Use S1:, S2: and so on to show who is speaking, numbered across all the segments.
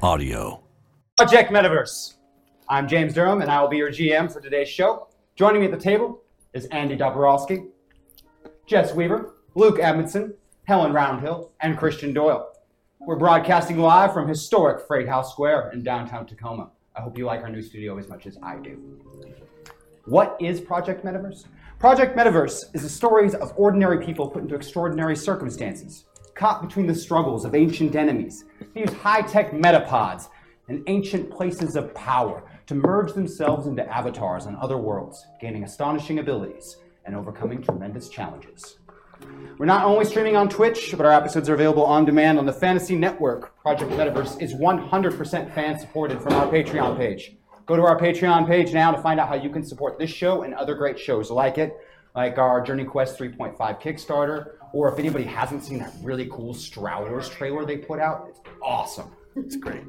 S1: audio.
S2: Project Metaverse. I'm James Durham, and I will be your GM for today's show. Joining me at the table is Andy Dobrowski, Jess Weaver, Luke Edmondson, Helen Roundhill, and Christian Doyle. We're broadcasting live from historic Freight House Square in downtown Tacoma. I hope you like our new studio as much as I do. What is Project Metaverse? Project Metaverse is the stories of ordinary people put into extraordinary circumstances, caught between the struggles of ancient enemies. They use high tech metapods and ancient places of power to merge themselves into avatars on other worlds, gaining astonishing abilities and overcoming tremendous challenges. We're not only streaming on Twitch, but our episodes are available on demand on the Fantasy Network. Project Metaverse is 100% fan supported from our Patreon page. Go to our Patreon page now to find out how you can support this show and other great shows like it, like our Journey Quest 3.5 Kickstarter, or if anybody hasn't seen that really cool Strouders trailer they put out, it's awesome. It's great.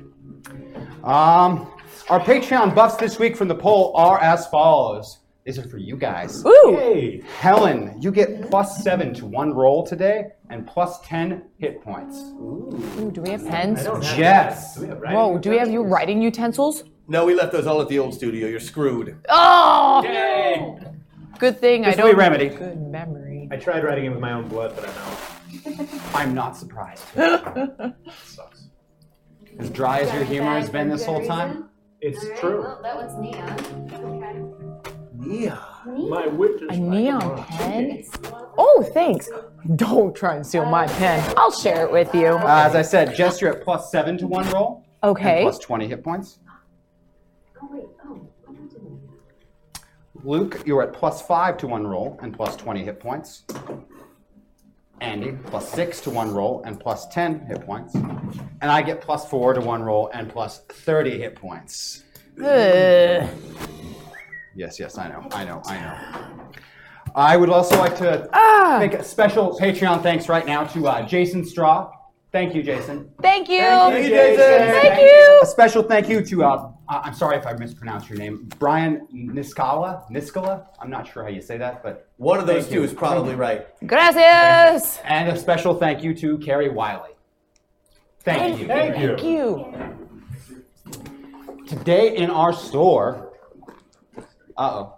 S2: Um, our Patreon buffs this week from the poll are as follows. These are for you guys.
S3: Ooh,
S2: Helen, you get plus seven to one roll today and plus 10 hit points.
S3: Ooh, do we have pens?
S2: Jess,
S3: Whoa, do we have you writing utensils?
S4: No, we left those all at the old studio. You're screwed.
S3: Oh, good thing I
S2: This
S3: don't.
S2: way, remedy.
S3: Good memory.
S5: I tried writing it with my own blood, but I'm out.
S2: I'm not surprised.
S5: Sucks.
S2: As dry as your humor has been this whole time.
S5: It's
S6: Alright,
S5: true.
S6: Well, that one's neon. Okay.
S5: My wit is
S3: A
S5: right
S3: neon
S5: on.
S3: pen. Oh, thanks. Don't try and steal my pen. I'll share it with you.
S2: Uh, as I said, Jess, you're at plus seven to one roll. and
S3: Okay.
S2: plus 20 hit points.
S6: Oh wait. Oh, what am I doing?
S2: Luke, you're at plus five to one roll and plus 20 hit points. Andy, plus six to one roll and plus 10 hit points. And I get plus four to one roll and plus 30 hit points.
S3: Ugh.
S2: Yes, yes, I know, I know, I know. I would also like to make a special Patreon thanks right now to uh, Jason Straw. Thank you, Jason.
S3: Thank you.
S4: you, Jason.
S3: Thank you.
S2: A special thank you to, uh, I- I'm sorry if I mispronounced your name, Brian Niskala. Niskala? I'm not sure how you say that, but.
S4: One of those
S2: Thank
S4: two
S2: you.
S4: is probably right.
S3: Gracias.
S2: And a special thank you to Carrie Wiley. Thank you.
S5: Thank you.
S3: Thank you.
S2: Today in our store, uh oh,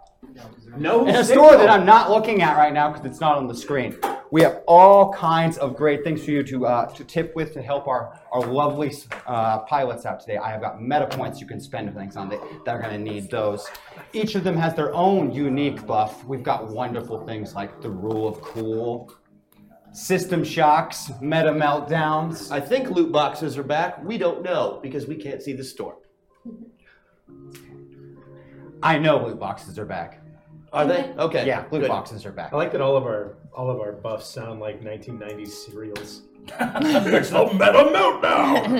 S5: No
S2: in a
S5: signal.
S2: store that I'm not looking at right now because it's not on the screen. We have all kinds of great things for you to uh, to tip with to help our our lovely uh, pilots out today. I have got meta points you can spend and things on that that are going to need those. Each of them has their own unique buff. We've got wonderful things like the rule of cool, system shocks, meta meltdowns.
S4: I think loot boxes are back. We don't know because we can't see the store.
S2: I know loot boxes are back.
S4: Are they? Okay.
S2: Yeah, loot
S4: good.
S2: boxes are back.
S5: I like that all of our all of our buffs sound like 1990s serials.
S7: It's the meta meltdown.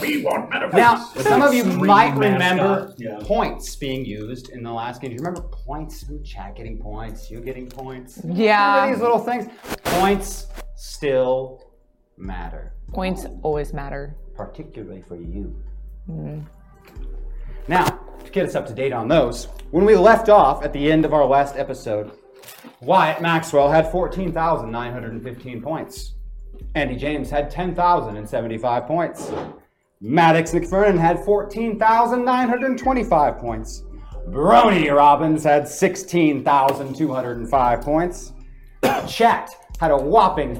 S7: we want metaverse.
S2: Now, some of you
S7: Extreme
S2: might
S7: mascot.
S2: remember
S5: Yeah.
S2: points being used in the last game. Do you remember points? You Chat getting points, you getting points. Remember
S3: Yeah.
S2: these little things? Points still matter,
S3: Points always matter.
S2: particularly for you. Now, to get us up to date on those, when we left off at the end of our last episode, Wyatt Maxwell had 14,915 points. Andy James had 10,075 points. Maddox McFerrin had 14,925 points. Brony Robbins had 16,205 points. Chat had a whopping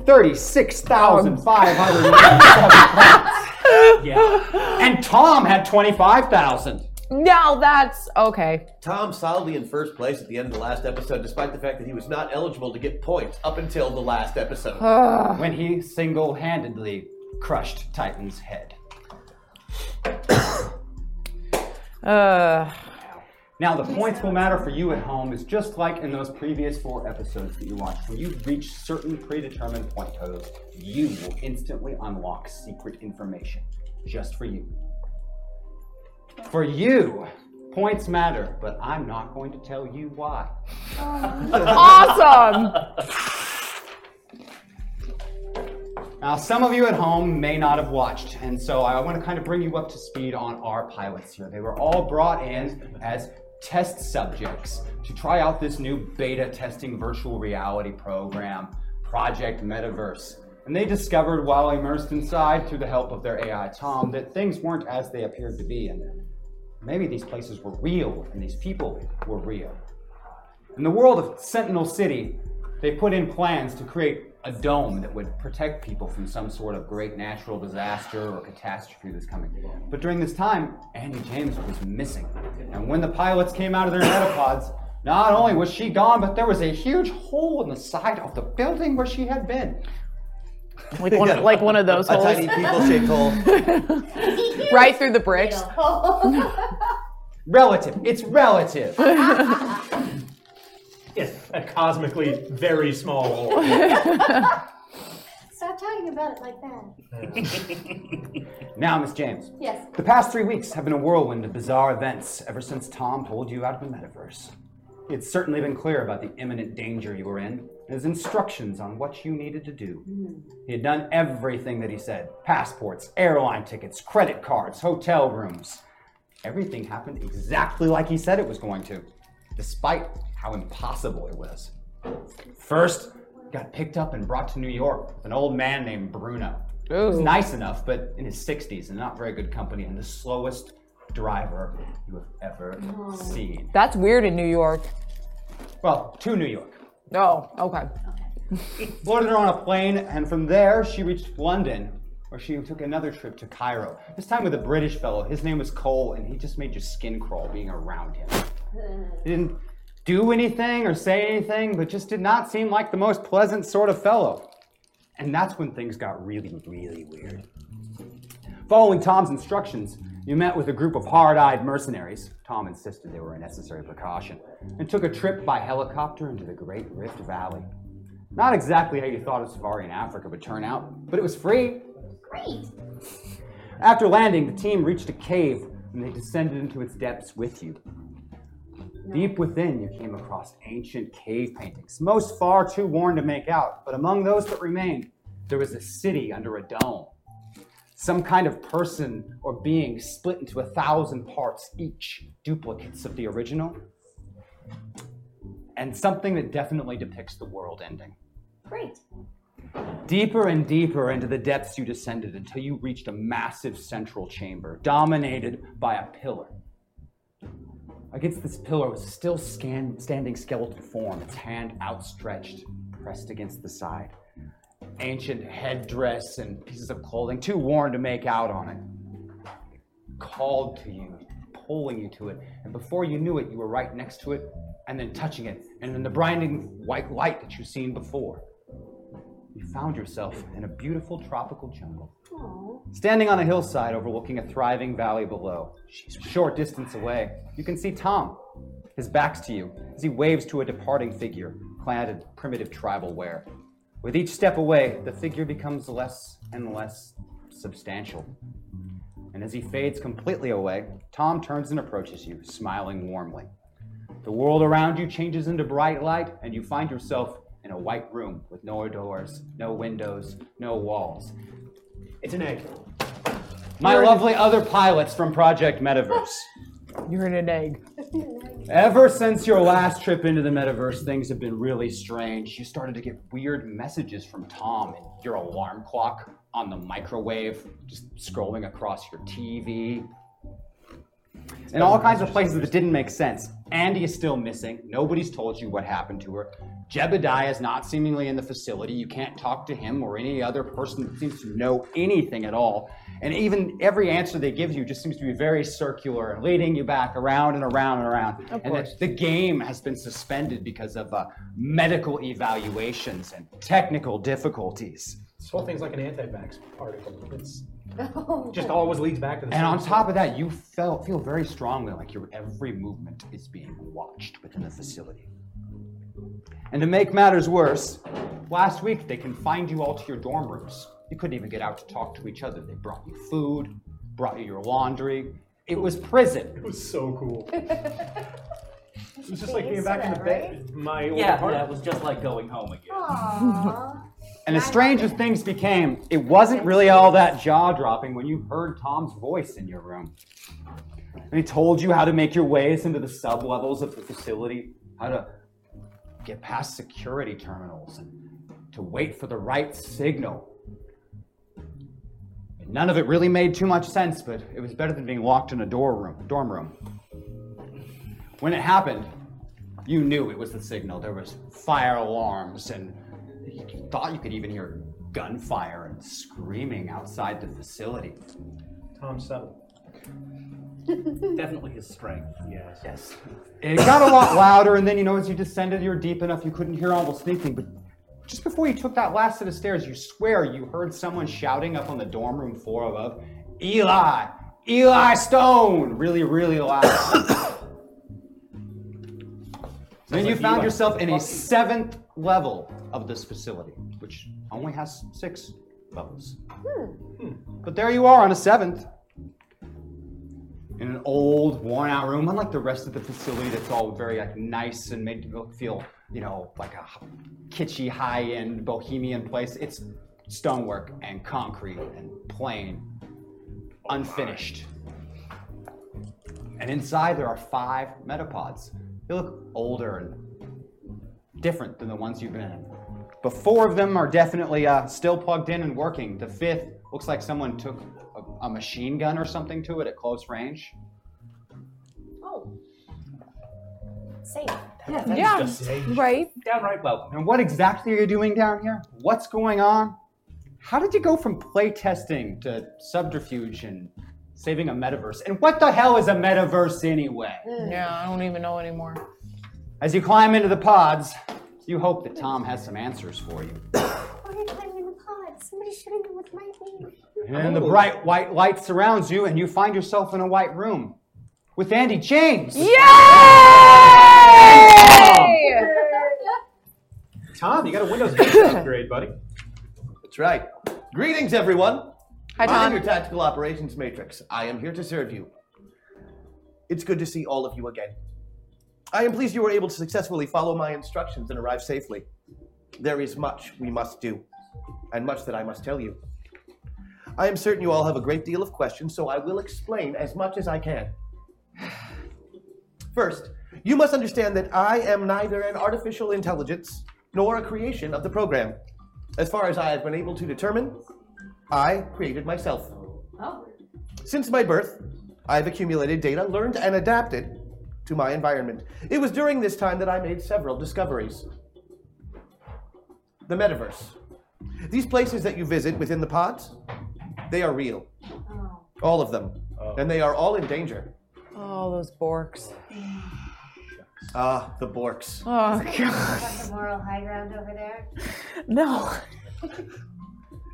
S2: 36,597 points. Yeah. And Tom had 25,000.
S3: Now that's okay.
S4: Tom solidly in first place at the end of the last episode, despite the fact that he was not eligible to get points up until the last episode.
S3: Ah.
S2: when he single handedly crushed Titan's head.
S3: Uh,
S2: Now, the points will matter for you at home is just like in those previous four episodes that you watched. When you reach certain predetermined point codes, you will instantly unlock secret information just for you. For you, points matter, but I'm not going to tell you why.
S3: Awesome.
S2: Now, some of you at home may not have watched, and so I want to kind of bring you up to speed on our pilots here. They were all brought in as test subjects to try out this new beta testing virtual reality program, Project Metaverse. And they discovered while immersed inside, through the help of their AI Tom, that things weren't as they appeared to be, and maybe these places were real and these people were real. In the world of Sentinel City, they put in plans to create a dome that would protect people from some sort of great natural disaster or catastrophe that's coming. But during this time, Andy James was missing. And when the pilots came out of their metapods, not only was she gone, but there was a huge hole in the side of the building where she had been.
S3: Like one, of- like one of those
S4: A
S3: holes,
S4: tiny people shaped hole.
S3: right through the bricks.
S2: Relative. It's relative.
S5: Yes, a cosmically very small hole.
S6: Stop talking about it like that.
S2: now, Miss James.
S6: Yes.
S2: The past three weeks have been a whirlwind of bizarre events ever since Tom pulled you out of the metaverse. He had certainly been clear about the imminent danger you were in and his instructions on what you needed to do. He had done everything that he said passports, airline tickets, credit cards, hotel rooms. Everything happened exactly like he said it was going to, despite how impossible it was. First, he got picked up and brought to New York with an old man named Bruno. He was
S3: Ooh.
S2: nice enough, but in his 60s and not very good company, and the slowest driver you have ever seen.
S3: That's weird in New York.
S2: Well, to New York.
S3: Oh, okay.
S2: Loaded her on a plane, and from there she reached London, where she took another trip to Cairo. This time with a British fellow. His name was Cole, and he just made your skin crawl being around him. He didn't do anything or say anything, but just did not seem like the most pleasant sort of fellow. And that's when things got really, really weird. Following Tom's instructions, you met with a group of hard eyed mercenaries. Tom insisted they were a necessary precaution, and took a trip by helicopter into the Great Rift Valley. Not exactly how you thought a safari in Africa would turn out, but it was free.
S6: Great.
S2: After landing, the team reached a cave and they descended into its depths with you. Deep within, you came across ancient cave paintings, most far too worn to make out, but among those that remained, there was a city under a dome. Some kind of person or being split into a thousand parts, each duplicates of the original, and something that definitely depicts the world ending.
S6: Great.
S2: Deeper and deeper into the depths you descended until you reached a massive central chamber dominated by a pillar. Against this pillar was a still scan- standing skeletal form, its hand outstretched, pressed against the side. Ancient headdress and pieces of clothing, too worn to make out on it, called to you, pulling you to it, and before you knew it, you were right next to it, and then touching it, and then the blinding white light that you've seen before you found yourself in a beautiful tropical jungle.
S6: Oh.
S2: Standing on a hillside overlooking a thriving valley below, a short distance away, you can see Tom. His back's to you as he waves to a departing figure clad in primitive tribal wear. With each step away, the figure becomes less and less substantial. And as he fades completely away, Tom turns and approaches you, smiling warmly. The world around you changes into bright light, and you find yourself in a white room with no doors, no windows, no walls.
S5: It's an egg.
S2: My lovely other pilots from Project Metaverse.
S3: You're in an egg.
S2: Ever since your last trip into the metaverse, things have been really strange. You started to get weird messages from Tom and your alarm clock on the microwave, just scrolling across your TV. In all kinds of places that didn't make sense. Andy is still missing. Nobody's told you what happened to her. Jebediah is not seemingly in the facility. You can't talk to him or any other person that seems to know anything at all. And even every answer they give you just seems to be very circular and leading you back around and around and around. and that the game has been suspended because of uh, medical evaluations and technical difficulties.
S5: This whole thing's like an anti-vax article. It's Just always leads back to the
S2: And
S5: same
S2: on
S5: stuff.
S2: top of that, you felt, feel very strongly like your every movement is being watched within the facility. And to make matters worse, last week they confined you all to your dorm rooms. You couldn't even get out to talk to each other. They brought you food, brought you your laundry. It was prison.
S5: It was so cool. it was just like
S6: They
S5: being
S6: said
S5: back in the
S6: that,
S5: bed. My old
S8: Yeah,
S5: apartment.
S8: that was just like going home again.
S6: Aww.
S2: And as strange as things became, it wasn't really all that jaw dropping when you heard Tom's voice in your room. And he told you how to make your ways into the sub levels of the facility, how to get past security terminals, and to wait for the right signal. And none of it really made too much sense, but it was better than being locked in a door room, dorm room. When it happened, you knew it was the signal. There was fire alarms and you thought you could even hear gunfire and screaming outside the facility.
S5: Tom Settle.
S8: Definitely his strength.
S5: Yes.
S2: Yes. It got a lot louder, and then you know, as you descended, you were deep enough you couldn't hear almost anything. But just before you took that last set of stairs, you swear you heard someone shouting up on the dorm room floor above, "Eli, Eli Stone!" Really, really loud. then you
S5: like
S2: found
S5: Eli.
S2: yourself in a seventh level of this facility, which only has six levels. Hmm. But there you are on a seventh. In an old, worn-out room, unlike the rest of the facility, that's all very like nice and made to look- feel, you know, like a h- kitschy, high-end bohemian place. It's stonework and concrete and plain, unfinished. And inside there are five metapods. They look older and different than the ones you've been in. But four of them are definitely uh, still plugged in and working. The fifth looks like someone took a, a machine gun or something to it at close range.
S6: Oh. Safe.
S3: Yeah,
S8: Just a
S3: right.
S8: downright welcome.
S2: And what exactly are you doing down here? What's going on? How did you go from playtesting to subterfuge and saving a metaverse? And what the hell is a metaverse anyway?
S3: Yeah, I don't even know anymore.
S2: As you climb into the pods, you hope that Tom has some answers for you.
S6: Why are you climbing in the pod? Somebody's shooting me with lightning.
S2: And the bright white light surrounds you, and you find yourself in a white room with Andy James.
S3: Yay!
S5: Tom, you got a Windows Vista upgrade, buddy.
S4: That's right. Greetings, everyone.
S3: Hi,
S4: I am your
S3: Tom.
S4: tactical operations matrix. I am here to serve you. It's good to see all of you again. I am pleased you were able to successfully follow my instructions and arrive safely. There is much we must do, and much that I must tell you. I am certain you all have a great deal of questions, so I will explain as much as I can. First, you must understand that I am neither an artificial intelligence nor a creation of the program. As far as I have been able to determine, I created myself.
S6: Oh.
S4: Since my birth, I've accumulated data, learned, and adapted to my environment. It was during this time that I made several discoveries. The metaverse. These places that you visit within the pods, they are real. All of them. And they are all in danger.
S3: Oh, those borks.
S4: Ah, the Borks.
S3: Oh god.
S6: Got the moral high ground over there.
S3: No.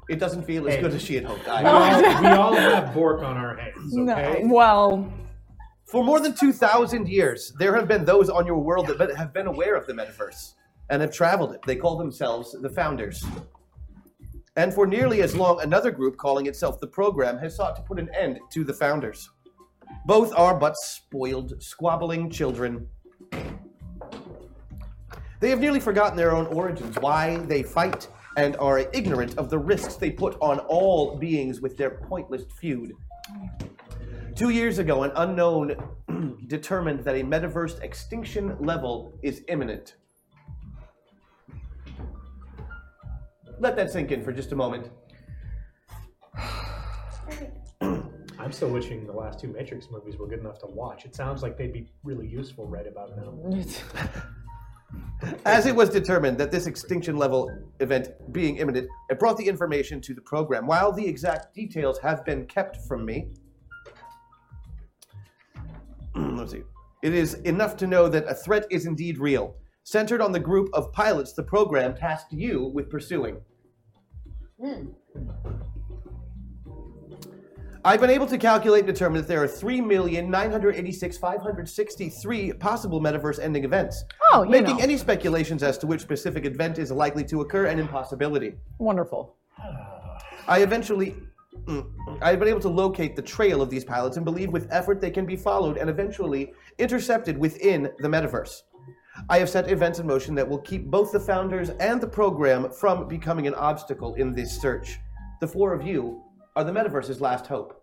S4: It doesn't feel as good as she had hoped. I
S5: We all, we all have Bork on our hands, okay?
S3: No. Well,
S4: For more than 2,000 years, there have been those on your world that be- have been aware of the metaverse and have traveled it. They call themselves the founders. And for nearly as long, another group calling itself the program has sought to put an end to the founders. Both are but spoiled, squabbling children. They have nearly forgotten their own origins, why they fight, and are ignorant of the risks they put on all beings with their pointless feud. Two years ago, an unknown determined that a metaverse extinction level is imminent. Let that sink in for just a moment.
S5: I'm still wishing the last two Matrix movies were good enough to watch. It sounds like they'd be really useful right about now.
S4: As it was determined that this extinction level event being imminent, I brought the information to the program. While the exact details have been kept from me, let's see. It is enough to know that a threat is indeed real, centered on the group of pilots the program tasked you with pursuing. I've been able to calculate and determine that there are 3,986,563 possible metaverse ending events.
S3: Oh, you
S4: Making
S3: know.
S4: any speculations as to which specific event is likely to occur an impossibility.
S3: Wonderful.
S4: I eventually. Mm. I have been able to locate the trail of these pilots and believe with effort they can be followed and eventually intercepted within the metaverse. I have set events in motion that will keep both the founders and the program from becoming an obstacle in this search. The four of you are the metaverse's last hope.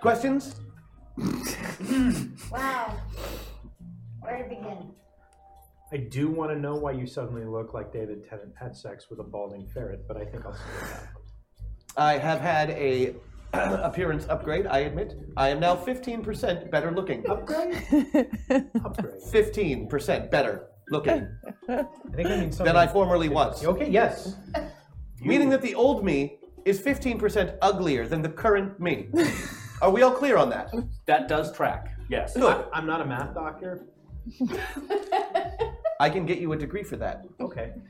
S4: Questions?
S6: Hmm. Wow. Where to begin?
S5: I do want to know why you suddenly look like David Tennant had sex with a balding ferret, but I think I'll skip that.
S4: I have had a appearance upgrade, I admit. I am now 15% better looking.
S5: Upgrade.
S4: 15% better looking.
S5: I think I mean something.
S4: than I formerly was.
S5: Okay, yes.
S4: Meaning that the old me is 15% uglier than the current me. Are we all clear on that?
S8: That does track. Yes.
S5: I'm not a math doctor.
S4: I can get you a degree for that.
S5: Okay.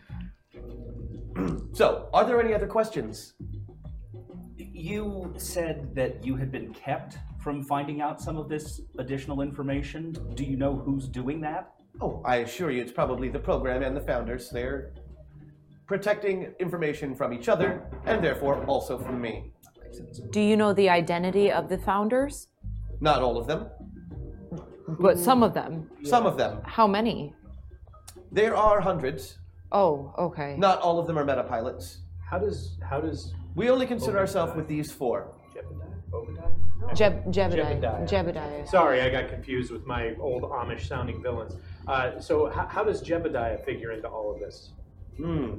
S4: So, are there any other questions?
S8: You said that you had been kept from finding out some of this additional information. Do you know who's doing that?
S4: Oh, I assure you, it's probably the program and the founders. They're protecting information from each other and therefore also from me.
S9: Do you know the identity of the founders?
S4: Not all of them,
S9: But some of them.
S4: some of them.
S9: How many?
S4: There are hundreds.
S9: Oh, okay.
S4: Not all of them are meta pilots.
S5: How does how does
S4: We only consider ourselves with these four.
S5: Jebediah? Obadiah?
S9: Jeb- Jebediah.
S5: Jebediah.
S9: Jebediah.
S5: Sorry, I got confused with my old Amish sounding villains. Uh, so h- how does Jebediah figure into all of this?
S2: Hmm.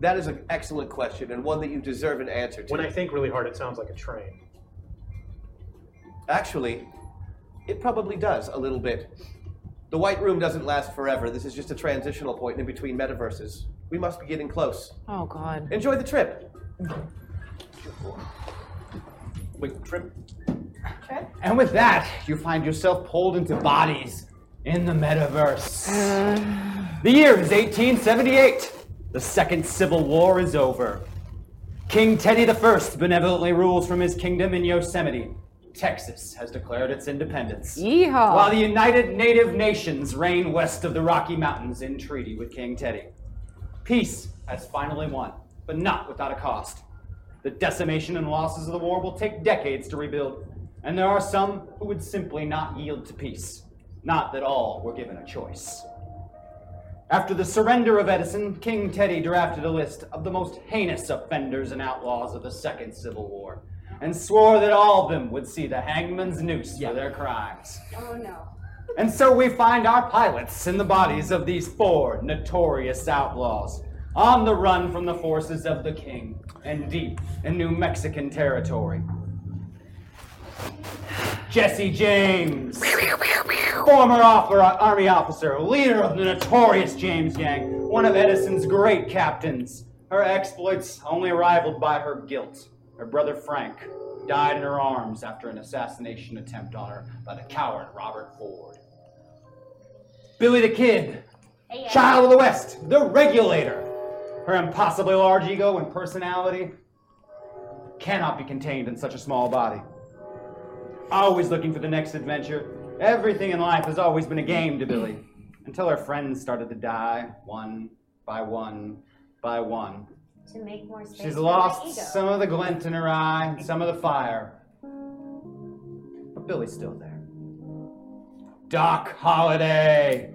S4: That is an excellent question and one that you deserve an answer to.
S5: When I think really hard, it sounds like a train.
S4: Actually, it probably does a little bit. The White Room doesn't last forever. This is just a transitional point in between metaverses. We must be getting close.
S9: Oh God.
S4: Enjoy the trip.
S8: Wait, Trip,
S6: Trip?
S2: And with that, you find yourself pulled into bodies in the metaverse.
S6: Uh,
S2: the year is 1878. The Second Civil War is over. King Teddy I benevolently rules from his kingdom in Yosemite. Texas has declared its independence.
S9: Yeehaw.
S2: While the United Native Nations reign west of the Rocky Mountains in treaty with King Teddy. Peace has finally won, but not without a cost. The decimation and losses of the war will take decades to rebuild, and there are some who would simply not yield to peace. Not that all were given a choice. After the surrender of Edison, King Teddy drafted a list of the most heinous offenders and outlaws of the Second Civil War, and swore that all of them would see the hangman's noose for their crimes.
S6: Oh no.
S2: And so we find our pilots in the bodies of these four notorious outlaws on the run from the forces of the king and deep in New Mexican territory. Jesse James, former offer- army officer, leader of the notorious James Gang, one of Edison's great captains. Her exploits only rivaled by her guilt. Her brother Frank died in her arms after an assassination attempt on her by the coward Robert Ford. Billy the Kid,
S6: Hey, Ed.
S2: Child of the West, the regulator. Her impossibly large ego and personality cannot be contained in such a small body. Always looking for the next adventure, everything in life has always been a game to Billy. Until her friends started to die, one by one by one.
S6: To make more space.
S2: She's
S6: for my
S2: lost
S6: ego.
S2: some of the glint in her eye and some of the fire. But Billy's still there. Doc Holliday,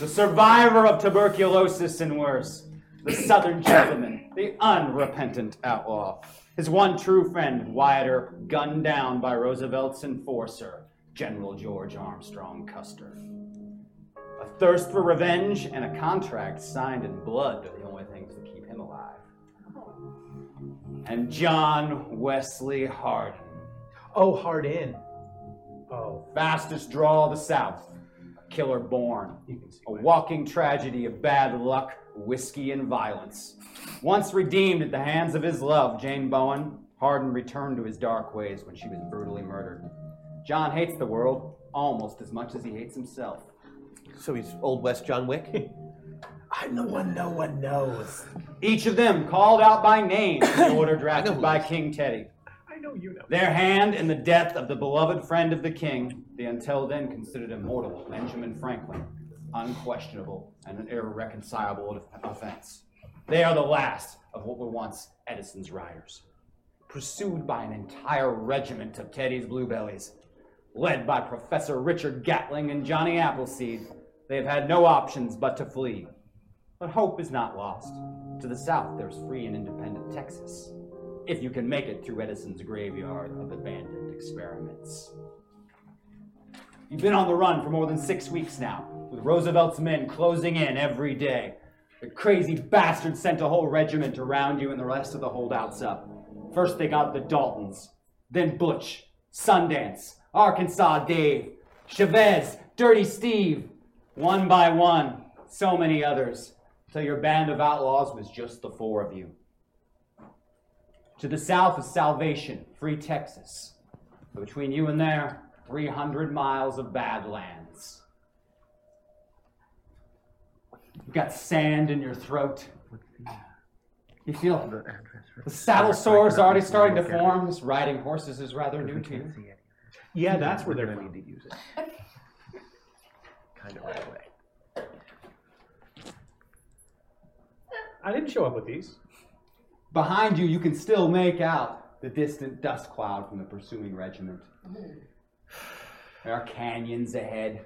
S2: the survivor of tuberculosis and worse, the southern gentleman, the unrepentant outlaw. His one true friend, Wyatt Earp, gunned down by Roosevelt's enforcer, General George Armstrong Custer. A thirst for revenge and a contract signed in blood are the only things that keep him alive and John Wesley Hardin,
S5: Oh, hard in. Oh,
S2: fastest draw of the South, a killer born,
S5: you can see.
S2: a
S5: why.
S2: walking tragedy of bad luck, whiskey, and violence. Once redeemed at the hands of his love, Jane Bowen, Hardin returned to his dark ways when she was brutally murdered. John hates the world almost as much as he hates himself.
S4: So he's Old West John Wick.
S5: I'm the one no one knows.
S2: Each of them called out by name in the order drafted by King Teddy.
S5: I know you know.
S2: Their hand in the death of the beloved friend of the king, the until then considered immortal Benjamin Franklin, unquestionable and an irreconcilable offense. They are the last of what were once Edison's riders, pursued by an entire regiment of Teddy's bluebellies. Led by Professor Richard Gatling and Johnny Appleseed, they have had no options but to flee. But hope is not lost. To the south, there's free and independent Texas if you can make it through Edison's graveyard of abandoned experiments. You've been on the run for more than six weeks now, with Roosevelt's men closing in every day. The crazy bastard sent a whole regiment around you and the rest of the holdouts up. First, they got the Daltons, then Butch, Sundance, Arkansas Dave, Chavez, Dirty Steve. One by one, so many others, till your band of outlaws was just the four of you. To the south is Salvation, Free Texas. Between you and there, 300 miles of badlands. You've got sand in your throat. You feel the saddle sore's already starting to form. This riding horses is rather new to you.
S5: Yeah, that's where they're from.
S4: Kind of right away.
S5: I didn't show up with these.
S2: Behind you, you can still make out the distant dust cloud from the pursuing regiment. There are canyons ahead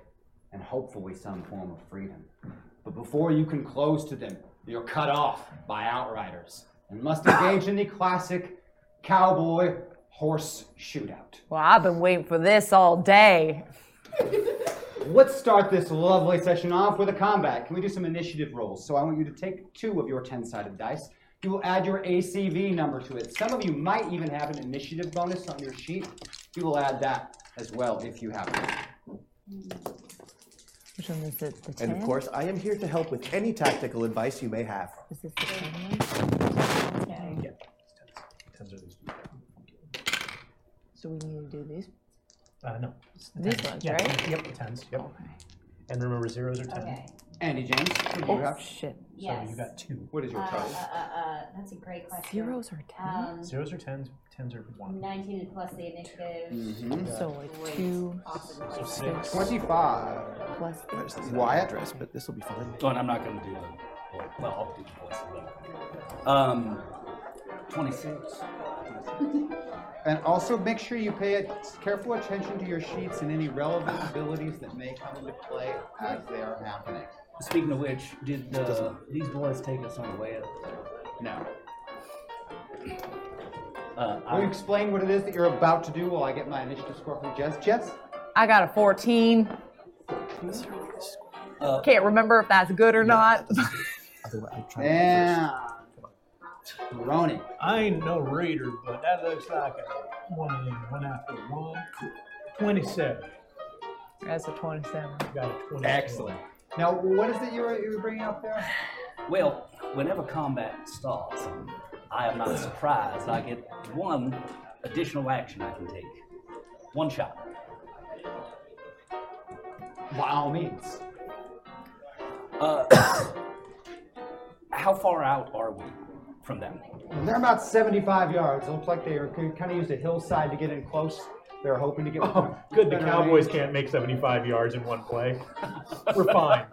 S2: and hopefully some form of freedom. But before you can close to them, you're cut off by outriders and must engage in the classic cowboy horse shootout.
S3: Well, I've been waiting for this all day.
S2: Let's start this lovely session off with a combat. Can we do some initiative rolls? So I want you to take two of your 10 sided dice. You will add your ACV number to it. Some of you might even have an initiative bonus on your sheet. You will add that as well if you have it.
S3: Which one is it? The
S4: And of
S3: 10?
S4: course, I am here to help with any tactical advice you may have.
S3: Is this the 10 one? So we need to do these,
S5: Uh, no. It's the
S3: these
S5: tens.
S3: ones,
S5: Yeah,
S3: right?
S5: tens. Yep, tens. Yep. And remember, zeros are ten.
S6: Okay.
S2: Andy James, what do you
S3: Oh,
S2: have?
S3: shit.
S5: So
S6: Yes.
S5: you got two.
S2: What is
S6: uh,
S2: your
S6: uh,
S2: total?
S6: uh, uh, that's a great question.
S3: Zeros are 10?
S6: Um,
S5: Zeros are tens. Tens are one.
S6: 19 plus the initiative.
S2: Mm-hmm.
S3: So like
S6: Great.
S3: two
S6: Awesome.
S5: So six.
S2: 25.
S3: plus
S4: There's
S3: eight.
S4: this Wyatt dress, but this will be fine.
S8: Oh, and I'm not going to do the well, well, I'll do the voice a little. Um, 26.
S2: And also make sure you pay careful attention to your sheets and any relevant abilities that may come into play as they are happening.
S8: Speaking of which, did uh, these boys take us on the way up?
S2: No.
S8: Uh,
S2: Will you
S8: I,
S2: explain what it is that you're about to do while I get my initiative score from Jess? Jess?
S3: I got a 14.
S8: Uh,
S3: Can't remember if that's good or not.
S4: Otherwise, I'm trying
S2: Yeah. Roni.
S5: I ain't no reader, but that looks like a one of them. One after one. Twenty-seven.
S3: That's a 27.
S5: You got a twenty-seven.
S2: Now, what is it you were, you were bringing up there?
S8: well, whenever combat starts, I am not surprised I get one additional action I can take. One shot.
S2: By all means.
S8: Uh, how far out are we from them?
S2: They're about 75 yards. It looks like they were kind of used a hillside to get in close. They're hoping to get.
S5: Oh, good. The
S2: better
S5: Cowboys
S2: range.
S5: can't make seventy-five yards in one play. We're fine.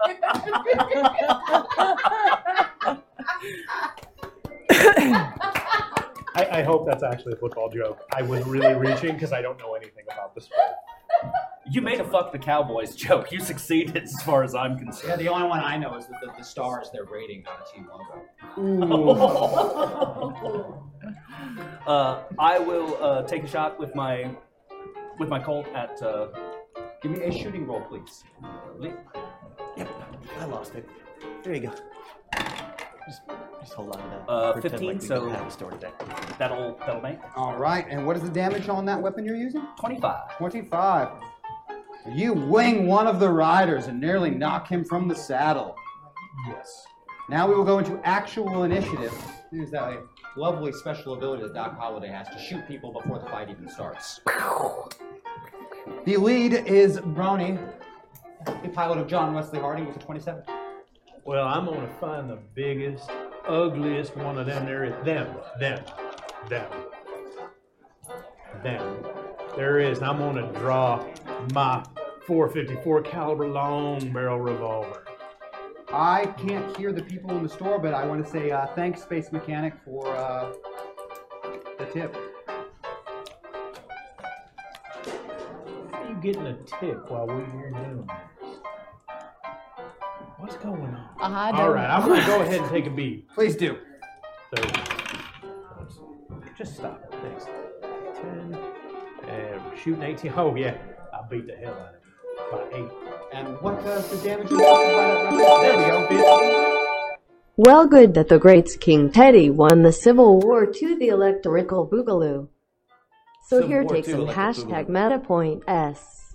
S5: I, I hope that's actually a football joke. I was really reaching because I don't know anything about the sport.
S8: You made a fuck the Cowboys joke. You succeeded as far as I'm
S2: Yeah,
S8: concerned.
S2: the only one I know is that the, the stars they're rating on the team logo.
S8: Oh. Uh, I will uh, take a shot with my with my Colt at. Uh,
S2: Give me a shooting roll, please.
S8: Lee.
S4: Yep, I lost it. There you go. Just, just hold on to that.
S8: Uh,
S4: Pretend
S8: 15,
S4: like we
S8: so-
S4: didn't have a story today.
S8: that'll that'll make
S2: All right, and what is the damage on that weapon you're using?
S8: twenty five.
S2: 25. You wing one of the riders and nearly knock him from the saddle.
S5: Yes.
S2: Now we will go into actual initiative. Use that lovely special ability that Doc Holliday has to shoot people before the fight even starts. The lead is Brony, the pilot of John Wesley Harding with a 27.
S5: Well, I'm gonna find the biggest ugliest one of them there is. Them, them, them, them. There is. And I'm gonna draw my 454 caliber long barrel revolver.
S2: I can't hear the people in the store, but I want to say uh, thanks, Space Mechanic, for uh, the tip.
S5: How are you getting a tip while we're here doing this? What's going on?
S9: I
S5: All right, I'm gonna go ahead and take a beat.
S2: Please do.
S5: So, just stop. Thanks. Ten. And we're shooting 18. Oh yeah, I beat the hell out of it by eight.
S2: And what uh, the damage? is- There we go.
S10: Well, good that the great King Teddy won the Civil War to the electrical boogaloo. So
S4: Civil
S10: here
S4: War
S10: takes
S4: to
S10: an
S4: electrical
S10: hashtag meta point S.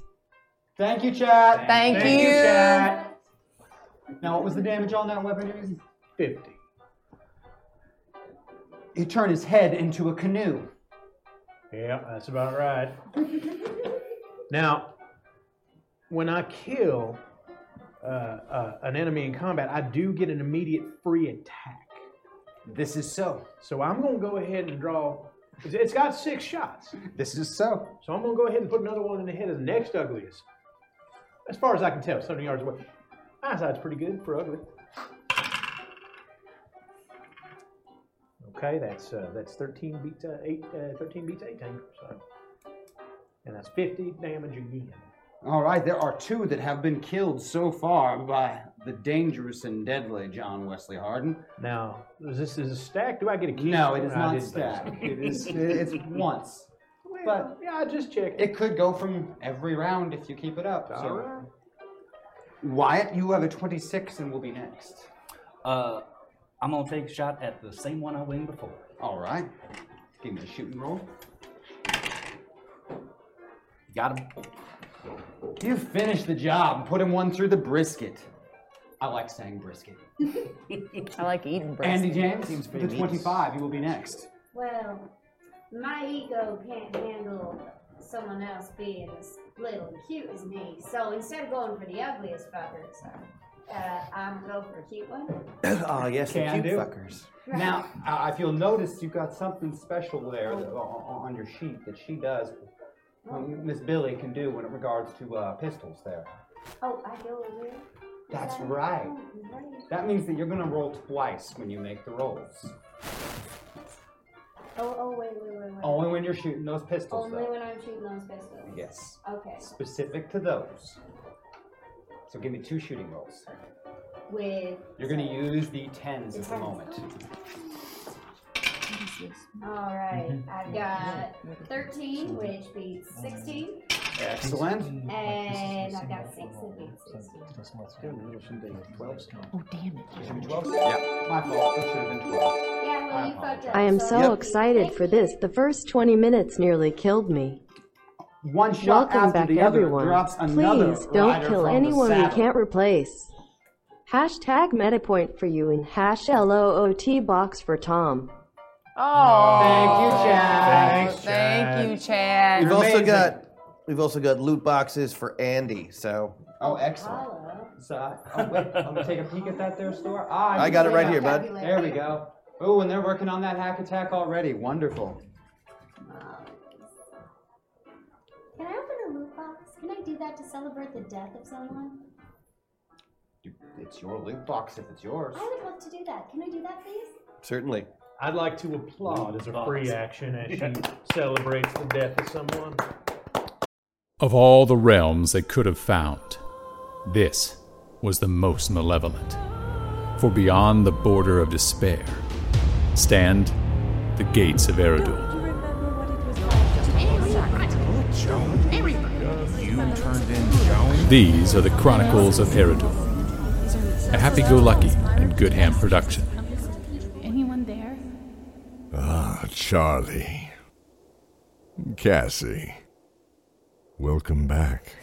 S2: Thank you, chat.
S9: Thank Thank you. you,
S2: chat. Now, what was the damage on that weapon? you're using?
S5: 50.
S2: He turned his head into a canoe.
S5: Yeah, that's about right. now, when I kill uh, uh, an enemy in combat, I do get an immediate free attack.
S2: This is so.
S5: So I'm gonna go ahead and draw. it's- It's got six shots,
S2: This is so.
S5: so I'm gonna go ahead and put another one in the head of the next ugliest. As far as I can tell, 70 yards away. Eyeside's pretty good for ugly. Okay, that's uh, that's 13 beats uh, eight, uh, 13 beats 18. So, and that's 50 damage again.
S2: All right, there are two that have been killed so far by the dangerous and deadly John Wesley Harden.
S5: Now, is this is a stack? Do I get a key?
S2: No, it is
S5: I
S2: not
S5: didn't think so.
S2: stacked. It is it's once.
S5: Well,
S2: But-
S5: yeah, I just checked.
S2: It could go from every round if you keep it up.
S5: All
S2: So
S5: right.
S2: Wyatt, you have a 26 and will be next.
S8: Uh, I'm gonna take a shot at the same one I winged before.
S2: All right. Give me a shooting roll.
S8: Got him.
S2: You finish the job. Put him one through the brisket. I like saying brisket.
S9: I like eating bread.
S2: Andy James, with the 25, you will be next.
S6: Well, my ego can't handle someone else being as little and cute as me. So instead of going for the ugliest fuckers, uh, I'm going for a cute one.
S4: Ah, yes, the
S2: Can
S4: cute
S2: do.
S4: fuckers.
S2: Now, uh, if you'll notice, you've got something special there that, on, on your sheet that she does, uh, Miss Billy can do when it regards to uh, pistols there.
S6: Oh, I go over here.
S2: That's right. That means that you're going to roll twice when you make the rolls.
S6: Oh, oh, wait, wait, wait, wait.
S2: Only when you're shooting those pistols,
S6: Only
S2: though.
S6: when I'm shooting those pistols.
S2: Yes.
S6: Okay.
S2: Specific to those. So give me two shooting rolls.
S6: With.
S2: You're going to use the tens at the
S6: Tens.
S2: moment.
S6: All right.
S2: Mm-hmm.
S6: I've got 13, which beats 16,
S2: Excellent.
S6: and I've got 6 that beats 16.
S9: Oh, damn it.
S2: Should be 12? Yeah. My fault. It should have been 12.
S6: Yeah,
S2: I
S5: Uh-huh.
S6: well, you fucked up.
S10: I am so
S6: Yep.
S10: excited for this. The first 20 minutes nearly killed me.
S2: One shot
S10: Welcome
S2: after
S10: back,
S2: the other
S10: everyone.
S2: drops another
S10: Please don't
S2: rider
S10: kill
S2: from the
S10: anyone we
S2: saddle.
S10: can't replace. Hashtag MetaPoint for you and hash LOOT box for Tom.
S9: Oh.
S2: Thank you, Chad.
S5: Thanks,
S9: Thank you, Chad.
S4: We've also
S2: amazing.
S4: got we've also got loot boxes for Andy. So
S2: Oh, excellent.
S6: Hello.
S2: So, oh, wait, I'm gonna take a peek at that there store. Ah,
S4: I
S2: you
S4: got it
S2: can
S4: right
S2: take
S4: here,
S2: a-
S4: bud.
S2: There we go. Oh, and they're working on that hack attack already. Wonderful.
S6: Uh, Can I open a loot box? Can I do that to celebrate the death of someone?
S2: It's your loot box if it's yours.
S6: I would love to do that. Can I do that, please?
S4: certainly.
S5: I'd like to applaud as a free action as she celebrates the death of someone.
S11: Of all the realms they could have found, this was the most malevolent. For beyond the border of despair stand the gates of Eridul. These are the Chronicles of Eridul, a happy go lucky and good ham production.
S12: Anyone there?
S1: Ah, Charlie. Cassie. Welcome back.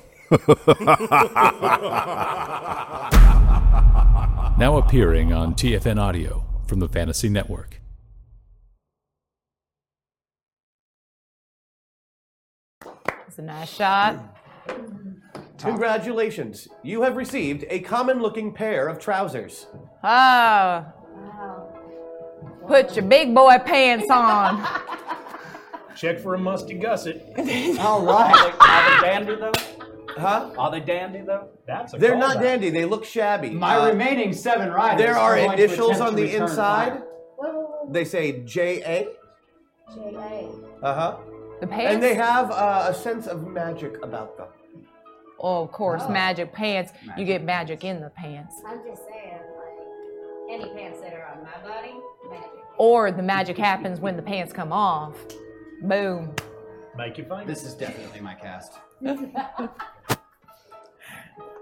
S11: Now appearing on TFN Audio from the Fantasy Network.
S9: It's a nice shot.
S4: Congratulations, you have received a common-looking pair of trousers.
S9: Oh.
S6: Wow.
S9: Put your big boy pants on.
S5: Check for a musty gusset.
S2: All right.
S8: Are they dandy though?
S4: Huh?
S8: Are they dandy though?
S5: That's a
S4: They're not dandy. They look shabby. Uh,
S2: My remaining seven riders
S4: There are
S2: are going to
S4: initials
S2: attempt
S4: on
S2: to
S4: the
S2: return
S4: inside.
S6: Whoa,
S4: They say J
S6: whoa, whoa. J.A.
S4: A. Uh huh.
S9: The pants.
S4: And they have uh, a sense of magic about them.
S9: Oh, of course,
S4: Oh.
S9: magic pants. You
S4: Magic
S9: get magic in the pants,
S6: I'm just saying, like, any pants that are on my body, magic.
S9: or the magic happens when the pants come off. Boom.
S5: Make you find
S2: This is definitely my cast.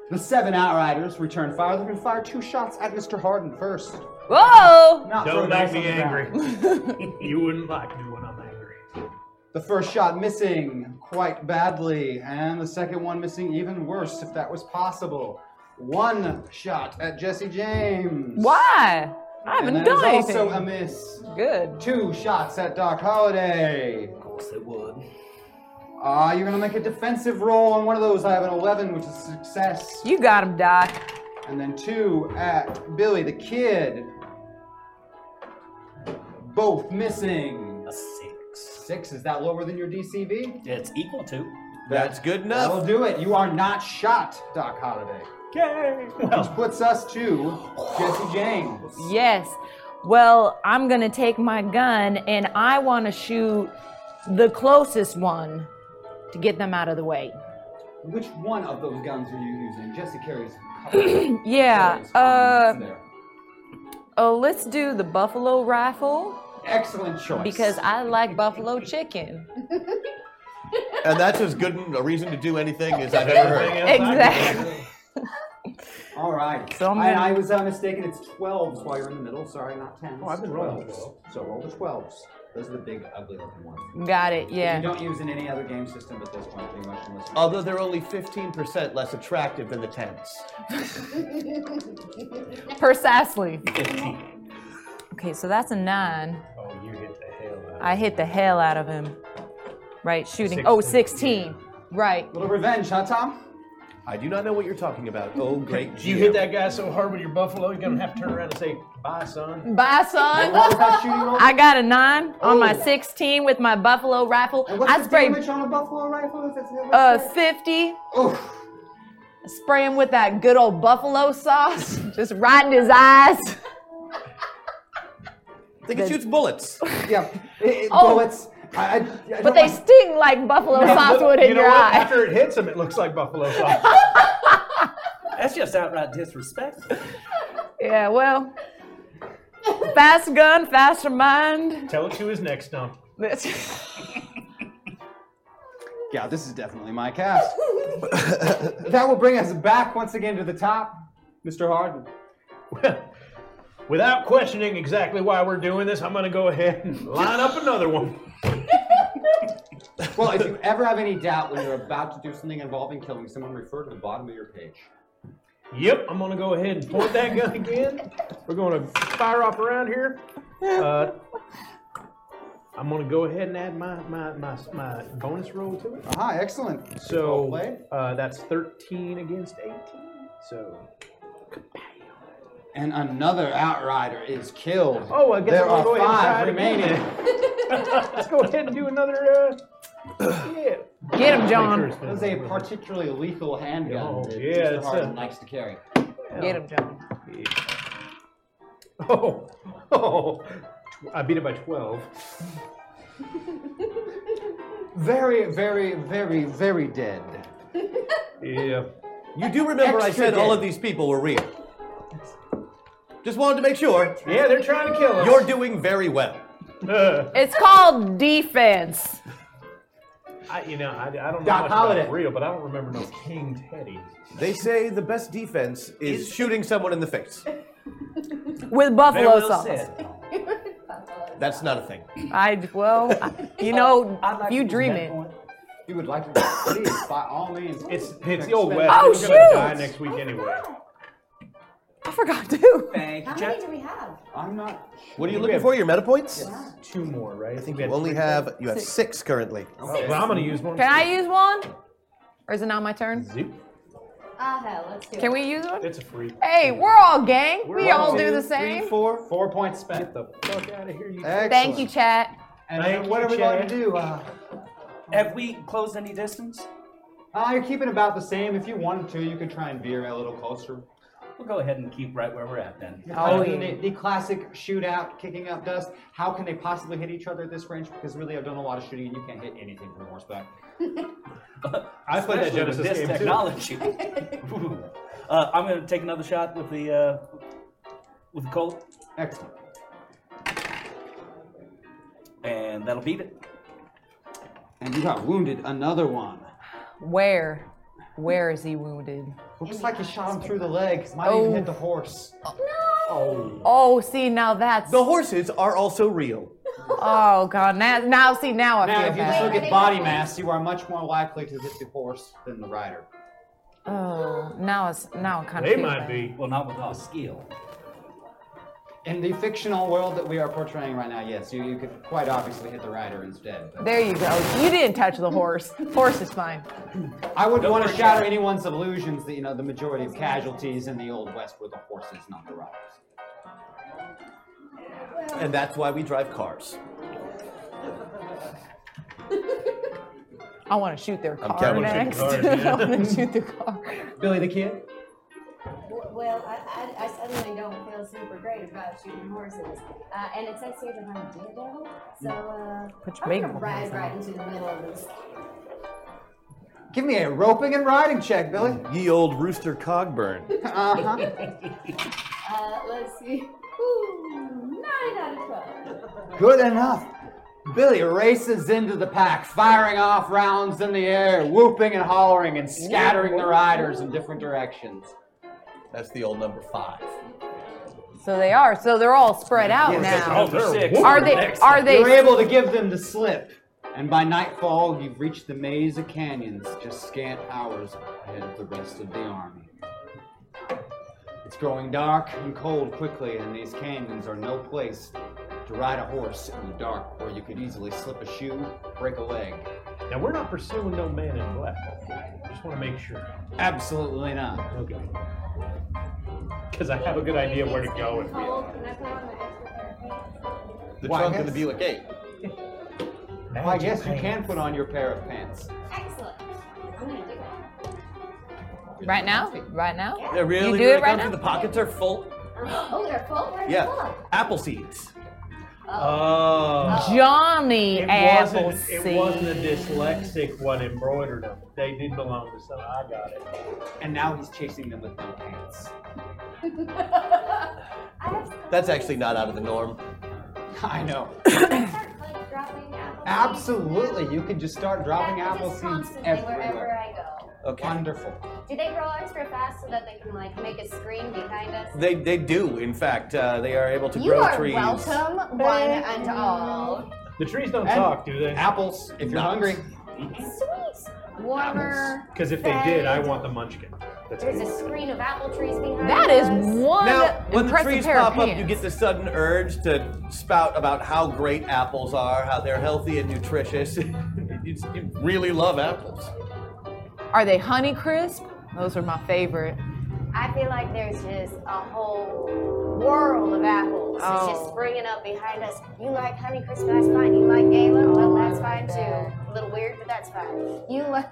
S2: The seven outriders return fire. They're going to fire two shots at Mr. Harden first.
S9: Whoa!
S2: Not
S5: Don't
S2: throw
S5: make
S2: dice
S5: me
S2: on the ground.
S5: angry. you wouldn't like me when I'm angry.
S2: The first shot missing quite badly, and the second one missing even worse, if that was possible. One shot at Jesse James.
S9: Why? I
S2: And
S9: haven't
S2: that is
S9: done anything.
S2: also a miss.
S9: Good.
S2: Two shots at Doc Holliday.
S8: Of course they would.
S2: Ah, you're gonna make a defensive roll on one of those. I have an 11, which is success.
S9: You got him, Doc.
S2: And then two at Billy the Kid. Both missing.
S8: A six.
S2: Six, is that lower than your DCV?
S8: It's equal to.
S4: That's good enough.
S2: That'll do it. You are not shot, Doc Holliday.
S8: Yay!
S2: Which puts us to Jesse James.
S9: Yes. Well, I'm gonna take my gun and I want to shoot the closest one to get them out of the way.
S2: Which one of those guns are you using? Jesse carries a couple.
S9: Yeah. Uh.
S2: there.
S9: Oh, let's do the buffalo rifle
S2: Excellent choice.
S9: because I like buffalo chicken.
S4: And that's as good a reason to do anything as I've ever heard.
S9: Exactly.
S2: All right.
S9: So I'm
S2: I,
S9: gonna-
S2: I was uh, mistaken. It's 12s while you're in the middle. Sorry, not 10s.
S5: Oh, I've been rolling
S2: 12s. So roll the 12s. Those are the big, ugly looking ones.
S9: Got it.
S2: You
S9: Yeah.
S2: don't use in any other game system at this point, pretty much, unless you
S4: Although they're only 15% less attractive than the tens.
S9: Precisely.
S8: Fifteen.
S9: Okay, so that's a nine.
S5: Oh, you hit the hell out.
S9: I hit the hell out of him. Right, shooting. Oh, 16. Right.
S2: Little revenge, huh, Tom?
S4: I do not know what you're talking about. Oh, great.
S5: You
S4: GM.
S5: hit that guy so hard with your buffalo, you're gonna have to turn around and say, "Bye, son."
S9: Bye,
S2: What was
S9: son.
S2: that shooting roll?
S9: I got a nine on my
S2: Oh.
S9: 16 with my buffalo rifle.
S2: And what's
S9: I
S2: the
S9: sprayed
S2: damage on a buffalo rifle? If it's
S9: uh, 50.
S2: Oof.
S9: Spray him with that good old buffalo sauce. Just right in his eyes.
S4: They can shoot bullets.
S2: Yeah. It, it,
S9: Oh.
S2: Bullets. I, I, I
S9: But
S2: don't
S9: they
S2: like-
S9: sting like buffalo sauce would
S5: you
S9: in
S5: know
S9: your
S5: what?
S9: eye.
S5: After it hits him, it looks like buffalo sauce.
S8: That's just outright disrespect.
S9: Yeah, well. Fast gun, faster mind.
S5: Tell it to his neck stump.
S2: Yeah, this is definitely my cast. that will bring us back once again to the top, Mr. Harden.
S5: Without questioning exactly why we're doing this, I'm gonna go ahead and line up another one.
S2: Well, if you ever have any doubt when you're about to do something involving killing someone, refer to the bottom of your page.
S5: Yep, I'm gonna go ahead and point that gun again. We're gonna fire off around here. Uh, I'm gonna go ahead and add my my my, my bonus roll to it.
S2: Aha, excellent. Good role
S5: So
S2: play.
S5: uh, that's 13 against 18. So
S2: And another outrider is killed.
S5: oh, I guess I'm
S2: there
S5: gonna
S2: are
S5: go ahead and try
S2: five
S5: it again.
S2: remaining.
S5: Let's go ahead and do another. Uh, yeah.
S9: Get him,
S5: Make
S9: John.
S5: sure
S2: That
S5: it's
S2: is a
S5: been-
S2: particularly lethal handgun
S5: Oh,
S2: that
S5: yeah,
S2: Mr.
S5: it's
S2: Harden
S5: a-
S2: likes to carry.
S9: Get him, John.
S5: Oh, oh! I beat it by 12.
S2: Very, very, very, very dead.
S5: Yeah.
S4: You do remember I
S2: Extra
S4: said all
S2: dead.
S4: of these people were real. Just wanted to make sure.
S5: Yeah, they're trying to kill us.
S4: You're doing very well.
S5: Uh,
S9: It's called defense.
S5: I, you know, I, I don't know
S2: Doc
S5: much
S2: Holliday.
S5: about real, but I don't remember no King Teddy.
S4: They say the best defense is shooting someone in the face.
S9: With
S8: Very
S9: buffalo
S8: well
S9: sauce.
S8: said.
S4: That's not a thing.
S9: I well, I- you know,
S8: I'd like
S9: if you
S8: to use
S9: dream
S8: that
S9: it.
S8: point.
S2: You would like to please, by all means.
S5: It's it's the old
S2: Expend-
S5: West.
S9: Oh,
S5: We're gonna
S9: shoot!
S5: die next week anyway.
S9: I forgot to.
S8: Thank you,
S6: How
S8: Jack.
S6: many do we have?
S2: I'm not.
S4: What are you
S5: We
S4: looking
S5: have-
S4: for? Your meta points?
S5: Two more, right? I think
S4: You only have you have six currently.
S5: Well, I'm gonna use one.
S9: Can I use one? Or is it not my turn?
S5: Zoop.
S6: Ah, hell, let's do it.
S3: Can we use one?
S5: It's a free.
S3: Hey, we're all gang.
S2: We're
S3: we
S2: one,
S3: all do
S2: two,
S3: the
S2: three,
S3: same.
S2: four, four points spent. Get
S5: the fuck out of here, you.
S3: Thank you, chat.
S2: And
S5: Thank
S2: then what
S5: you,
S2: are we
S5: Chad.
S2: going to do? Uh,
S8: Have we closed any distance?
S2: uh, you're keeping about the same. If you wanted to, you could try and veer a little closer.
S8: We'll go ahead and keep right where we're at then.
S2: Oh, the, the classic shootout, kicking up dust. How can they possibly hit each other at this range? Because really, I've done a lot of shooting, and you can't hit anything from horseback.
S5: I played
S8: Especially
S5: that
S8: with
S5: Genesis
S8: this
S5: game too.
S8: technology. uh, I'm going to take another shot with the uh, with the Colt.
S2: Excellent.
S8: And that'll beat it.
S2: And you got wounded another one.
S3: Where? Where is he wounded?
S2: Looks like you shot him through the leg. Might even hit the horse.
S4: Oh.
S3: Oh, see, now that's.
S4: The horses are also real.
S3: Oh, God. Now, now see, now I
S2: Now,
S3: feel
S2: if you just
S3: bad.
S2: look at body mass, you are much more likely to hit the horse than the rider.
S3: Oh, now it's now I kind of.
S2: They might be.
S8: Well, not with our skill.
S2: In the fictional world that we are portraying right now, yes, you, you could quite obviously hit the rider instead. but-
S3: There you go. You didn't touch the horse. Horse is fine.
S2: I wouldn't
S3: Don't
S2: want to
S3: worry,
S2: shatter
S3: Chad.
S2: anyone's illusions that you know the majority of casualties in the old west were the horses, not the riders.
S4: And that's why we drive cars.
S3: I want to shoot their car
S4: counting.
S3: next.
S4: Shoot the
S3: I
S4: car, yeah.
S3: want to shoot the car.
S2: Billy the Kid.
S6: W- Well, I, I, I suddenly don't feel super great about shooting horses. Uh, and it says here that I'm a daredevil, so uh,
S3: Which
S6: I'm
S3: made
S6: gonna
S3: me
S6: ride
S3: wonder.
S6: right into the middle of this.
S2: Give me a roping and riding check, Billy.
S4: Ye old rooster Cogburn.
S2: Uh-huh.
S6: Uh, let's see. Ooh, nine out of twelve.
S2: Good enough. Billy races into the pack, firing off rounds in the air, whooping and hollering and scattering the riders in different directions.
S4: That's the old number five.
S3: So they are. So they're all spread out now.
S5: Oh,
S3: Are they? Are they?
S2: You're able to give them the slip, and by nightfall you've reached the maze of canyons, just scant hours ahead of the rest of the army. It's growing dark and cold quickly, and these canyons are no place to ride a horse in the dark, where you could easily slip a shoe, break a leg.
S5: Now we're not pursuing no man in black. I just want to make sure.
S2: Absolutely not.
S5: Okay. Because I have a good idea where to go and be.
S6: Cold. Can I put on my extra pair of pants?
S4: The
S2: Why,
S4: trunk and the
S2: yes.
S4: Buick 8.
S2: Well, I guess you can put on your pair of pants.
S6: Excellent. I'm gonna do it.
S3: Right now? Right now?
S4: They're really,
S3: You do
S4: really
S3: it right
S4: comfy.
S3: now.
S4: The pockets are full.
S6: Oh, they're full. Where's
S4: Yeah.
S6: the full?
S4: Apple seeds.
S5: Oh.
S3: Johnny
S5: It
S3: Apple
S5: wasn't, it wasn't a dyslexic one embroidered them. They did belong to some. I got it.
S2: And now he's chasing them with no pants.
S4: That's actually not out of the norm.
S2: I know.
S6: Like dropping apples.
S2: Absolutely, you can just start dropping
S6: Apples
S2: apple
S6: just
S2: seeds
S6: constantly wherever
S2: everywhere.
S6: I go.
S4: Okay.
S2: Wonderful.
S6: Do they grow extra fast so that they can like make a screen behind us?
S4: They, they do, in fact. Uh, they are able to
S6: you
S4: grow
S6: are
S4: trees.
S6: welcome, one and all.
S5: The trees don't
S2: And
S5: talk, do they?
S2: Apples, if you're
S5: Nuts.
S2: hungry.
S6: Sweet. Warmer.
S5: Because if they did, I want the munchkin. That's
S6: There's
S5: me.
S6: a screen of apple trees behind
S3: That
S6: us.
S3: is one
S4: Now, when the
S3: impressive
S4: trees
S3: pair
S4: pop
S3: of
S4: up, you
S3: pants.
S4: get the sudden urge to spout about how great apples are, how they're healthy and nutritious. you you really love apples.
S3: Are they Honey Crisp? Those are my favorite.
S6: I feel like there's just a whole world of apples. It's just
S3: Oh.
S6: springing up behind us. You like Honeycrisp, that's fine. You like Gala, well, that's fine too. A little weird, but that's fine. You like.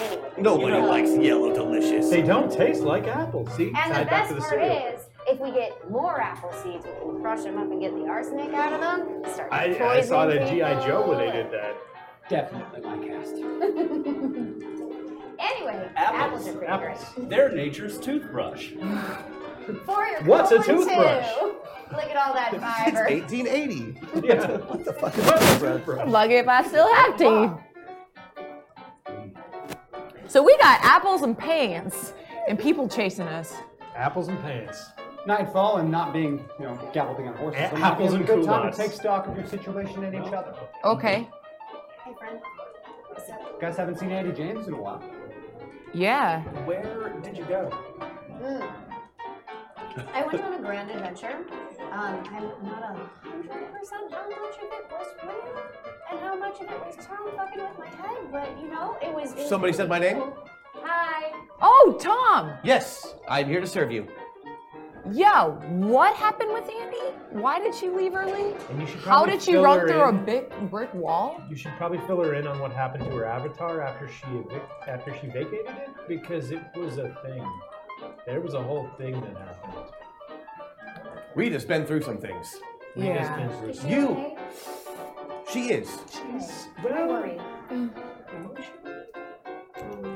S6: Anyway.
S4: Nobody likes yellow delicious.
S5: They don't taste like apples. See,
S6: And the
S5: tied back
S6: best
S5: to the
S6: part
S5: cereal.
S6: is, if we get more apple seeds, we can crush them up and get the arsenic out of them. Start
S5: I,
S6: poisoning
S5: I saw that GI
S6: people.
S5: Joe when they did that.
S2: Definitely my cast.
S6: Anyway, apples,
S8: Apples.
S6: are pretty
S8: apples. They're nature's toothbrush.
S6: great. For your
S8: What's a
S6: colon, too.
S8: toothbrush?
S6: Look at all that
S4: It's
S6: fiber.
S4: 1880.
S5: Yeah.
S4: what the fuck is that, bro?
S3: Lucky if I still have teeth. So we got apples and pants and people chasing us.
S5: Apples and pants.
S2: Nightfall and not being, you know, galloping on horses.
S5: A-
S2: so might be
S5: apples
S2: a
S5: and
S2: good time
S5: culottes.
S2: to take stock of your situation and each other.
S3: Okay.
S6: Hey, friend. What's up?
S2: Guys haven't seen Andy James in a while.
S3: Yeah.
S8: Where did you go?
S6: Mm. I went on a grand adventure. Um, I'm not a hundred percent how much of it was real and how much of it was Tom fucking with my head, but you know, it was. it was
S4: Somebody
S6: really
S4: said my name?
S6: cool. Hi.
S9: Oh, Tom!
S4: Yes, I'm here to serve you.
S9: Yo, what happened with Andy? Why did she leave early?
S5: And you should
S9: How
S5: probably
S9: did she
S5: fill
S9: run
S5: her
S9: through a
S5: in.
S9: big brick wall?
S5: You should probably fill her in on what happened to her avatar after she evic- after she vacated it because it was a thing. There was a whole thing that happened.
S4: Rita's been through some things.
S5: Rita's Yeah. been through some-
S4: You. She is.
S6: Don't worry.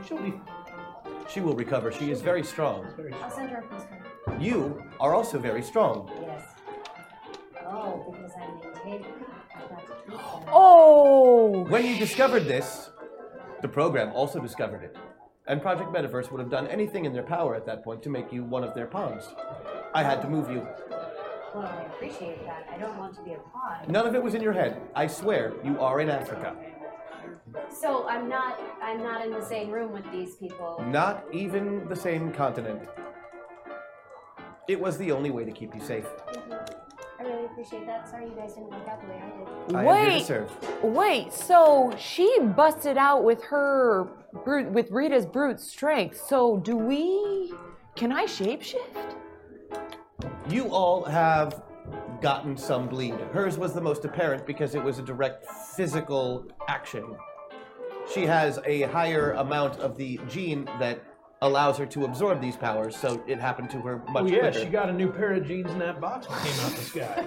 S4: She'll be. She will recover. She is very strong.
S6: I'll send her a postcard.
S4: You are also very strong.
S6: Yes. Oh, because I maintained it. I got to keep that.
S9: Oh!
S4: When you discovered this, the program also discovered it. And Project Metaverse would have done anything in their power at that point to make you one of their pawns. I had to move you.
S6: Well, I appreciate that. I don't want to be a pawn.
S4: None of it was in your head. I swear, you are in Africa.
S6: So I'm not. I'm not in the same room with these people.
S4: Not even the same continent. It was the only way to keep you safe.
S6: I really appreciate that. Sorry you guys didn't work out the way I did.
S4: I am here to
S9: Wait,
S4: serve.
S9: wait. So she busted out with her brute, with Rita's brute strength. So do we? Can I shapeshift?
S4: You all have gotten some bleed. Hers was the most apparent because it was a direct physical action. She has a higher amount of the gene that allows her to absorb these powers, so it happened to her much
S5: oh yeah,
S4: quicker.
S5: she got a new pair of jeans in that box that came out the sky.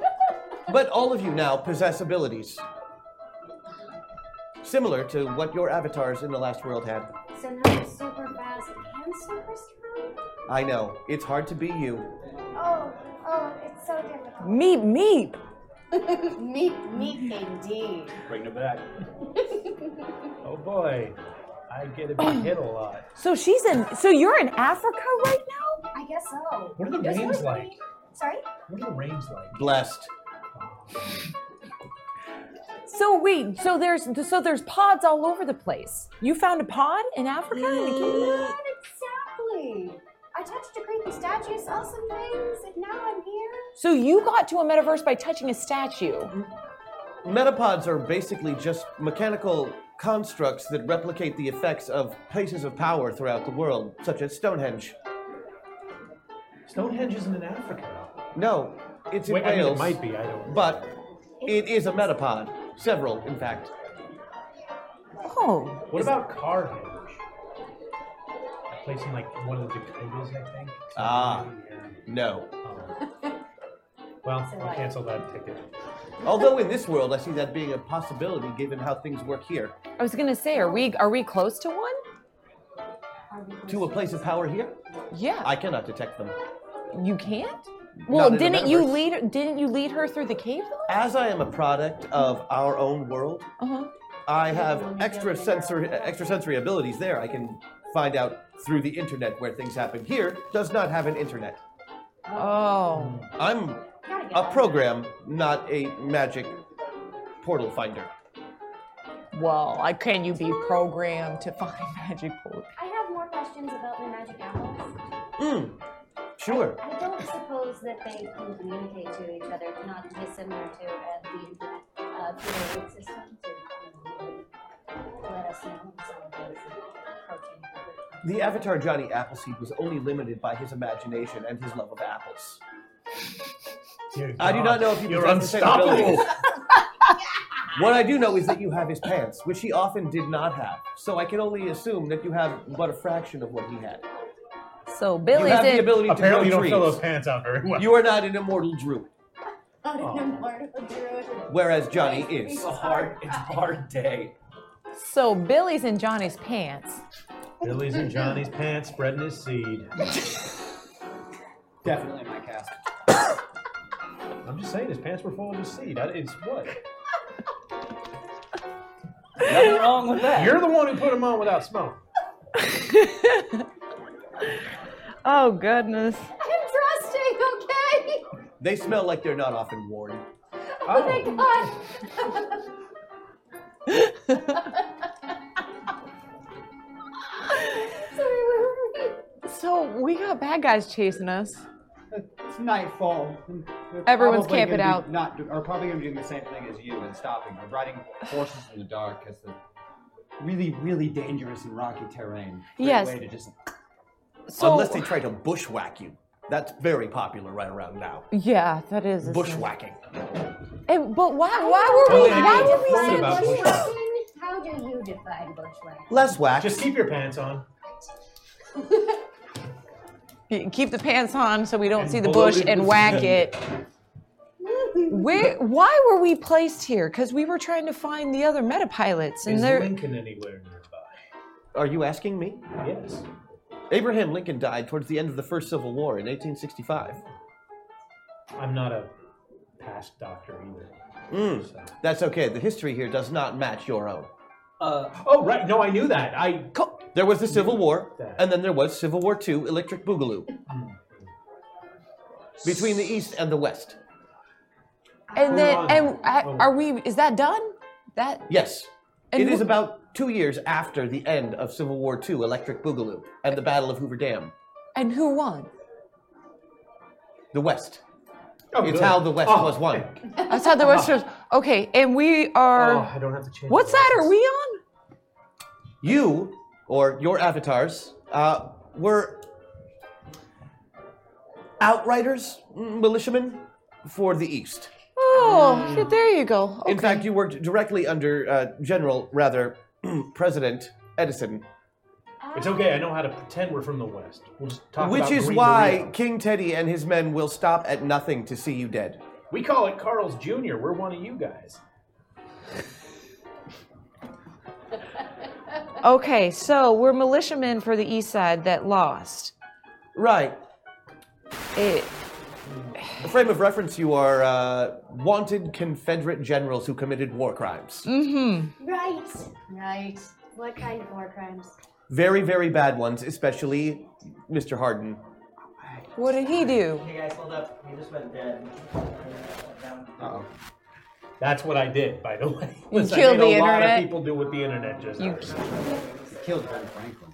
S4: But all of you now possess abilities similar to what your avatars in the last world had.
S6: So now I'm super fast and super strong.
S4: I know, it's hard to be you.
S6: Oh, oh, it's so difficult.
S9: Meep meep.
S6: meep meep indeed.
S8: Bring it back.
S5: oh boy, I get to be hit a lot.
S9: So she's in. So you're in Africa right now.
S6: I guess so.
S5: What are the
S6: There's
S5: rains
S6: always
S5: like?
S6: rain. Sorry.
S5: What are the rains like?
S4: Blessed.
S9: So wait. So there's so there's pods all over the place. You found a pod in Africa? in the kingdom?
S6: Not exactly. I touched a creepy statue, saw some things, and now I'm here.
S9: So you got to a metaverse by touching a statue.
S4: Metapods are basically just mechanical constructs that replicate the effects of places of power throughout the world, such as Stonehenge.
S5: Stonehenge isn't in Africa.
S4: No, it's in
S5: Wait, I mean, it
S4: Wales.
S5: might be, I don't know.
S4: But it is a metapod. Several, in fact.
S9: Oh.
S5: What about Carhenge? A place in like one of the Dakotas, I think.
S4: Ah, no.
S5: Well, I'll cancel that ticket.
S4: Although in this world, I see that being a possibility given how things work here.
S9: I was gonna say, are we are we close to one?
S4: To a place of power here?
S9: Yeah.
S4: I cannot detect them.
S9: You can't. Well,
S4: Not in the
S9: didn't you
S4: metaverse.
S9: lead? Didn't you lead her through the cave though?
S4: As I am a product of our own world,
S9: Uh-huh.
S4: I have extra sensory, extra sensory abilities there. I can find out through the internet where things happen. Here does not have an internet.
S9: Oh.
S4: I'm a program, not a magic portal finder.
S9: Well, I can you be programmed to find magic portals?
S6: I have more questions about the magic apples.
S4: Mm, sure.
S6: I don't suppose that they can communicate to each other, not dissimilar to uh, the internet uh, pyramid system to let us know if someone is approaching.
S4: The avatar Johnny Appleseed was only limited by his imagination and his love of apples. I do not know if you
S5: You're
S4: possess the same
S5: unstoppable.
S4: abilities. what I do know is that you have his pants, which he often did not have. So I can only assume that you have but a fraction of what he had.
S9: So Billy
S4: you have the
S9: did.
S4: ability to
S5: Apparently, you
S4: grow
S5: don't fill
S4: trees.
S5: those pants out very well.
S4: You are not an immortal druid, Oh. whereas Johnny is.
S8: It's a hard, it's a hard day.
S9: So Billy's in Johnny's pants.
S5: Billy's in Johnny's pants, spreading his seed.
S2: Definitely my cast.
S5: I'm just saying, his pants were full of his seed. I- It's what?
S8: Nothing wrong with that.
S5: You're the one who put them on without smoke.
S9: Oh goodness.
S6: I'm trusting, okay?
S4: They smell like they're not often worn.
S6: Oh my god!
S9: So we got bad guys chasing us.
S2: It's nightfall. and they're
S9: Everyone's
S2: probably
S9: camping
S2: gonna be
S9: out.
S2: Not do- are probably going to be doing the same thing as you and stopping. We're riding horses in the dark as the really, really dangerous and rocky terrain. Great
S9: Yes.
S2: Way to just
S9: So-
S4: Unless they try to bushwhack you. That's very popular right around now.
S9: Yeah, that is. a-
S4: Bushwhacking.
S9: Eh, but why? Why were we? Why were we?
S4: Worried about
S9: saying-
S6: Bushwhacking? How do you define bushwhacking?
S4: Less whack.
S5: Just keep your pants on.
S9: Keep the pants on so we don't see the
S5: bloated
S9: bush and
S5: with
S9: whack
S5: men.
S9: it. Where? Why were we placed here? Because we were trying to find the other meta pilots, and
S5: Is
S9: they're
S5: Lincoln anywhere
S4: Are you asking me?
S5: Yes.
S4: Abraham Lincoln died towards the end of the First Civil War in 1865.
S5: I'm not a past doctor either.
S4: Mm, that's okay. The history here does not match your own.
S8: Uh,
S5: oh, right. No, I knew that. I.
S4: There was the Civil War, and then there was Civil War II, Electric Boogaloo. Between the East and the West.
S9: and then
S4: on.
S9: and I-
S2: Oh.
S9: are we? Is that done? That
S4: Yes.
S9: And
S4: it is
S9: who-
S4: about two years after the end of Civil War II, Electric Boogaloo, and the Battle of Hoover Dam.
S9: and who won?
S4: The West.
S5: Oh,
S4: it's
S5: good.
S4: how the West
S5: Oh.
S4: was won.
S9: I thought the Westeros. Okay, and we are.
S5: Oh, I don't have to change.
S9: What side are we on?
S4: You, or your avatars, uh, were outriders, mm, militiamen, for the East.
S9: Oh, shit, there you go.
S4: In fact, you worked directly under uh, General, rather, President Edison.
S5: It's okay. I know how to pretend we're from the West. We'll just talk
S4: Which
S5: about
S4: is
S5: Green
S4: why
S5: Burrito.
S4: King Teddy and his men will stop at nothing to see you dead.
S5: we call it Carl's Jr. We're one of you guys.
S9: Okay, so we're militiamen for the east side that lost.
S4: Right.
S9: It,
S4: A frame of reference, you are uh, wanted Confederate generals who committed war crimes.
S9: Mm-hmm.
S6: Right, right. What kind of war crimes?
S4: Very, very bad ones, especially Mr. Hardin.
S9: what did he do?
S13: Hey guys, hold up. He just went dead.
S5: oh That's what I did, by the way.
S9: You
S5: Was
S9: killed
S5: I made
S9: the
S5: a lot
S9: internet.
S5: of people do what the internet just did.
S2: killed Ben Franklin.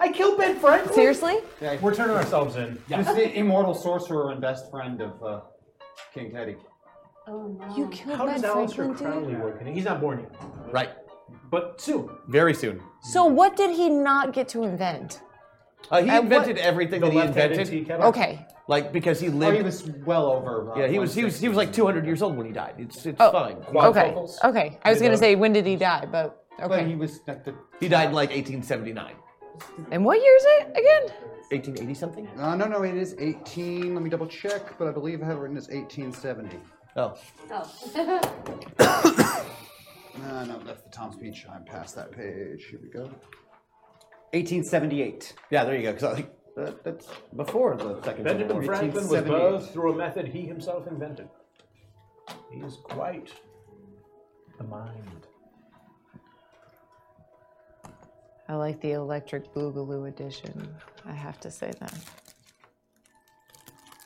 S5: I killed Ben Franklin.
S9: Seriously?
S2: We're turning
S5: ourselves in.
S2: Just the immortal sorcerer and best friend of uh, King Teddy.
S6: Oh no.
S9: You killed
S5: How does
S9: Ben
S5: Alistair
S9: Franklin, dude?
S5: Crowley work? in it? He's not born yet.
S4: Right.
S5: But soon.
S4: Very soon.
S9: So what did he not get to invent?
S4: Uh, he
S9: And what-
S4: invented everything
S9: The
S4: that he
S9: left-handed
S4: invented.
S9: tea kettle? Okay.
S4: Like because he lived.
S2: he was well over.
S4: yeah, he was. He was. He was like 200 years old when he died. It's it's
S9: Oh,
S4: fine.
S9: Okay. Okay. I was gonna say when did he die, but okay.
S4: he
S2: was.
S4: He died in like 1879.
S9: and what year is it again?
S4: 1880 something?
S14: Uh, no, no, it is 18. Let me double check, but I believe I have it written as 1870.
S4: Oh.
S6: Oh.
S14: Uh, no, that's the Tom speech. I'm past that page. Here we go.
S2: 1878.
S4: Yeah, there you go. Because I was like, that, that's before the second. Civil War.
S5: Benjamin Franklin was buzzed through a method he himself invented. He is quite the mind.
S9: I like the electric boogaloo edition. I have to say that.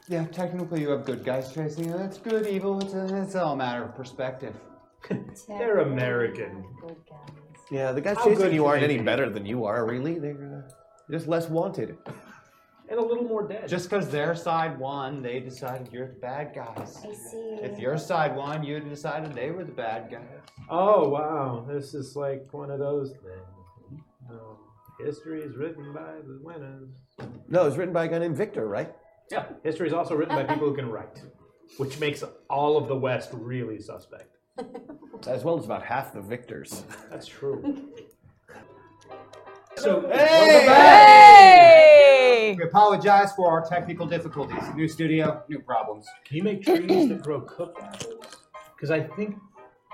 S2: Yeah, technically you have good guys chasing you. That's good, evil. It's, a, it's all a matter of perspective.
S5: They're American.
S4: Yeah, the guys
S5: How
S4: chasing
S5: good
S4: you
S5: can
S4: aren't
S5: they
S4: any
S5: be?
S4: better than you are, really. They're uh, just less wanted.
S5: And a little more dead.
S2: Just because their side won, they decided you're the bad guys.
S6: I see.
S2: If your side won, you decided they were the bad guys.
S5: Oh wow, this is like one of those things. Um, history is written by the winners.
S4: No, it was written by a guy named Victor, right?
S5: Yeah, history is also written by people who can write, which makes all of the West really suspect.
S4: As well as about half the victors.
S5: That's true. So
S2: Welcome back. We apologize for our technical difficulties. New studio, new problems.
S5: Can you make trees that grow cook apples? Because I think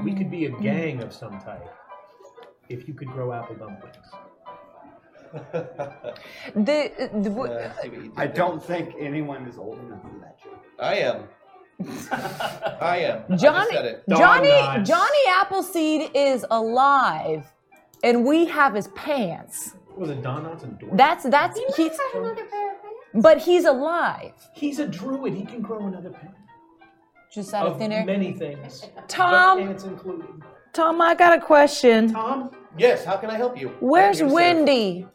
S5: we could be a gang of some type if you could grow apple dumplings.
S9: The, the w-
S2: I don't think anyone is old enough for that joke.
S4: I am. I am.
S9: Johnny,
S4: said it.
S9: Johnny,
S2: Dawn nods.
S9: Johnny Appleseed is alive, and we have his pants.
S5: Was it Donuts and Dork?
S9: That's that's he's, but he's alive.
S5: He's a druid. He can grow another pant.
S9: Just out of,
S5: Of
S9: thin air.
S5: many things.
S9: Tom.
S5: But Pants included.
S9: Tom, I got a question.
S5: Tom,
S4: Yes, how can I help you?
S9: where's
S4: Thank you, sir.
S9: Wendy?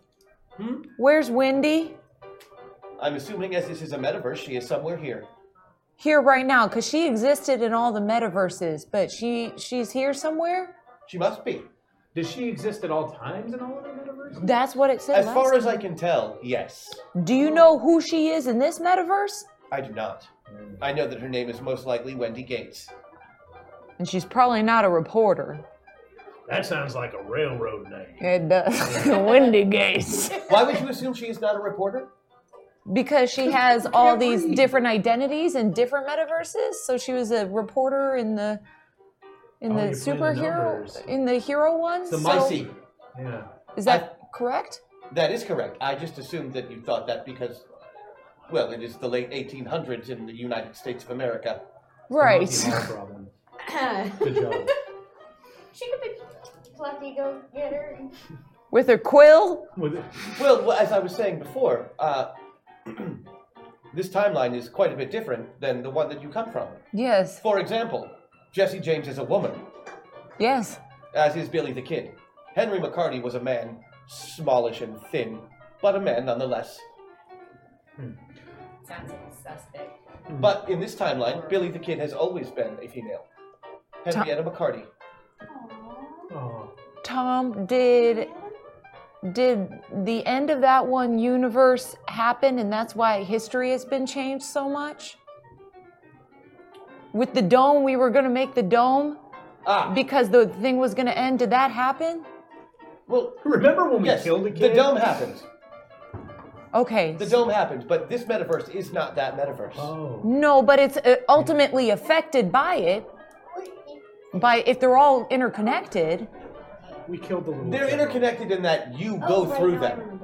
S4: Hmm?
S9: Where's Wendy?
S4: I'm assuming as this is a metaverse, she is somewhere here.
S9: Here right now, because she existed in all the metaverses, but she she's here somewhere.
S4: She must be.
S5: Does she exist at all times in all of the metaverse?
S9: That's what it said.
S4: As
S9: last
S4: far as
S9: time.
S4: I can tell, yes.
S9: Do you know who she is in this metaverse?
S4: I do not. I know that her name is most likely Wendy Gates.
S9: And she's probably not a reporter.
S7: That sounds like a railroad name.
S9: It does. Wendy Gates.
S4: Why would you assume she is not a reporter?
S9: Because she has all these different identities in different metaverses. So she was a reporter in the in
S4: Oh,
S9: the
S4: you're playing the
S9: superhero
S4: numbers.
S9: in the hero one.
S4: The
S9: so-
S4: Micey.
S5: Yeah.
S9: Is that correct?
S4: That is correct. I just assumed that you thought that because, well, it is the late 1800s in the United States of America.
S9: Right.
S5: Good job.
S6: she could be plucky go getter.
S9: With her quill?
S4: Well, well, as I was saying before, uh, this timeline is quite a bit different than the one that you come from.
S9: Yes.
S4: For example, Jesse James is a woman,
S9: Yes.
S4: as is Billy the Kid. Henry McCarty was a man, smallish and thin, but a man nonetheless.
S6: Sounds suspect.
S4: But in this timeline, Billy the Kid has always been a female. Henrietta McCarty.
S9: Tom, did did the end of that one universe happen and that's why history has been changed so much? With the dome, we were gonna make the dome
S4: Ah.
S9: because the thing was gonna end. Did that happen?
S4: Well,
S5: remember when
S4: we yes, killed the kid? The dome happened.
S9: Okay.
S4: The dome happened, but this metaverse is not that metaverse. Oh.
S9: No, but it's uh, ultimately affected by it. By if they're all interconnected.
S5: We killed the little.
S4: They're interconnected in that you
S9: Oh,
S6: Oh,
S4: go through them.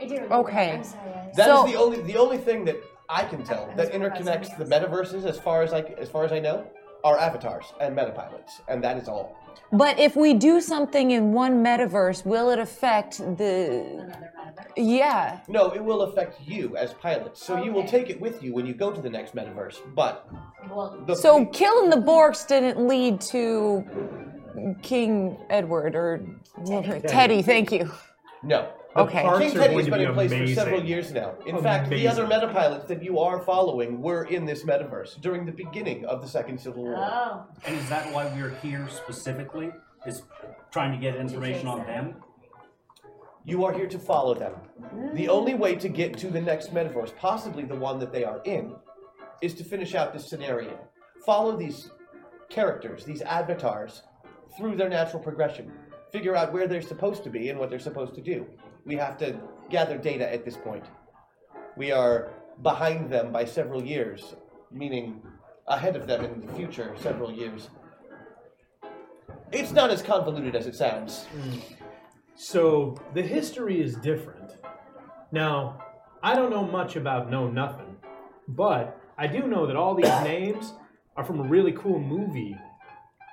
S6: I do remember.
S9: Okay.
S6: I'm sorry. I-
S4: That is
S9: So-
S4: the only the only thing that I can tell that interconnects the metaverses as far as I as far as I know are avatars and metapilots, and that is all.
S9: But if we do something in one metaverse, will it affect the Yeah.
S4: No, it will affect you as pilots, so you will take it with you when you go to the next metaverse. But the
S9: So killing the Borks didn't lead to King Edward or Teddy. thank you.
S4: no.
S9: Okay. parks
S4: King
S9: are
S4: Teddy has
S9: going to
S4: been
S9: be
S4: in place for several
S9: amazing.
S4: years now. In fact, the other metapilots that you are following were in this metaverse during the beginning of the Second Civil War.
S6: Oh.
S8: And is that why we're here specifically? Is trying to get information on them?
S4: You are here to follow them. The only way to get to the next metaverse, possibly the one that they are in, is to finish out this scenario. Follow these characters, these avatars, through their natural progression. Figure out where they're supposed to be and what they're supposed to do. We have to gather data at this point. We are behind them by several years, meaning ahead of them in the future several years. It's not as convoluted as it sounds.
S5: So the history is different. Now, I don't know much about Know Nothing, but I do know that all these names are from a really cool movie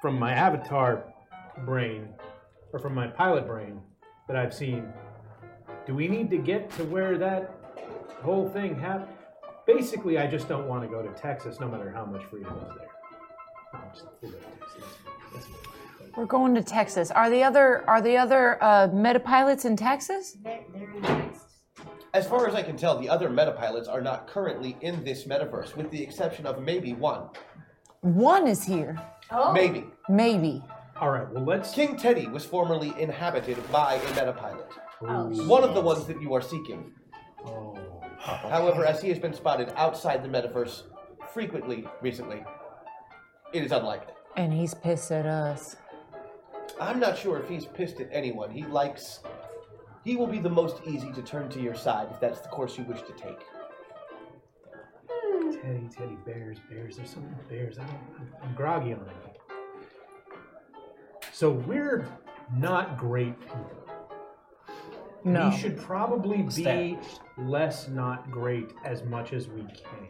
S5: from my avatar brain or from my pilot brain that I've seen. Do we need to get to where that whole thing happened? Basically, I just don't want to go to Texas no matter how much freedom is there. I'll just leave it at Texas.
S9: We're going to Texas. Are the other are the other uh, metapilots in Texas?
S4: As far as I can tell, the other metapilots are not currently in this metaverse, with the exception of maybe one.
S9: One is here.
S5: Oh.
S4: Maybe.
S9: Maybe.
S5: All right, well, let's.
S4: King Teddy was formerly inhabited by a metapilot.
S9: Oh,
S4: One of the ones that you are seeking. However, as he has been spotted outside the metaverse frequently recently, it is unlikely.
S9: And he's pissed at us.
S4: I'm not sure if he's pissed at anyone. He likes. He will be the most easy to turn to your side if that's the course you wish to take.
S5: Teddy, teddy bears, bears. There's something with bears. I don't, I'm groggy on it. So we're not great people.
S9: No.
S5: We should probably be less not great as much as we can.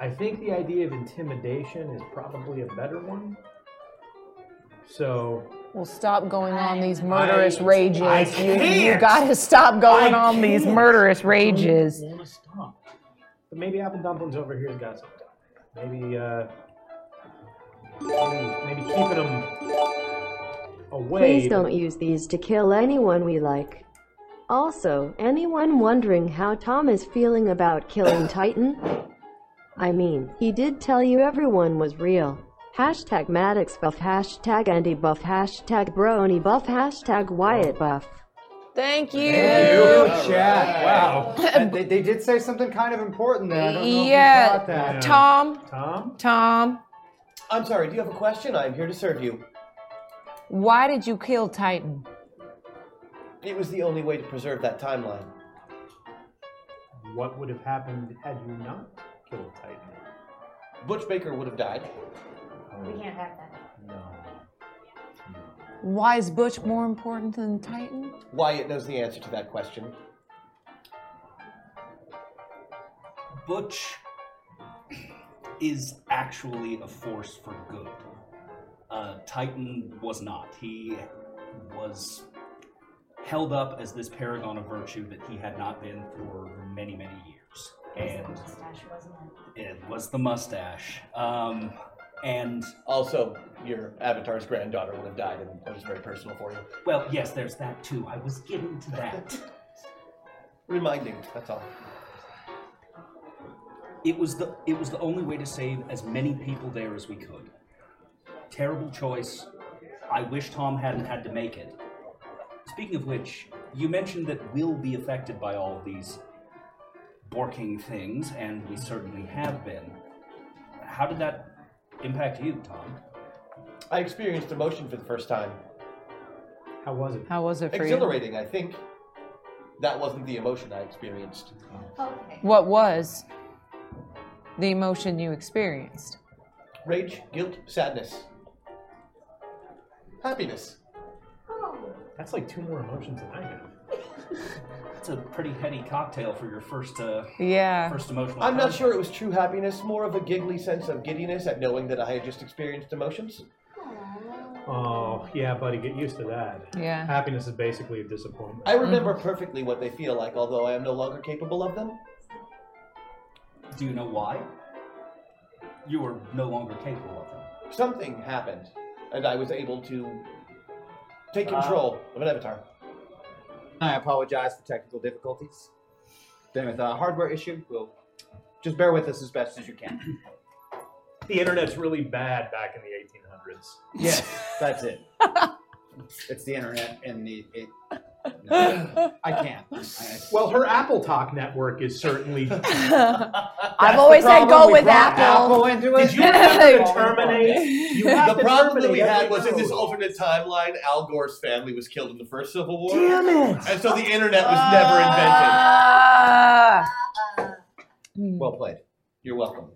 S5: I think the idea of intimidation is probably a better one. So
S9: We'll stop going on these murderous
S5: I-
S9: rages.
S5: I
S9: You- You,
S5: can't.
S9: gotta stop going
S5: I
S9: on these
S5: can't.
S9: murderous rages.
S5: I don't wanna stop. But maybe Apple Dumplings over here has got something. Maybe, uh, maybe, maybe keeping them away.
S10: Please don't use these to kill anyone we like. Also, anyone wondering how Tom is feeling about killing Titan? I mean, he did tell you everyone was real. Hashtag Maddox buff, hashtag Andy buff, hashtag Brony buff, hashtag Wyatt buff.
S9: Thank you.
S2: Thank you, Chad. Wow. And Uh, they, they did say something kind of important there. I don't know if you caught
S9: Yeah,
S2: that.
S9: Tom.
S5: Tom.
S9: Tom.
S4: I'm sorry, do you have a question? I'm here to serve you.
S9: Why did you kill Titan?
S4: It was the only way to preserve that timeline.
S5: What would have happened had you not killed Titan?
S4: Butch Baker would have died.
S6: We can't have that.
S9: Why is Butch more important than Titan?
S4: Wyatt knows the answer to that question.
S8: Butch is actually a force for good. Uh, Titan was not. He was held up as this paragon of virtue that he had not been for many, many years.
S6: It
S8: And
S6: was the mustache, wasn't it?
S8: it was the mustache. Um, and
S4: also, your avatar's granddaughter would have died, and that was very personal for you.
S8: Well, yes, there's that too. I was getting to that.
S4: Reminding, that's all.
S8: It was the it was the only way to save as many people there as we could. Terrible choice. I wish Tom hadn't had to make it. Speaking of which, you mentioned that we'll be affected by all of these borking things, and we certainly have been. How did that impact you, Tom?
S4: I experienced emotion for the first time.
S5: How was it?
S9: How was it for
S4: Exhilarating, I think. That wasn't the emotion I experienced.
S9: you? What was the emotion you experienced?
S4: Rage, guilt, sadness, happiness.
S5: That's like two more emotions than I have.
S8: That's a pretty heady cocktail for your first uh
S9: Yeah.
S8: first emotional.
S4: I'm not
S8: contact.
S4: sure it was true happiness, more of a giggly sense of giddiness at knowing that I had just experienced emotions.
S5: Oh, yeah, buddy, get used to that.
S9: Yeah.
S5: Happiness is basically a disappointment.
S4: I remember perfectly what they feel like, although I am no longer capable of them.
S8: Do you know why? You were no longer capable of them.
S4: Something happened, and I was able to take control of an avatar.
S2: Uh, I apologize for technical difficulties. Been with a hardware issue. We'll just bear with us as best as you can.
S5: The internet's really bad back in the 1800s.
S2: Yes, that's it. It's the internet and the. It, I can't. I, I,
S5: Well, her Apple Talk network is certainly.
S9: I've always said go with
S2: Apple
S9: Apple.
S2: into it.
S5: Did you have to terminate? You have
S4: the
S5: to
S4: problem that we
S5: terminate
S4: had was in
S5: every
S4: this
S5: node.
S4: alternate timeline, Al Gore's family was killed in the first Civil War.
S5: Damn it!
S4: And so the internet was never invented.
S9: Ah.
S4: Well played. You're welcome.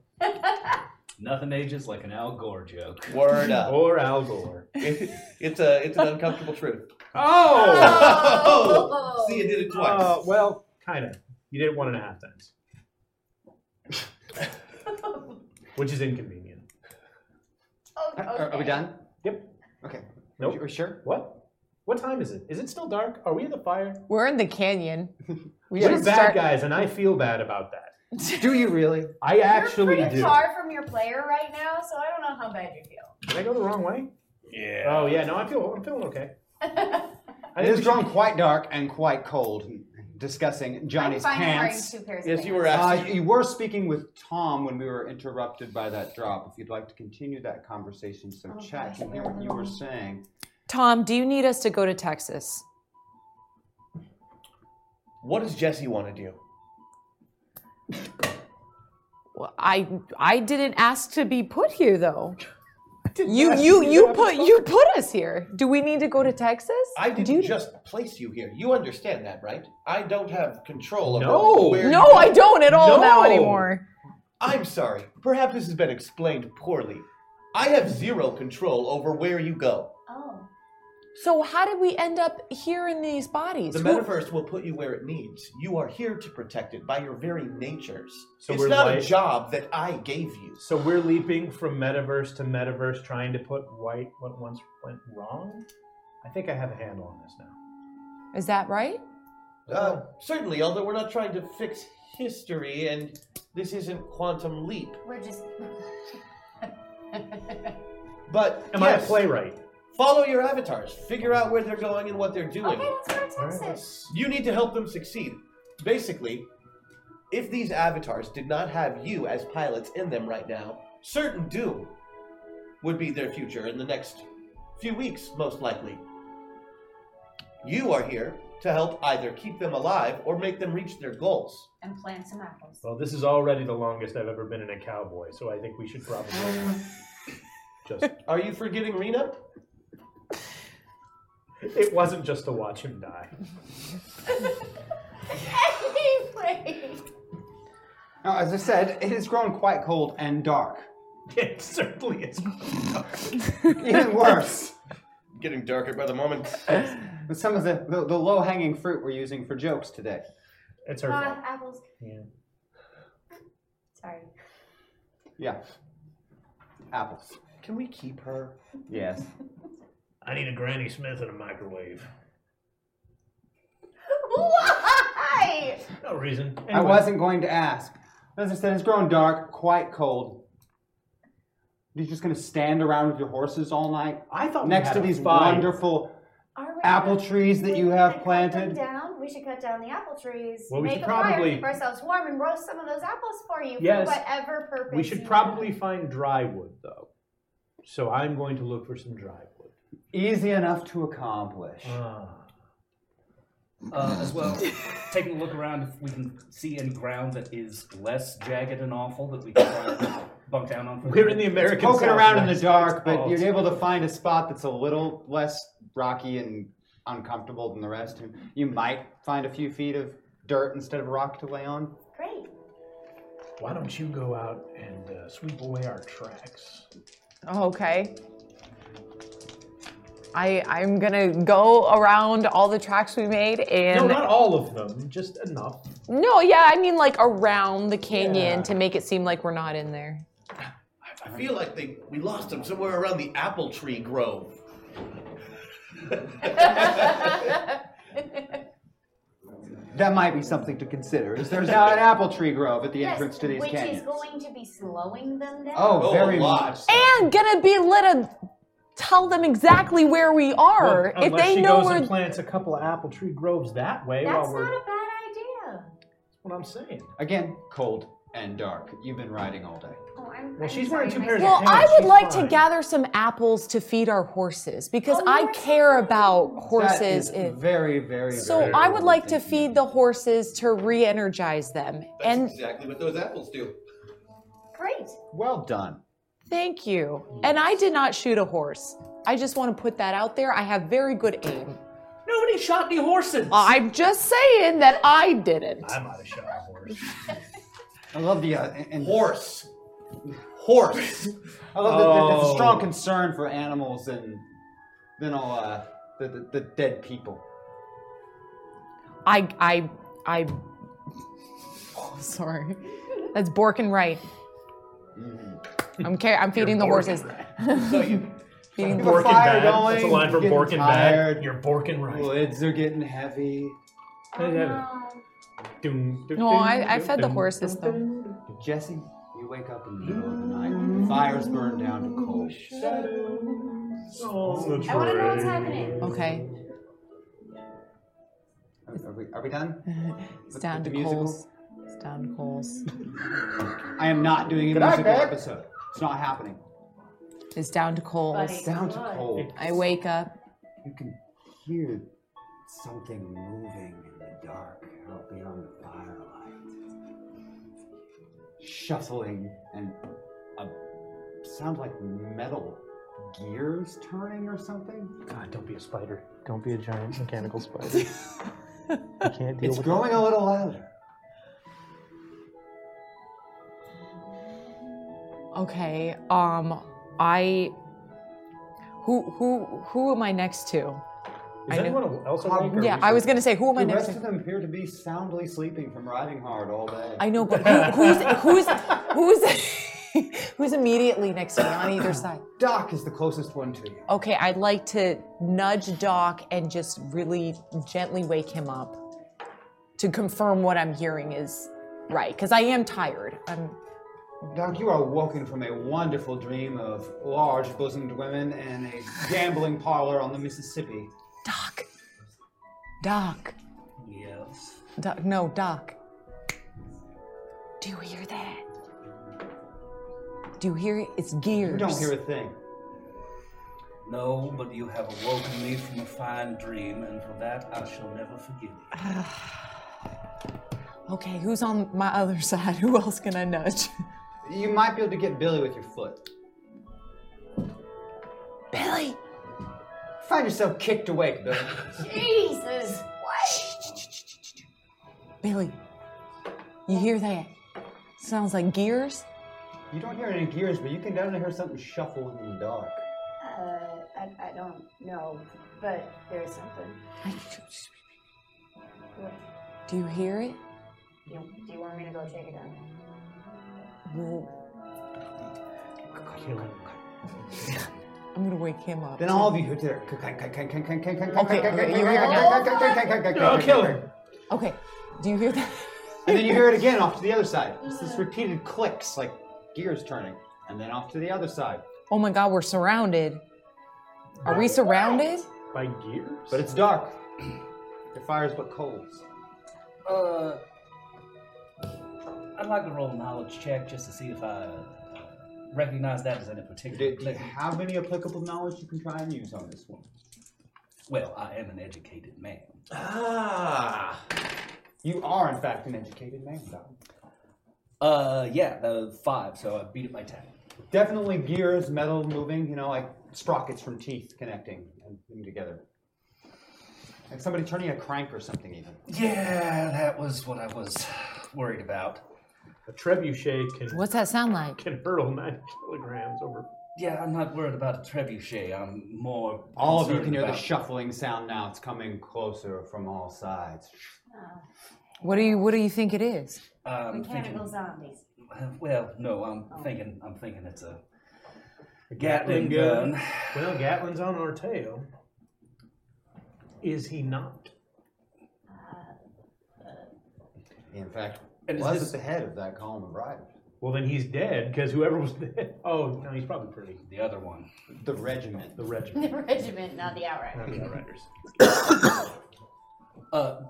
S8: Nothing ages like an Al Gore joke.
S4: Word up.
S5: Or Al Gore.
S4: It- it's a it's an uncomfortable truth.
S5: Oh!
S4: See, you did it twice.
S5: Uh, well, kind of. You did it one and a half times, which is inconvenient.
S6: Oh,
S2: Are, are we done?
S5: Yep.
S2: Okay.
S5: Nope.
S2: Are you sure?
S5: What? What time is it? Is it still dark? Are we in the fire?
S9: We're in the canyon. We
S5: We're
S9: should
S5: bad
S9: start-
S5: guys, and I feel bad about that.
S2: Do you really?
S5: I actually
S6: You're
S5: do.
S6: far from your player right now, so I don't know how bad you feel.
S5: Did I go the wrong way?
S7: Yeah.
S5: Oh yeah, no, I feel I'm feeling okay. I
S2: It
S5: think
S2: is
S5: we
S2: drawn quite dark and quite cold. Discussing Johnny's
S6: I'm fine wearing
S2: pants.
S6: two pairs of
S4: Yes, you were
S2: Uh,
S4: asking.
S2: you were speaking with Tom when we were interrupted by that drop. If you'd like to continue that conversation, so chat can hear what you were saying.
S9: Tom, do you need us to go to Texas?
S4: What does Jesse want to do?
S9: Well, I I didn't ask to be put here though. You you you put you put us here. Do we need to go to Texas?
S4: I didn't just place you here. You understand that, right? I don't have control over
S5: No.
S4: where.
S9: No, I don't at all now
S5: No.
S9: anymore.
S4: I'm sorry. Perhaps this has been explained poorly. I have zero control over where you go.
S6: Oh.
S9: So how did we end up here in these bodies?
S4: The
S9: Who-
S4: metaverse will put you where it needs. You are here to protect it by your very natures.
S5: So
S4: it's
S5: we're
S4: not
S5: like-
S4: a job that I gave you.
S5: So we're leaping from metaverse to metaverse, trying to put white what once went wrong. I think I have a handle on this now.
S9: Is that right?
S5: Oh.
S4: Uh, certainly, although we're not trying to fix history, and this isn't quantum leap.
S6: We're just.
S4: But
S5: Am I a
S4: yes,
S5: playwright?
S4: Follow your avatars. Figure out where they're going and what they're doing.
S6: okay, let's
S5: All
S6: go
S5: right,
S6: to Texas.
S5: let's-
S4: You need to help them succeed. Basically, if these avatars did not have you as pilots in them right now, certain doom. would be their future in the next few weeks, most likely. You are here to help either keep them alive or make them reach their goals.
S6: and plant some apples.
S7: Well, this is already the longest I've ever been in a cowboy, so I think we should probably. just.
S4: Are you forgetting Rena?
S7: It wasn't just to watch him die.
S6: anyway.
S2: Now, Uh, as I said, it has grown quite cold and dark.
S7: It certainly is.
S2: Even worse.
S4: Getting darker by the moment.
S2: But some of the, the, the low hanging fruit we're using for jokes today.
S7: It's
S6: Uh, apples.
S7: Yeah.
S6: Sorry.
S2: Yeah. Apples.
S4: Can we keep her?
S2: Yes.
S7: I need a Granny Smith and a microwave.
S6: Why?
S7: No reason.
S2: I
S7: Anyway.
S2: wasn't going to ask. As I said, it's grown dark, quite cold. You're just going to stand around with your horses all night?
S7: I thought we
S2: next
S7: had
S2: to
S7: a
S2: these
S7: fight.
S2: wonderful
S6: Are we-
S2: apple trees that you
S6: Cut
S2: have
S6: them
S2: planted.
S6: down. We should cut down the apple trees.
S2: Well, we
S6: make
S2: should
S6: a fire,
S2: probably-
S6: keep ourselves warm, and roast some of those apples for you
S7: Yes.
S6: for whatever purpose.
S7: We should
S6: you-
S7: probably find dry wood, though. So I'm going to look for some Uh, dry wood.
S2: Easy enough to accomplish.
S8: Uh, as well, taking a look around if we can see any ground that is less jagged and awful that we can try to bunk down on. for
S2: It's poking around in the dark, but you're able to find a spot that's a little less rocky and uncomfortable than the rest. And you might find a few feet of dirt instead of rock to lay on.
S6: Great.
S7: Why don't you go out and uh, sweep away our tracks?
S9: Oh, Okay. I I'm gonna go around all the tracks we made and
S7: No, not all of them, just enough.
S9: No, yeah, I mean like around the canyon to make it seem like we're not in there.
S4: I feel like they we lost them somewhere around the apple tree grove.
S2: That might be something to consider. Is there's now an apple tree grove at the
S6: Yes,
S2: entrance to these
S6: which
S2: canyons?
S6: is going to be slowing them down.
S2: Oh, very much.
S9: And gonna be lit to tell them exactly where we are.
S7: Well,
S9: if
S7: unless
S9: they
S7: she
S9: know
S7: goes
S9: where
S7: and plants a couple of apple tree groves that way
S6: That's
S7: while we're.
S6: not a bad idea.
S7: That's what I'm saying.
S2: Again, cold and dark. You've been riding all day.
S6: Oh, I'm,
S7: Well,
S6: I'm
S7: she's wearing
S6: sorry,
S7: two
S6: my-
S7: pairs
S9: Well,
S7: of
S9: I
S7: pants.
S9: would
S7: She's
S9: like
S7: fine.
S9: to gather some apples to feed our horses because I care about
S2: That is
S9: horses. if-
S2: very, very.
S9: so
S2: very
S9: I would like to feed the horses to re-energize them. and
S4: exactly what those apples do.
S6: Great.
S2: Well done.
S9: Thank you. And I did not shoot a horse. I just want to put that out there. I have very good aim.
S8: Nobody shot any horses.
S9: I'm just saying that I didn't.
S7: I might have shot a horse.
S2: I love the uh, and,
S4: horse. Horse.
S2: I love that the, the,
S7: Oh.
S2: strong concern for animals and then all uh, the, the the dead people.
S9: I I I sorry. That's Bork and Wright.
S2: Mm-hmm.
S9: I'm care I'm feeding the horses. feeding the
S2: Bork and Fire
S9: horses.
S7: Bad. That's a
S2: going,
S7: line from
S2: getting
S7: Bork and
S2: tired.
S7: Bad. You're Bork and Right.
S2: Woods are getting heavy.
S6: Oh,
S9: No, I, I fed the horses though.
S2: Jesse, you wake up in the middle of the night. Fires burn down to coal.
S6: I want to know what's happening.
S9: Okay.
S2: Are we, are we done?
S9: It's down to coals. It's down to coals.
S2: I am not doing a
S9: Good night,
S2: musical
S9: babe.
S2: episode. It's not happening.
S9: It's down to coals.
S6: Buddy,
S2: Down to coal.
S9: I wake up.
S2: You can hear something moving in the dark out beyond the firelight. Shuffling and a sound like metal gears turning or something.
S7: God, don't be a spider. Don't be a giant mechanical spider. I can't deal
S2: It's
S7: with
S2: growing a little louder.
S9: Okay. Um I who who who am I next to?
S7: Is
S9: I know-
S7: anyone else awake? or
S9: Yeah,
S7: we
S9: I was
S7: should-
S9: gonna say who am I
S2: the
S9: next
S2: rest
S9: to?
S2: of them appear to be soundly sleeping from riding hard all day.
S9: I know, but who, who's who's who's who's immediately next to me on either side?
S2: Doc is the closest one to you.
S9: Okay, I'd like to nudge Doc and just really gently wake him up to confirm what I'm hearing is right because I am tired. I'm
S2: Doc, you are woken from a wonderful dream of large bosomed women and a gambling parlor on the Mississippi.
S9: Doc.
S8: Yes.
S9: Doc, no, Doc. Do you hear that? Do you hear it? It's gears.
S2: You don't hear a thing.
S8: No, but you have awoken me from a fine dream, and for that I shall never forgive you.
S9: Okay, who's on my other side? Who else can I nudge?
S2: You might be able to get Billy with your foot.
S9: Billy!
S2: Find yourself kicked awake, Billy.
S6: Jesus!
S9: Billy, you hear that? Sounds like gears.
S2: you don't hear any gears, but you can definitely hear something shuffling in the dark.
S6: Uh, I, I don't know, but there's something. What?
S9: Do you hear it?
S6: You, do you want me to go check it out?
S9: Well, I'm gonna wake him up.
S2: Then all of you who did it. Okay,
S9: Okay, okay, you hear it now?
S2: Oh, kill him.
S9: Okay, do you hear that?
S2: And then you hear it again off to the other side. It's this repeated clicks, like gears turning. And then off to the other side.
S9: Oh my god, we're surrounded. Are we surrounded?
S2: By gears? But it's dark. The fire's but coals.
S8: Uh, I'd like to roll a knowledge check just to see if I recognize that as any particular. Do,
S2: How many applicable knowledge you can try and use on this one?
S8: Well, I am an educated man.
S2: Ah! You are, in fact, an educated man, Doc.
S8: Uh, yeah, the five, so I beat it by ten.
S2: Definitely gears, metal moving, you know, like sprockets from teeth connecting and putting together. Like somebody turning a crank or something, even.
S8: Yeah, that was what I was worried about.
S7: A trebuchet can
S9: What's that sound like?
S7: can hurdle nine kilograms over.
S8: Yeah, I'm not worried about a trebuchet. I'm more.
S2: All of you
S8: concerned
S2: can hear the
S8: about-
S2: shuffling sound now. It's coming closer from all sides.
S9: What do you What do you think it is?
S8: I'm
S6: Mechanical
S8: Um, thinking.
S6: zombies.
S8: Uh, Well, no, I'm thinking. I'm thinking it's a, a
S7: Gatling gun.
S8: Gatling gun.
S7: Well, Gatlin's on our tail. Is he not?
S2: In fact,
S7: And is
S2: was
S7: this-
S2: at the head of that column of riders.
S7: Well, then he's dead because whoever was dead. Oh, no, he's probably pretty.
S8: The other one.
S2: The regiment.
S7: The regiment.
S6: The regiment, not the
S7: Not the
S6: outright.
S7: Outriders.
S8: Uh,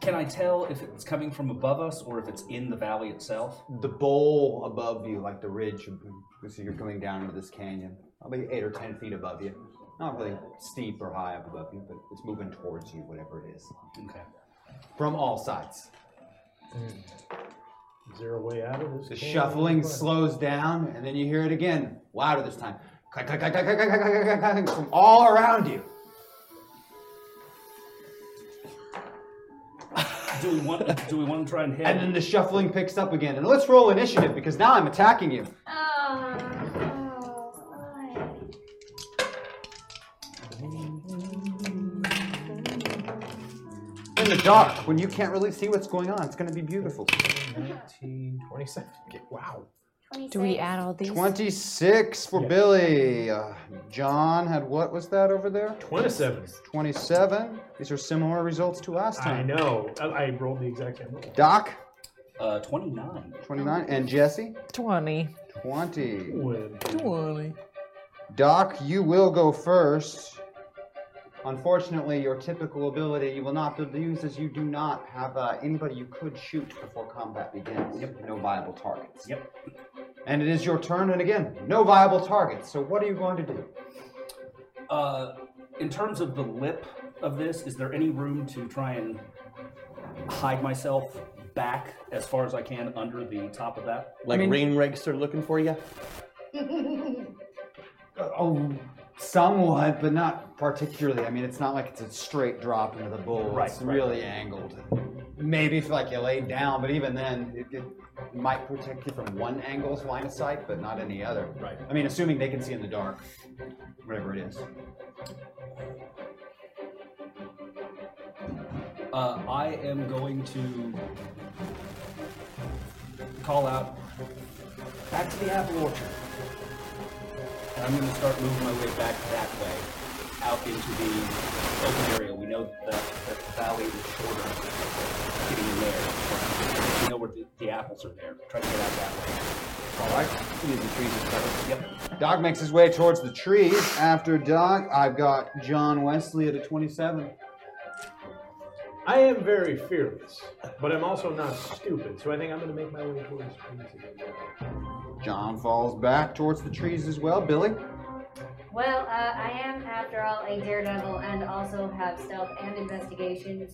S8: can I tell if it's coming from above us or if it's in the valley itself?
S2: The bowl above you, like the ridge, so you're coming down into this canyon, probably eight or ten feet above you. Not really steep or high up above you, but it's moving towards you, whatever it is.
S8: Okay.
S2: From all sides.
S7: Is there a way out of this?
S2: The
S7: canyon?
S2: shuffling slows down, and then you hear it again, louder this time. Clack, clack, clack, clack, clack, clack, clack, clack, clack, clack, From all around you.
S8: Do we want? do we want to try and hit?
S2: And then the shuffling picks up again. And let's roll initiative because now I'm attacking you. In the dark, when you can't really see what's going on, it's going to be beautiful.
S7: 19, 27. Okay, Wow.
S9: Do we add all these?
S14: 26 for Billy. Uh, John had what was that over there?
S7: 27.
S14: 27. These are similar results to last
S7: I
S14: time.
S7: know. I, I rolled the exact same. roll.
S14: Doc,
S8: Uh, twenty-nine.
S14: 29. And Jesse,
S9: 20.
S14: 20.
S9: 20.
S14: Doc, you will go first.
S2: Unfortunately, your typical ability you will not be able to use as you do not have uh, anybody you could shoot before combat begins. No viable targets.
S8: Yep.
S2: And it is your turn, and again, no viable targets. So what are you going to do?
S8: Uh, in terms of the lip of this, is there any room to try and hide myself back as far as I can under the top of that?
S4: Like rain rakes are looking for you.
S2: Oh, somewhat, but not particularly. I mean, it's not like it's a straight drop into the bowl.
S7: Right,
S2: it's
S7: right,
S2: really angled. Maybe if like you laid down, but even then, it, it might protect you from one angle's line of sight, but not any other. Right. I mean, assuming they can see in the dark, whatever it is.
S8: Uh, I am going to call out back to the apple orchard. And I'm going to start moving my way back that way, out into the open area. We know that that the valley is shorter getting in there. We know where the, the apples are there. Try to get out that way.
S2: All right. Use the trees as cover.
S8: Yep.
S14: Doc makes his way towards the trees. After Doc, I've got John Wesley at a 27.
S7: I am very fearless, but I'm also not stupid, so I think I'm going to make my way towards the trees again.
S14: John falls back towards the trees as well. Billy,
S6: Well, uh, I am, after all, a daredevil and also have stealth and investigation,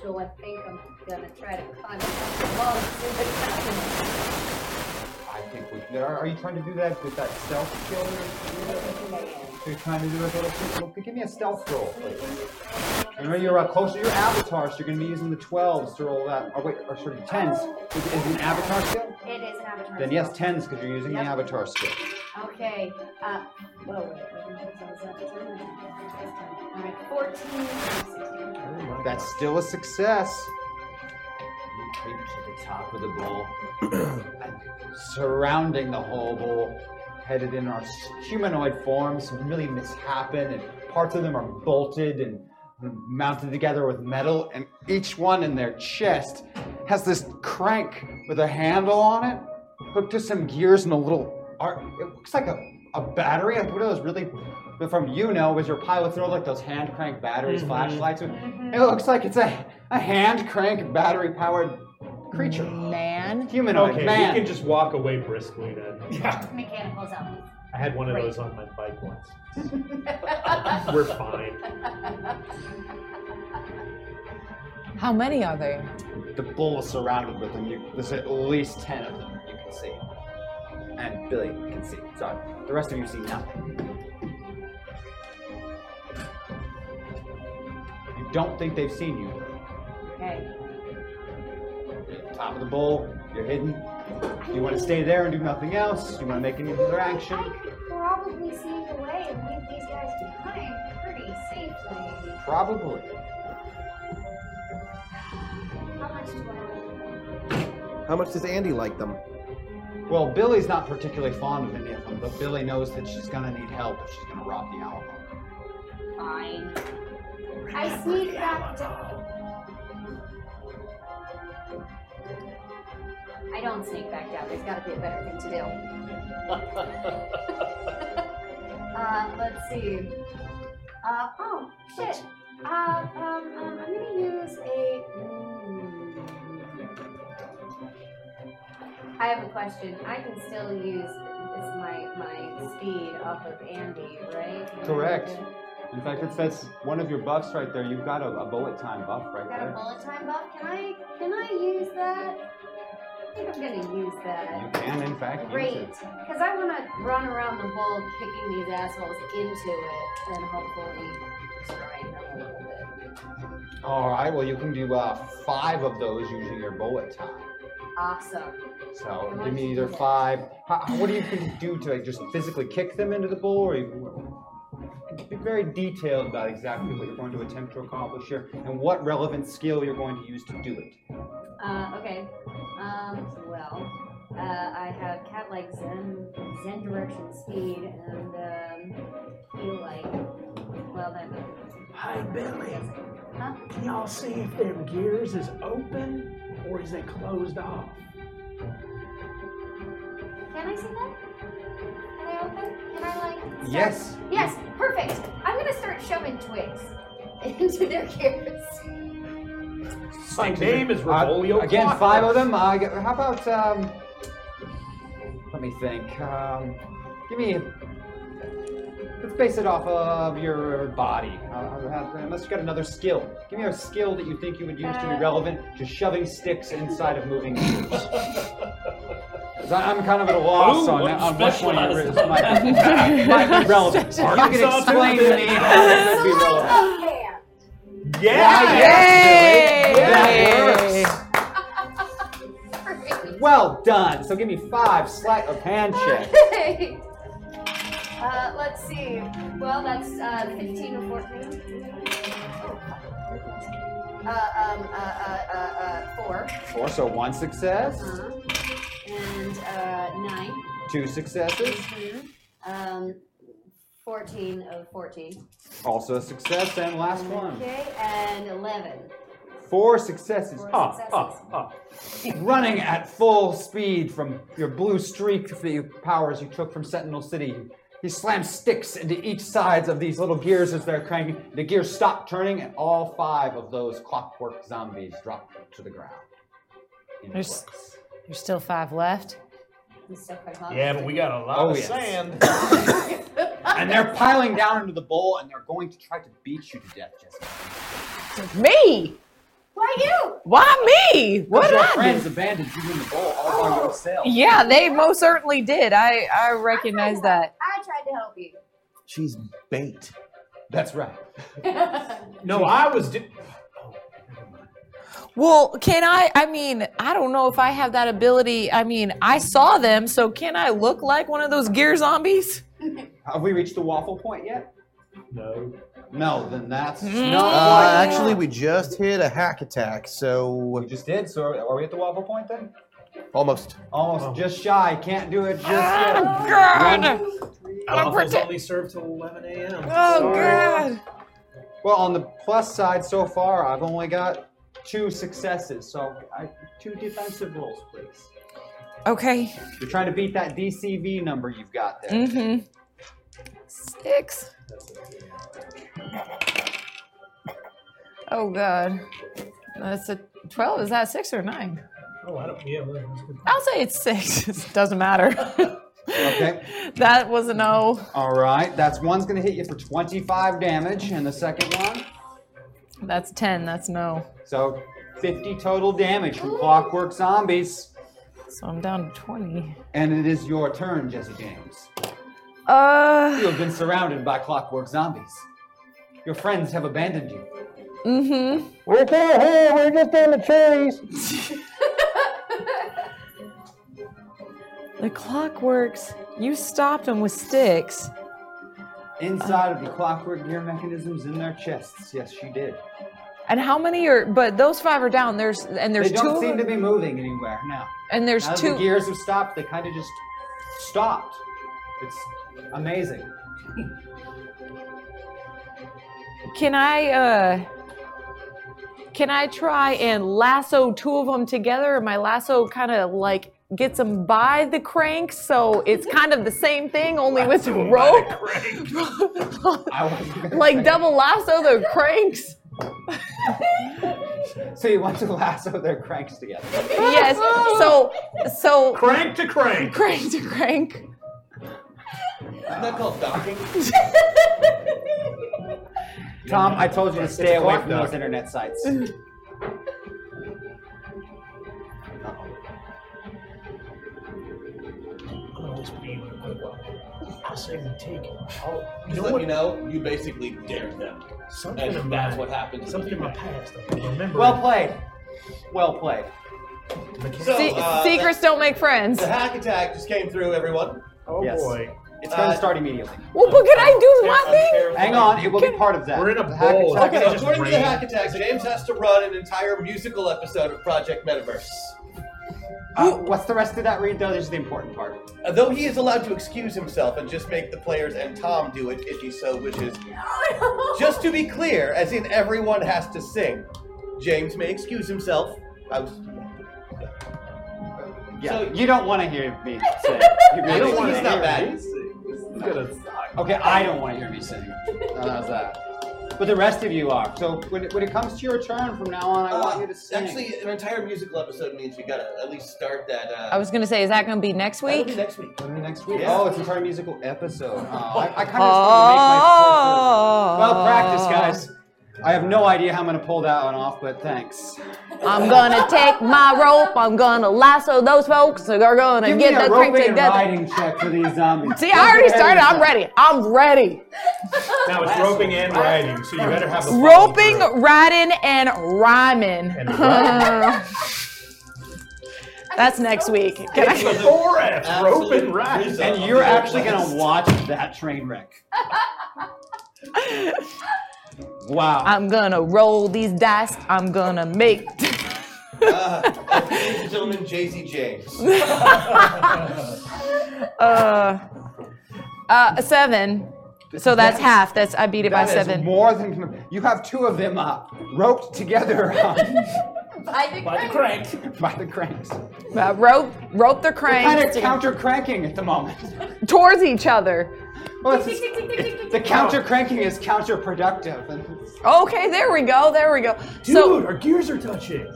S6: so I think I'm gonna try to climb up the wall and see what
S2: I think we. Are, are you trying to do that with that stealth skill?
S6: happens.
S2: You're trying to do a little quick. Give me a stealth roll, please. Remember, you're uh, close to your avatar, so you're going to be using the 12s to roll that. Or wait, or sorry, 10s. Is, is it an avatar skill?
S6: It is an avatar.
S2: Then yes, 10s, because you're using the avatar skill.
S6: Okay. Uh, whoa, wait. wait, wait, wait, wait, wait, wait, wait, wait. All right, 14.
S2: That's still a success.
S15: You creep to the top of the bowl.
S2: surrounding the whole bowl, headed in our humanoid forms. Some really mishappen, and parts of them are bolted and mounted together with metal, and each one in their chest has this crank with a handle on it, hooked to some gears and a little. ar- It looks like a, a battery, like one of those really. From you know, was your pilots know like those hand crank batteries,
S15: Mhm.
S2: flashlights? It looks like it's a, a hand crank battery powered creature.
S9: Man?
S2: Humanoid
S7: okay,
S2: man.
S7: we can just walk away briskly then. Yeah.
S6: Mechanical zombie.
S7: I had one of those on my bike once. We're fine.
S9: How many are there?
S2: The bull is surrounded with them. You, there's at least ten of them you can see, and Billy can see. Sorry, the rest of you see nothing. You don't think they've seen you.
S6: Okay.
S2: Top of the bull, you're hidden. Do you want to stay there and do nothing else? Do you want to make any other action?
S6: Probably sneak away and leave these guys behind pretty safely.
S2: Probably.
S6: How much do I
S4: How much does Andy like them?
S2: Well, Billy's not particularly fond of any of them, but Billy knows that she's gonna need help if she's gonna rob the album.
S6: Fine. I sneak back down. I don't sneak back down. There's got to be a better thing to do. uh, let's see. Uh, oh, shit. Uh, um, um, I'm going to use a. hmm. I have a question. I can still use this, my, my speed off of Andy, right?
S2: Correct. In fact, it's that's one of your buffs right there. You've got a, a bullet time buff right
S6: Got a
S2: there.
S6: bullet time buff? Can I can I use that? I think I'm gonna use
S2: You
S6: that.
S2: can, in fact, use
S6: Great,
S2: it.
S6: because I want to run around the bowl kicking these assholes into it and hopefully destroying them a little bit.
S2: All right. Well, you can do uh, five of those using your bullet time.
S6: Awesome.
S2: So give me either five. How, how- what do you can do to like, just physically kick them into the bowl, or you be very detailed about exactly what you're going to attempt to accomplish here and what relevant skill you're going to use to do it.
S6: Uh, okay. Um, well, uh, I have cat like Zen, Zen direction speed, and um, feel like. Well, then.
S5: Hi, Billy.
S6: Huh?
S5: Can y'all see if them gears is open or is they closed off?
S6: Can I see them? Are they open? Can I like? start-
S2: Yes.
S6: Yes. Perfect. I'm gonna start shoving twigs into their gears.
S2: My
S7: name is Revolio
S2: again,
S7: Clockwork.
S2: five of them. Uh, g- how about um, let me think. Um, give me. Let's base it off of your body. Uh, have- unless you got another skill. Give me a skill that you think you would use to be
S6: Uh,
S2: relevant to shoving sticks inside of moving gears. 'Cause I- I'm kind of at a loss
S15: Ooh,
S2: on, that,
S15: what
S2: on which one it
S15: specialized-
S2: is. Might, might be relevant. You can
S15: Arkansas
S2: explain to me how it would be relevant.
S15: Yeah!
S2: yes, Billy.
S15: Yay!
S2: That works. Well done. So give me five sleight of hand check.
S6: Okay. Uh, let's see. Well, that's uh, 15 or 14. Uh, um, uh, uh, uh, uh, 4.
S2: Four, so one success,
S6: Uh-huh. And uh, 9.
S2: two successes,
S6: Mhm. Um, 14 of 14.
S2: also a success, and last one.
S6: Okay, and 11.
S2: Four successes.
S6: Four
S2: up, up, up. Running at full speed from your blue streak of the powers you took from Sentinel City. He slams sticks into each sides of these little gears as they're cranking. The gears stop turning, and all five of those clockwork zombies drop to the ground.
S3: There's, there's still five left.
S6: He's so quite hot.
S7: Yeah, but we got a lot
S2: Oh,
S7: of
S2: yes.
S7: sand.
S2: and they're piling down into the bowl and they're going to try to beat you to death, Jessica.
S9: Me?
S6: Why you?
S9: Why me? What did
S2: your
S9: I do? Oh,
S2: friends abandoned you in the bowl all by yourself.
S9: Yeah, they most certainly did. I I recognize that.
S6: I tried to help you.
S4: She's bait. That's right.
S5: No, I was. Di-
S9: Well, can I? I mean, I don't know if I have that ability. I mean, I saw them, so can I look like one of those gear zombies?
S2: Have we reached the waffle point yet?
S7: No.
S2: No, then that's
S4: Uh, actually, we just hit a hack attack, so. We
S2: just did, so are we at the waffle point then?
S4: Almost.
S2: Almost just shy. Can't do
S9: Oh,
S2: it just yet.
S5: Oh,
S7: Waffles only served till 11 a.m.
S9: Oh,
S2: God. Well, on the plus side, so far I've only got two successes, so I, two defensive rolls, please.
S9: Okay.
S2: You're trying to beat that DCV number you've got there.
S9: Mm-hmm. Six. Oh God, that's a twelve. Is that six or nine?
S7: Oh, I don't. Yeah, well, that's good.
S9: I'll say it's six. It doesn't matter.
S2: Okay.
S9: that was a no.
S2: All right. That's one's gonna hit you for 25 damage, and the second one,
S9: That's ten. That's no.
S2: so 50 total damage from Clockwork Zombies.
S9: So I'm down to 20.
S2: And it is your turn, Jesse James.
S9: Uh.
S2: You have been surrounded by Clockwork Zombies. Your friends have abandoned you.
S9: Mm-hmm.
S16: Okay, hey, we're just in the trees.
S9: The clockworks. You stopped them with sticks.
S2: Inside of the clockwork gear mechanisms in their chests. Yes, she did.
S9: And how many are? But those five are down. There's and there's
S2: they
S9: two.
S2: don't
S9: of
S2: seem to
S9: them-
S2: be moving anywhere now.
S9: And there's
S2: now that
S9: two.
S2: The gears have stopped. They kind of just stopped. It's amazing.
S9: Can I? uh Can I try and lasso two of them together? My lasso kind of like gets them by the crank, so it's kind of the same thing, only with rope. like double lasso the cranks.
S2: So you want to lasso their cranks together.
S9: yes. So so
S2: Crank to crank.
S9: Crank to crank.
S4: Isn't that called docking?
S2: Tom, I told you to
S4: It's
S2: stay
S4: a
S2: away
S4: clock
S2: from
S4: dog.
S2: those internet sites.
S7: I'll just be like, well, I'll say we take it. I'll,
S4: Just let you know, you basically dared them.
S7: Something
S4: and
S7: in
S4: that's
S7: my-
S4: what happened.
S7: something in my past. I remember.
S2: Well played. Well played.
S4: So,
S9: Se-
S4: uh,
S9: secrets don't make friends.
S4: The hack attack just came through, everyone.
S7: Oh boy.
S2: It's going to start immediately.
S9: Well, but can I do my
S4: thing?
S2: Uh, Hang on, it will be part of that. We're in
S7: a
S2: hack attack
S4: Oh, Okay,
S2: is
S4: so
S2: just
S4: according to the
S2: rain.
S4: hack attack, James has to run an entire musical episode of Project Metaverse.
S2: Uh, what's the rest of that read though? This is the important part.
S4: Uh, Though he is allowed to excuse himself and just make the players and Tom do it if he so wishes. Just to be clear, as in everyone has to sing. James may excuse himself. I was.
S2: Yeah, you don't want to hear me sing.
S4: I
S2: You
S4: don't
S2: really
S4: wanna-
S2: want
S4: he's
S2: to
S4: not
S2: hear
S4: bad.
S2: me sing. Okay, I don't want to hear me sing. Uh, how's that? But the rest of you are. So when it, when it comes to your turn from now on, I want you to
S4: Uh,
S2: sing.
S4: Actually, an entire musical episode means you gotta at least start that. Uh,
S9: I was gonna say, is that gonna be next week?
S4: next week.
S2: next week.
S4: Yeah.
S2: Oh, it's an entire musical episode. Oh, I, I kind of just
S9: Oh.
S2: want to make my. Well, practice, guys. I have no idea how I'm going to pull that one off, but thanks.
S9: I'm gonna take my rope. I'm gonna lasso those folks. They're gonna
S2: Give
S9: get
S2: me a
S9: the crank
S2: roping and
S9: together.
S2: riding check for these zombies.
S9: See, I already started. I'm ready. I'm ready.
S7: Now it's roping and riding, so you better have the
S9: Roping, riding, and rhyming. That's next week. Can I-
S7: four F, rope and ride.
S2: And you're actually going to watch that train wreck. Wow.
S9: I'm gonna roll these dice. I'm gonna make.
S4: Ladies and gentlemen, Jay Z James.
S9: Uh, uh, seven. So that's
S2: That's-
S9: half. That's I beat it by
S2: That is
S9: seven.
S2: more than you have two of them up, roped together on,
S9: By the crank.
S2: by the cranks.
S9: Uh, rope, rope the crank.
S2: Kind of counter cranking at the moment.
S9: towards each other.
S16: Oh,
S2: Well, it's, it's- the counter cranking is counterproductive. And
S9: Okay, there we go. There we go. so
S7: Dude, our gears are touching.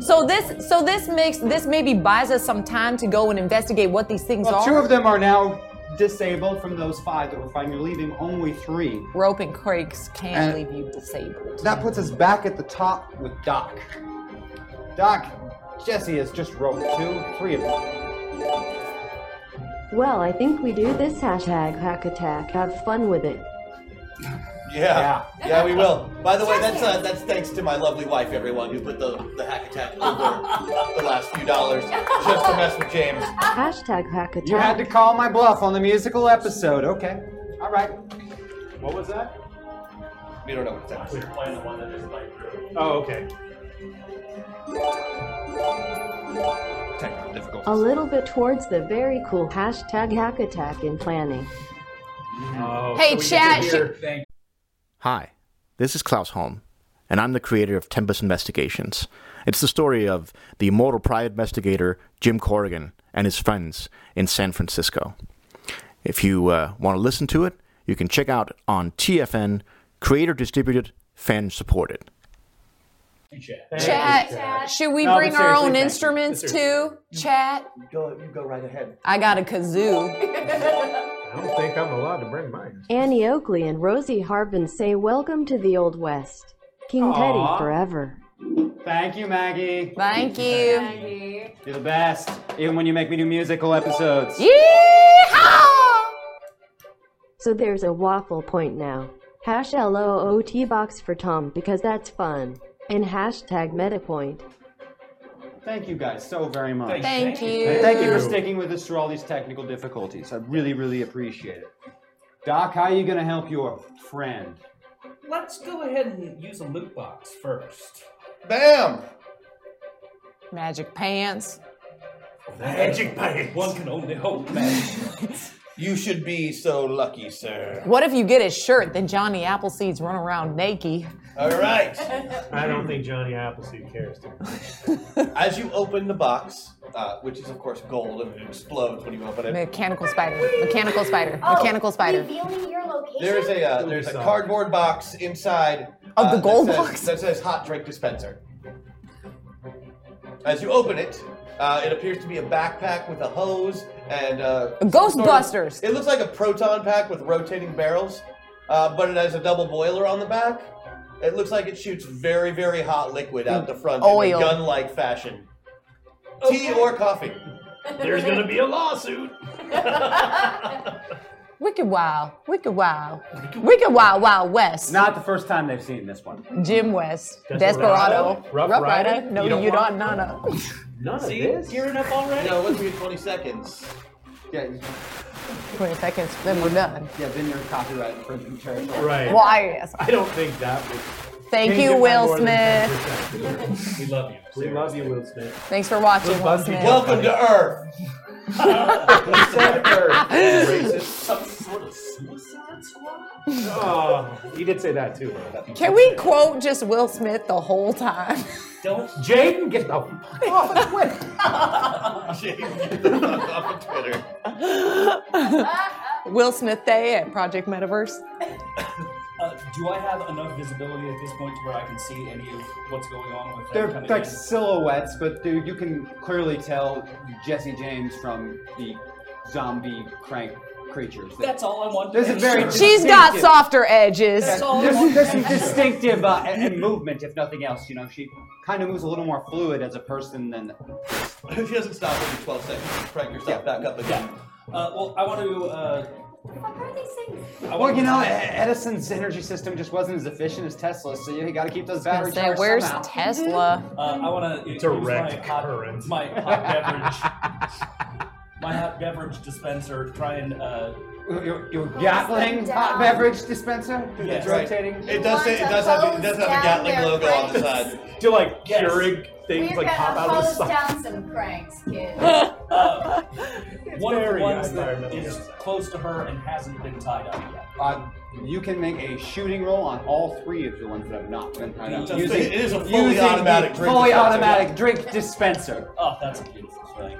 S9: So this so this makes this maybe buys us some time to go and investigate what these things
S2: well,
S9: are.
S2: two of them are now disabled from those five that were fighting. You're leaving only three.
S9: Rope and crakes can't
S2: And-
S9: leave you disabled.
S2: That puts us back at the top with Doc. Doc, Jesse has just rolled two, three of them.
S10: Well, I think we do this hashtag hack attack. Have fun with it.
S4: Yeah. yeah, we will. By the way, that's uh, that's thanks to my lovely wife, everyone, who put the, the hack attack over the last few dollars just to mess with James.
S10: Hashtag hack attack.
S2: You had to call my bluff on the musical episode. Okay. All right. What was that?
S4: We don't know what it's
S5: We're playing the one that is like. Oh, okay.
S4: Technical difficulty.
S10: A little bit towards the very cool hashtag hack attack in planning.
S9: Hey, chat,
S17: Hi, this is Klaus Holm, and I'm the creator of Tempest Investigations. It's the story of the immortal private investigator Jim Corrigan and his friends in San Francisco. If you uh, want to listen to it, you can check out on TFN, creator distributed, fan supported.
S9: Chat, should we
S10: No, but
S9: bring our
S10: seriously,
S9: own
S10: thank you.
S9: instruments
S10: But
S9: too?
S10: seriously.
S9: Chat,
S4: Go, you go right ahead.
S9: I got a kazoo.
S5: I don't think I'm allowed to bring mine.
S10: Annie Oakley and Rosie Harvin say welcome to the Old West. King
S2: Aw.
S10: Teddy forever.
S2: Thank you, Maggie.
S9: Thank you.
S2: You're the best, even when you make me do musical episodes.
S10: So there's a waffle point now. Hash LOOT box for Tom because that's fun. And hashtag metapoint.
S2: Thank you guys so very much.
S10: Thank Thank you. you.
S2: And Thank you for sticking with us through all these technical difficulties. I really, really appreciate it. Doc, how are you going to help your friend?
S8: Let's go ahead and use a loot box first.
S4: Bam!
S9: Magic pants.
S8: Magic pants. One can only hope magic.
S4: You should be so lucky, sir.
S9: What if you get his shirt, then Johnny Appleseed's run around naked?
S4: All right.
S5: I don't think Johnny Appleseed cares too much.
S4: As you open the box, uh, which is of course gold and it explodes when you open it.
S9: Mechanical spider. Mechanical spider.
S4: Oh,
S9: Mechanical spider.
S6: Revealing your location.
S4: There is a uh, there's a cardboard box inside
S9: Of
S4: uh,
S9: the gold
S4: that says,
S9: box?
S4: that says hot drink dispenser. As you open it, uh, it appears to be a backpack with a hose and uh, some sort of-
S9: Ghostbusters.
S4: it looks like a proton pack with rotating barrels, uh, but it has a double boiler on the back. It looks like it shoots very very hot liquid out the front in
S9: Oil.
S4: a gun-like fashion. Tea or coffee?
S5: There's gonna be a lawsuit.
S9: Wicked Wow. Wicked Wow. Wicked Wow Wild West.
S2: Not the first time they've seen this one.
S9: Jim West.
S2: Desperado.
S9: Desperado.
S2: Rough Rider?
S9: No,
S2: You
S9: you
S2: don't want-
S9: don't, no, no.
S5: None
S4: See, gearing up already. No, let's be 20 seconds. Yeah,
S9: 20 seconds, then we're done.
S2: Yeah, then you're copyright infringement territory.
S5: Right.
S9: Why? Yes.
S5: I don't think that would.
S9: Thank
S5: Change
S9: you,
S5: it by
S9: Will
S5: more than
S9: Smith.
S5: 10%. We love you. We love you, Will Smith.
S9: Thanks for watching,
S5: Will
S9: Will
S5: Bungie,
S9: Smith.
S4: Welcome to Earth.
S5: Some sort of suicide squad? Oh, he did say that too. Bro.
S9: Can we quote just Will Smith the whole time?
S8: Don't.
S5: Jaden, get the
S9: off of
S4: off of Twitter.
S9: Will Smith Day at Project Metaverse.
S8: Uh, do I have enough visibility at this point to where I can see any of what's going on with them
S2: They're
S8: coming
S2: like
S8: in?
S2: silhouettes, but dude, you can clearly tell Jesse James from the zombie crank creatures.
S8: That's all I want. to
S2: There's a
S8: make
S2: very
S8: sure.
S9: She's got softer edges.
S2: There's, there's some distinctive uh, and, and movement, if nothing else. You know, she kind of moves a little more fluid as a person than.
S4: she doesn't stop every 12 seconds. Crank yourself back up again.
S8: Uh, well, I want to. Uh, I
S2: Well,
S8: want
S2: you
S8: to-
S2: know, E- Edison's energy system just wasn't as efficient as Tesla's, so you got to keep those batteries
S9: say,
S2: charged
S9: where's
S2: somehow.
S9: Tesla?
S8: Uh, I want to
S2: Direct
S8: my hot, My hot beverage. my hot beverage dispenser. Try and. Uh,
S2: your your Gatling hot beverage dispenser?
S8: Yes.
S2: It's rotating.
S4: It does say it does have it does have a Gatling logo on the side.
S5: Do like
S4: Yes.
S5: Keurig things
S6: We're
S5: like pop
S6: gonna
S5: out of the
S6: hose
S5: side?
S6: down some cranks, kids.
S8: one of the
S5: very
S8: ones that
S5: environmental.
S8: is close to her and hasn't been tied up yet.
S2: Uh, you can make a shooting roll on all three of the ones that have not been tied up.
S8: It does- it is a fully
S2: using
S8: automatic
S2: the
S8: drink
S2: fully
S8: dispenser,
S2: automatic
S8: yeah.
S2: drink dispenser.
S8: Oh, that's a beautiful thing.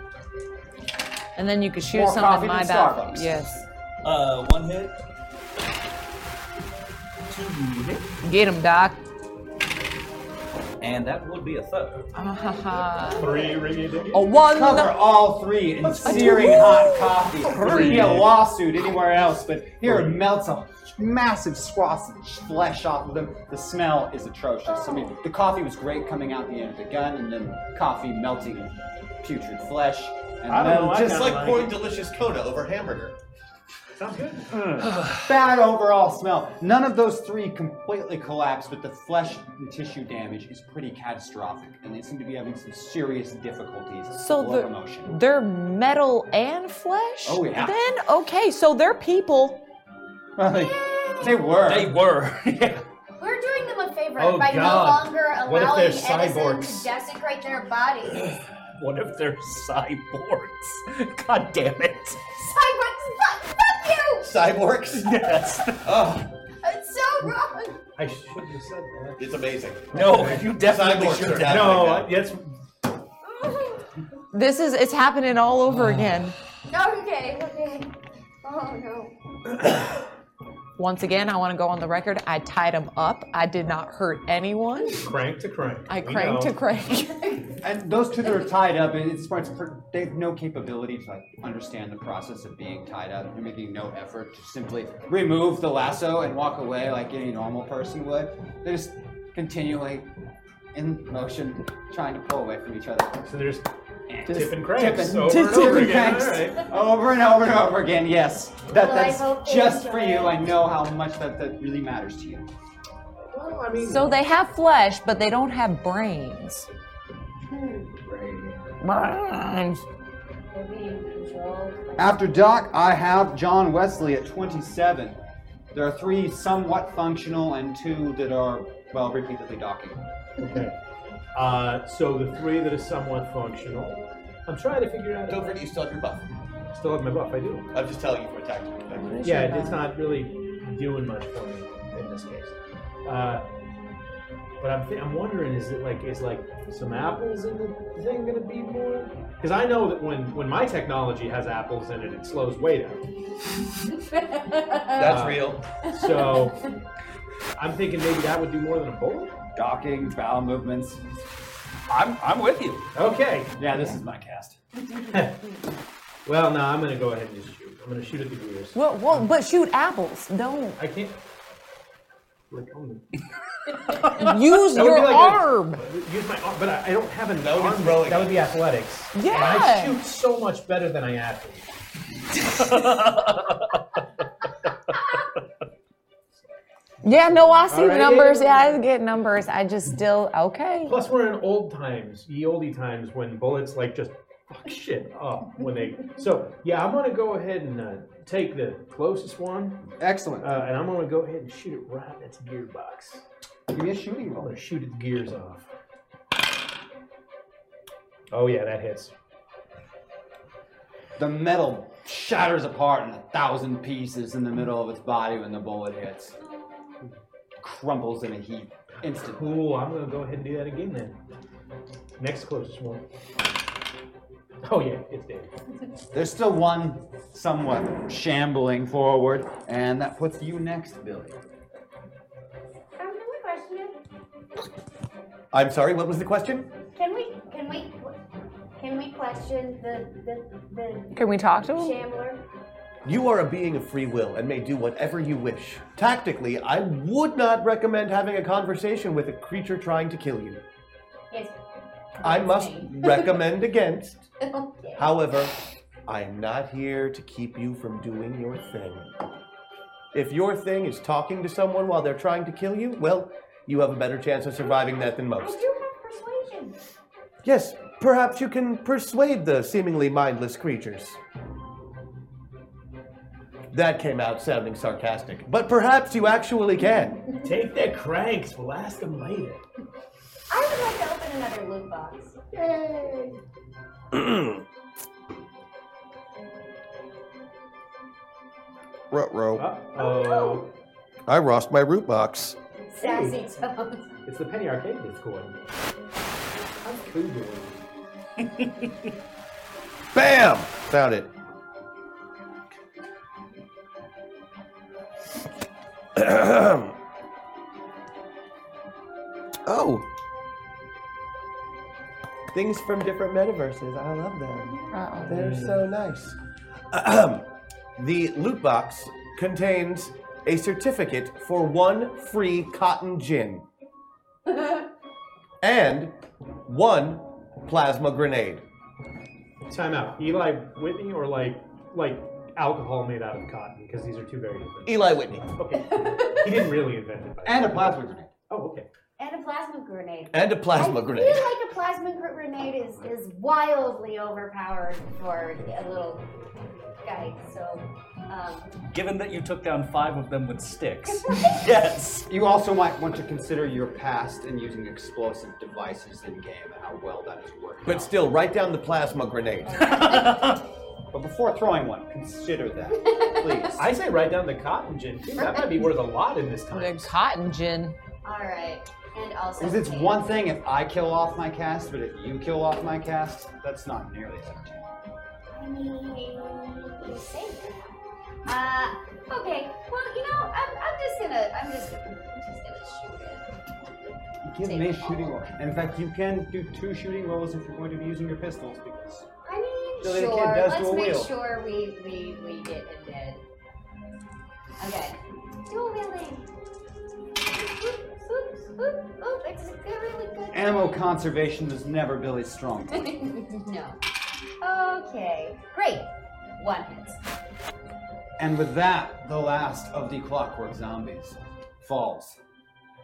S9: And then you could shoot
S8: More
S9: something
S8: coffee
S9: in my
S8: than
S9: back.
S8: Starbucks.
S9: Yes.
S8: Uh, one hit. Two hit.
S9: Get him, Doc.
S8: And that would be a third.
S5: Three renegade.
S2: A one. Cover all three in searing hot coffee. It would be a lawsuit anywhere else, but here it melts a massive swath of flesh off of them. The smell is atrocious. I mean, the coffee was great coming out the end of the gun, and then coffee melting in putrid flesh. And
S4: I
S2: then
S4: don't know, I
S2: just
S4: kinda
S2: like
S4: like
S2: pouring
S4: it. delicious coda over hamburger.
S5: Sounds good.
S2: Bad overall smell. None of those three completely collapsed, but the flesh and tissue damage is pretty catastrophic, and they seem to be having some serious difficulties
S9: So
S2: with locomotion.
S9: the, they're metal and flesh?
S2: Oh, yeah.
S9: Then? Okay, so they're people.
S2: they were.
S8: They were.
S6: We're doing them a favor
S8: Oh,
S6: by
S8: God.
S6: no longer
S8: What if
S6: allowing
S8: they're
S6: Edison
S8: cyborgs?
S6: to desecrate their bodies.
S8: What if they're cyborgs? God damn it.
S6: Cyborgs, fuck, fuck you!
S4: Cyborgs?
S8: Yes.
S6: It's so wrong.
S5: I shouldn't have said that.
S4: Oh, It's amazing.
S8: No, you definitely
S4: Cyborgs
S8: should
S4: are
S8: have.
S4: down
S5: No,
S4: like that.
S5: yes.
S9: This is, it's happening all
S2: Oh.
S9: over again.
S6: Okay, okay. Oh no.
S9: Once again, I want to go on the record. I tied them up. I did not hurt anyone.
S5: Crank to crank.
S9: I cranked to crank.
S2: And those two that are tied up, it- it's it's per- they have no capability to like understand the process of being tied up. They're making no effort to simply remove the lasso and walk away like any normal person would. They're just continually in motion, trying to pull away from each other.
S5: So there's
S2: just
S5: tipping cranks
S2: tipping,
S5: over and
S2: tipping
S5: over again,
S2: cranks
S5: alright.
S2: over and over and over again. Yes, that,
S5: Well, I hope
S2: that's
S5: they
S2: just for you.
S5: enjoy it.
S2: I know how much that, that really matters to you.
S9: So they have flesh, but they don't have brains.
S6: Brains. They're being controlled.
S2: After Doc, I have John Wesley at 27. There are three somewhat functional and two that are, well, repeatedly docking.
S5: Okay. Uh, so the three that are somewhat functional. I'm trying to figure out.
S4: Don't forget, you still have your buff.
S5: Still have my buff. I do.
S4: I'm just telling you for a tactical perspective.
S5: Yeah, it's not really doing much for me in this case. Uh, but I'm, th- I'm wondering, is it like is like some apples in the thing gonna be more? Because I know that when when my technology has apples in it, it slows way down.
S4: That's
S5: Uh,
S4: real.
S5: So I'm thinking maybe that would do more than a bullet.
S2: Docking, bowel movements.
S8: I'm I'm with you.
S5: Okay.
S2: Yeah, this is my cast.
S5: Well, no, I'm gonna go ahead and just shoot. I'm gonna shoot at the gears.
S9: Well, well, but shoot apples. Don't
S5: I can't. Like, I'm-
S9: use
S5: That would
S9: your
S5: be like a-
S9: arm.
S5: use my arm, but I, I don't have an
S4: would be
S5: arm.
S4: throwing.
S5: That would be athletics.
S9: Yeah.
S5: And I shoot so much better than I athlete.
S9: Yeah, no, I see
S5: All right.
S9: numbers. Yeah, I get numbers. I just still okay.
S5: Plus, we're in old times, ye olde times, when bullets like just fuck shit up when they. So yeah, I'm gonna go ahead and uh, take the closest one.
S2: Excellent.
S5: Uh, and I'm gonna go ahead and shoot it right at the gearbox.
S2: Give me a shooting
S5: I'm
S2: roll.
S5: gonna shoot its gears off. Oh yeah, that hits.
S2: The metal shatters apart in a thousand pieces in the middle of its body when the bullet hits. Crumbles in a heap. Instant.
S5: Cool. I'm gonna go ahead and do that again then. Next closest one. Oh yeah, it's dead.
S2: There's still one somewhat shambling forward, and that puts you next, Billy.
S6: Um, can we question him?
S4: I'm sorry. What was the question?
S6: Can we? Can we? Can we question the the the?
S9: Can we talk to him?
S6: Shambler.
S4: You are a being of free will and may do whatever you wish. Tactically, I would not recommend having a conversation with a creature trying to kill you.
S6: Yes.
S4: I must recommend against.
S6: okay.
S4: However, I am not here to keep you from doing your thing. If your thing is talking to someone while they're trying to kill you, well, you have a better chance of surviving that than
S6: I
S4: most.
S6: do have persuasion.
S4: Yes, perhaps you can persuade the seemingly mindless creatures. That came out sounding sarcastic, but perhaps you actually can.
S5: Take their cranks. We'll ask them later.
S6: I would like to open another loot box. Yay!
S4: Rut row.
S5: Oh,
S4: I lost my root box.
S6: Sassy tones.
S5: it's the Penny Arcade Discord. I'm Googling.
S4: Bam! Found it. oh, Things from different metaverses. I love them. They're
S16: Mm.
S4: so nice. Ahem. the loot box contains a certificate for one free cotton gin and one plasma grenade.
S5: Time out. Eli Whitney or like like alcohol made out of cotton? Because these are two very different.
S4: Eli Whitney.
S5: Okay. he didn't really invent it.
S4: And a plasma grenade.
S5: Oh, okay.
S6: And a plasma grenade.
S4: And a plasma
S6: I
S4: grenade.
S6: feel like a plasma gr- grenade is, is wildly overpowered for a little guy. So, um,
S8: Given that you took down five of them with sticks.
S2: Yes. You also might want to consider your past in using explosive devices in game and how well that is working.
S4: But still, write down the plasma grenade.
S2: But before throwing one, consider that.
S5: Please. I say write down the cotton gin too. That might be worth a lot in this time.
S3: The cotton gin.
S6: all right. And also.
S2: Because it's one thing if I kill off my cast, but if you kill off my cast, that's not nearly as entertaining.
S6: I mean, you say that. Uh, okay. Well, you know, I'm, I'm just gonna, I'm just, I'm just gonna shoot it.
S2: Give me a shooting roll. In fact, you can do two shooting rolls if you're going to be using your pistols because
S6: I mean,
S2: So that it
S6: sure.
S2: can does
S6: Let's
S2: dual
S6: make
S2: wield.
S6: sure we we we get it dead. Okay. Dual wielding. Oop, oop, oop, oop. It's really good.
S2: ammo conservation is never Billy's strong. point.
S6: no. Okay. Great. One hit.
S2: And with that, the last of the clockwork zombies falls.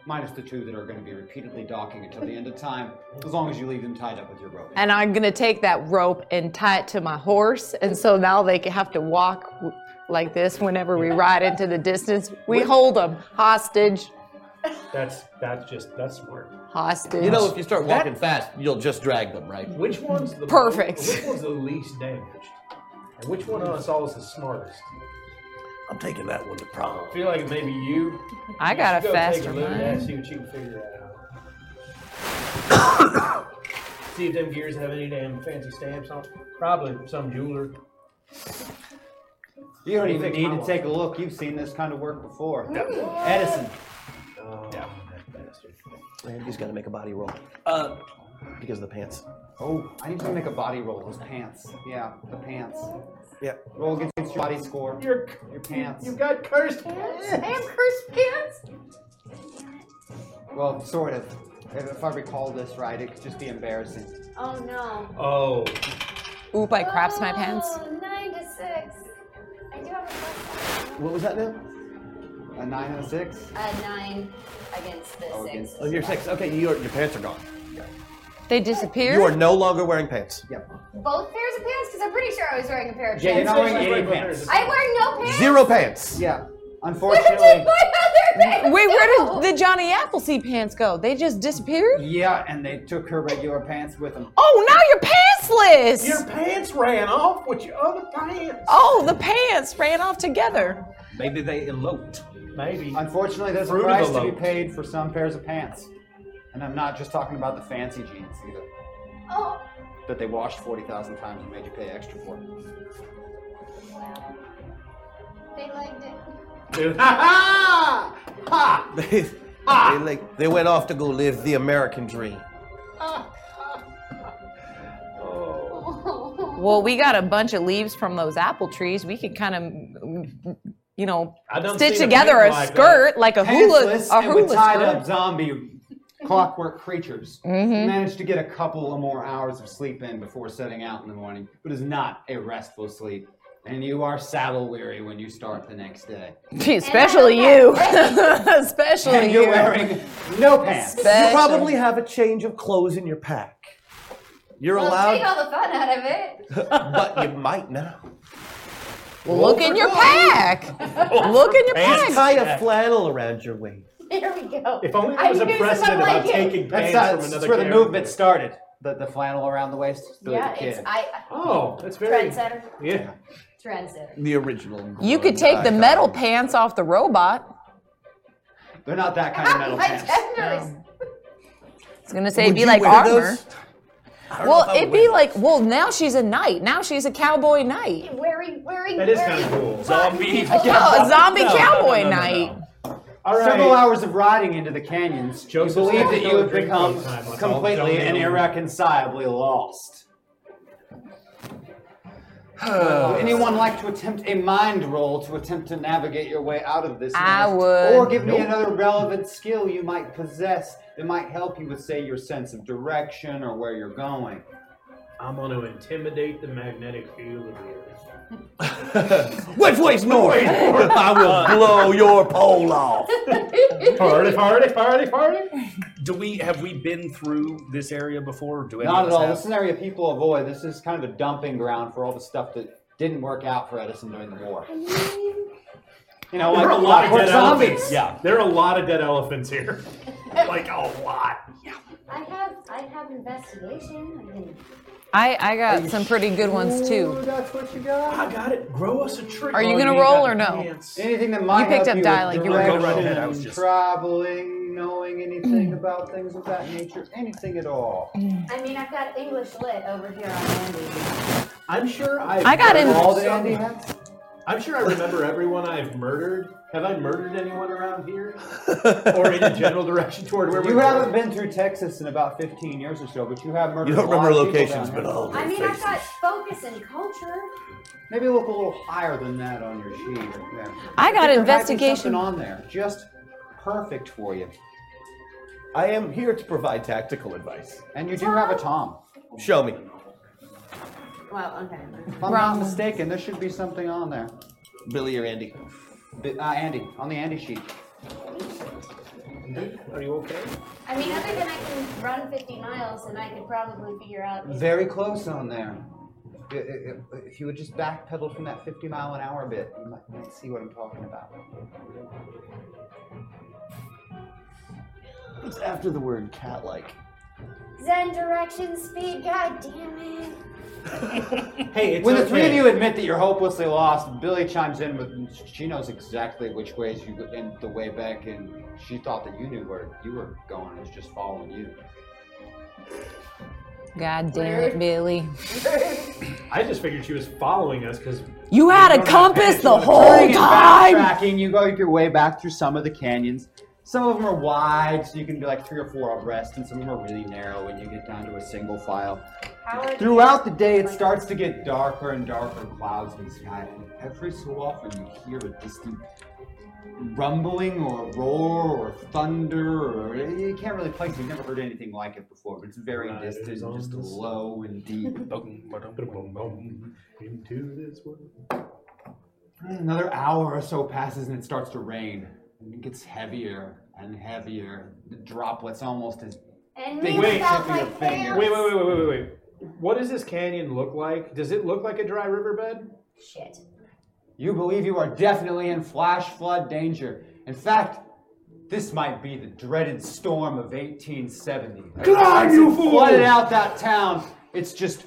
S2: Minus the two that are going to be repeatedly docking until the end of time, as long as you leave them tied up with your rope.
S9: And I'm gonna take that rope and tie it to my horse, and so now they can have to walk w- like this whenever we ride into the distance. We hold them hostage,
S5: That's that's just that's work.
S9: hostage.
S4: You know, if you start walking fast, you'll just drag them, right?
S5: Which one's the
S9: Perfect.
S5: Which one's the least damaged? And which one of us all is the smartest?
S4: I'm taking that one to prom.
S5: I feel like maybe you.
S9: I
S5: you
S9: got
S5: should go
S9: a
S5: take
S9: faster
S5: look at
S9: mine.
S5: that, See what you can figure out. see if them gears have any damn fancy stamps on. Probably some jeweler.
S2: You don't even
S5: Fix
S2: need
S5: my
S2: to
S5: watch.
S2: take a look. You've seen this kind of work before. Edison.
S5: Oh,
S4: Yeah. Andy's got to make a body roll.
S8: Uh,
S4: because of the pants.
S2: Oh, I need you to make a body roll. Those pants. Yeah, the pants.
S4: Yeah.
S2: Roll against your body score.
S5: Your,
S2: your pants.
S5: You've got cursed
S6: pants. I have cursed pants.
S2: Well, sort of. If if I recall this right, it could just be embarrassing.
S6: Oh no.
S5: Oh.
S9: Oop! I craps my pants.
S6: Oh, nine to six. I do have
S2: What was that now? A nine and a six?
S6: a, a Uh, nine against the six.
S4: Oh, you're six. Okay, your your pants are gone.
S9: They disappear.
S4: You are no longer wearing pants.
S2: Yep.
S6: Both pairs of pants? Because I'm pretty sure I was wearing a pair of
S2: Yeah, you're
S6: pants.
S2: not wearing any pants.
S6: I wear no pants.
S4: Zero pants.
S2: Yeah.
S6: Where did my
S2: Unfortunately.
S6: other pants?
S9: Wait, where did the Johnny Appleseed pants go? They just disappeared?
S2: Yeah, and they took her regular pants with them.
S9: Oh, now you're pantsless!
S5: Your pants ran off with your other pants.
S9: Oh, the pants ran off together.
S8: Maybe they eloped.
S5: Maybe.
S2: Unfortunately, there's a
S8: Fruit of
S2: price
S8: the
S2: to be
S8: loaf.
S2: paid for some pairs of pants. And I'm not just talking about the fancy jeans either,
S6: Oh,
S2: that they washed 40,000 times and made you pay extra for.
S6: they liked it.
S5: ha ha!
S4: they,
S2: Ah.
S4: they like they went off to go live the American dream.
S9: Well, we got a bunch of leaves from those apple trees. We could kind of, you know,
S2: I done
S9: stitch
S2: seen a
S9: together a
S2: pig like that.
S9: skirt, like a hula,
S2: Pantsless
S9: a
S2: and with
S9: hula
S2: tied up
S9: skirt.
S2: zombie clockwork creatures.
S9: Mhm.
S2: Managed to get a couple of more hours of sleep in before setting out in the morning, but is not a restful sleep. And you are saddle weary when you start the next day.
S9: Especially you. Especially
S2: And you're
S9: you.
S2: wearing no pants.
S4: You probably have a change of clothes in your pack. You're
S6: Well, take
S4: allowed,
S6: all the fun out of it.
S4: but you might now.
S9: Look in your pack. Look in your pack.
S4: Just tie a flannel around your waist.
S6: There we go.
S5: If only
S6: I knew someone like it.
S2: That's,
S5: pants
S2: not-
S5: from
S2: that's
S5: another
S2: where the
S5: character.
S2: movement started. The, the flannel around the waist. it's Billy
S6: Yeah,
S2: the
S6: it's
S2: Kid.
S6: I.
S5: Oh, that's very-
S6: Trendsetter.
S5: Yeah.
S6: Trendsetter.
S4: The original.
S9: You could take the metal pants off the robot.
S2: They're not that kind of metal
S6: I
S2: pants.
S6: definitely.
S9: It's gonna say
S2: Would
S9: be
S2: you
S9: like
S2: wear
S9: armor.
S2: those?
S4: don't know
S9: Well,
S4: if I would
S9: it'd be like, well, now she's a knight. Now she's a cowboy knight.
S6: Wearing, wearing,
S9: That is
S6: wearing
S9: kinda
S8: cool.
S6: cotton
S8: Zombie-
S6: people.
S9: No, a zombie
S8: No, no, no,
S9: cowboy
S8: no, no,
S9: knight.
S5: All right.
S2: Several hours of riding into the canyons,
S5: Joseph's
S2: you believe that
S5: gonna
S2: you
S5: go
S2: have
S5: drink
S2: become
S5: sometime, let's all
S2: completely
S5: jump
S2: and
S5: in.
S2: irreconcilably lost. Would anyone like to attempt a mind roll to attempt to navigate your way out of this?
S3: I
S2: mess?
S3: would.
S2: Or give me
S3: Nope.
S2: another relevant skill you might possess that might help you with, say, your sense of direction or where you're going.
S5: I'm going to intimidate the magnetic field of the earth.
S4: Which way's north? Uh, I will blow your pole off.
S8: Party,
S5: party, party, party.
S8: Do we have we been through this area before? Do any
S2: Not
S8: of
S2: at
S8: us
S2: all.
S8: have?
S2: This is an area people avoid. This is kind of a dumping ground for all the stuff that didn't work out for Edison during the war. You know,
S5: there
S2: like
S5: are a lot of
S2: we're
S5: dead
S2: zombies.
S5: elephants. Yeah, there are a lot of dead elephants here. like a lot.
S6: I have I have investigation. I can
S3: I, I got some pretty good ones too.
S2: That's what you got.
S5: I got it. Grow us a tree.
S3: Are you gonna roll or no?
S2: Anything that
S3: You
S2: might
S3: picked
S2: help
S3: up
S2: you
S3: dialing,
S2: With
S3: you were
S2: direction,
S3: right ahead, I
S8: was just-
S2: traveling, knowing anything about things of that nature, anything at all.
S6: I mean, I've got English lit over here on Andy.
S5: I'm sure I.
S6: I got in-
S2: all the Andy hats.
S5: I'm sure I remember everyone I've murdered. Have I murdered anyone around here, or in a general direction toward where
S2: You
S5: we're
S2: haven't been through Texas in about 15 years or so, but you have murdered.
S4: You don't
S2: a lot
S4: remember
S2: of people
S4: locations,
S2: down
S4: but
S2: here.
S4: all
S6: I mean, I've got focus and culture.
S2: Maybe look a little higher than that on your sheet. Yeah.
S3: I got
S2: There might be
S3: investigation.
S2: something on there, just perfect for you.
S4: I am here to provide tactical advice.
S2: And you do have a Tom.
S4: Show me.
S6: Well, okay.
S2: If I'm not mistaken, there should be something on there.
S4: Billy or Andy?
S2: Bi- Uh, Andy, on the Andy sheet.
S5: Are you okay?
S6: I mean, other than I can run 50 miles, and I could probably figure out.
S2: Very close on there. I- I- I- If you would just backpedal from that 50 mile an hour a bit, you might- might see what I'm talking about.
S4: It's after the word cat-like.
S6: Zen direction speed. God damn it.
S5: Hey,
S2: when the three of
S5: okay.
S2: you admit that you're hopelessly lost, Billy chimes in with she knows exactly which ways you go- and the way back, and she thought that you knew where you were going. It's just following you.
S3: God damn it, Billy.
S5: I just figured she was following us because
S3: You had a compass the whole
S2: Turning and
S3: time.
S2: Backtracking, you go your way back through some of the canyons. Some of them are wide, so you can be like three or four abreast, and some of them are really narrow, and you get down to a single file. Throughout the day, it starts to get darker and darker clouds in the sky, and every so often you hear a distant rumbling or roar or thunder, or you can't really place. it. You've never heard anything like it before, but it's very distant, and just low and deep.
S5: Into this world.
S2: Another hour or so passes and it starts to rain. And it gets heavier and heavier. The droplets almost as
S6: And
S2: big
S6: me
S2: as the
S6: without
S2: tip of your
S6: my
S2: finger.
S5: Wait, wait, wait, wait, wait, wait, wait. What does this canyon look like? Does it look like a dry riverbed?
S6: Shit.
S2: You believe you are definitely in flash flood danger. In fact, this might be the dreaded storm of 1870.
S5: Climb, you
S2: It's
S5: fool!
S2: Flooded out that town. It's just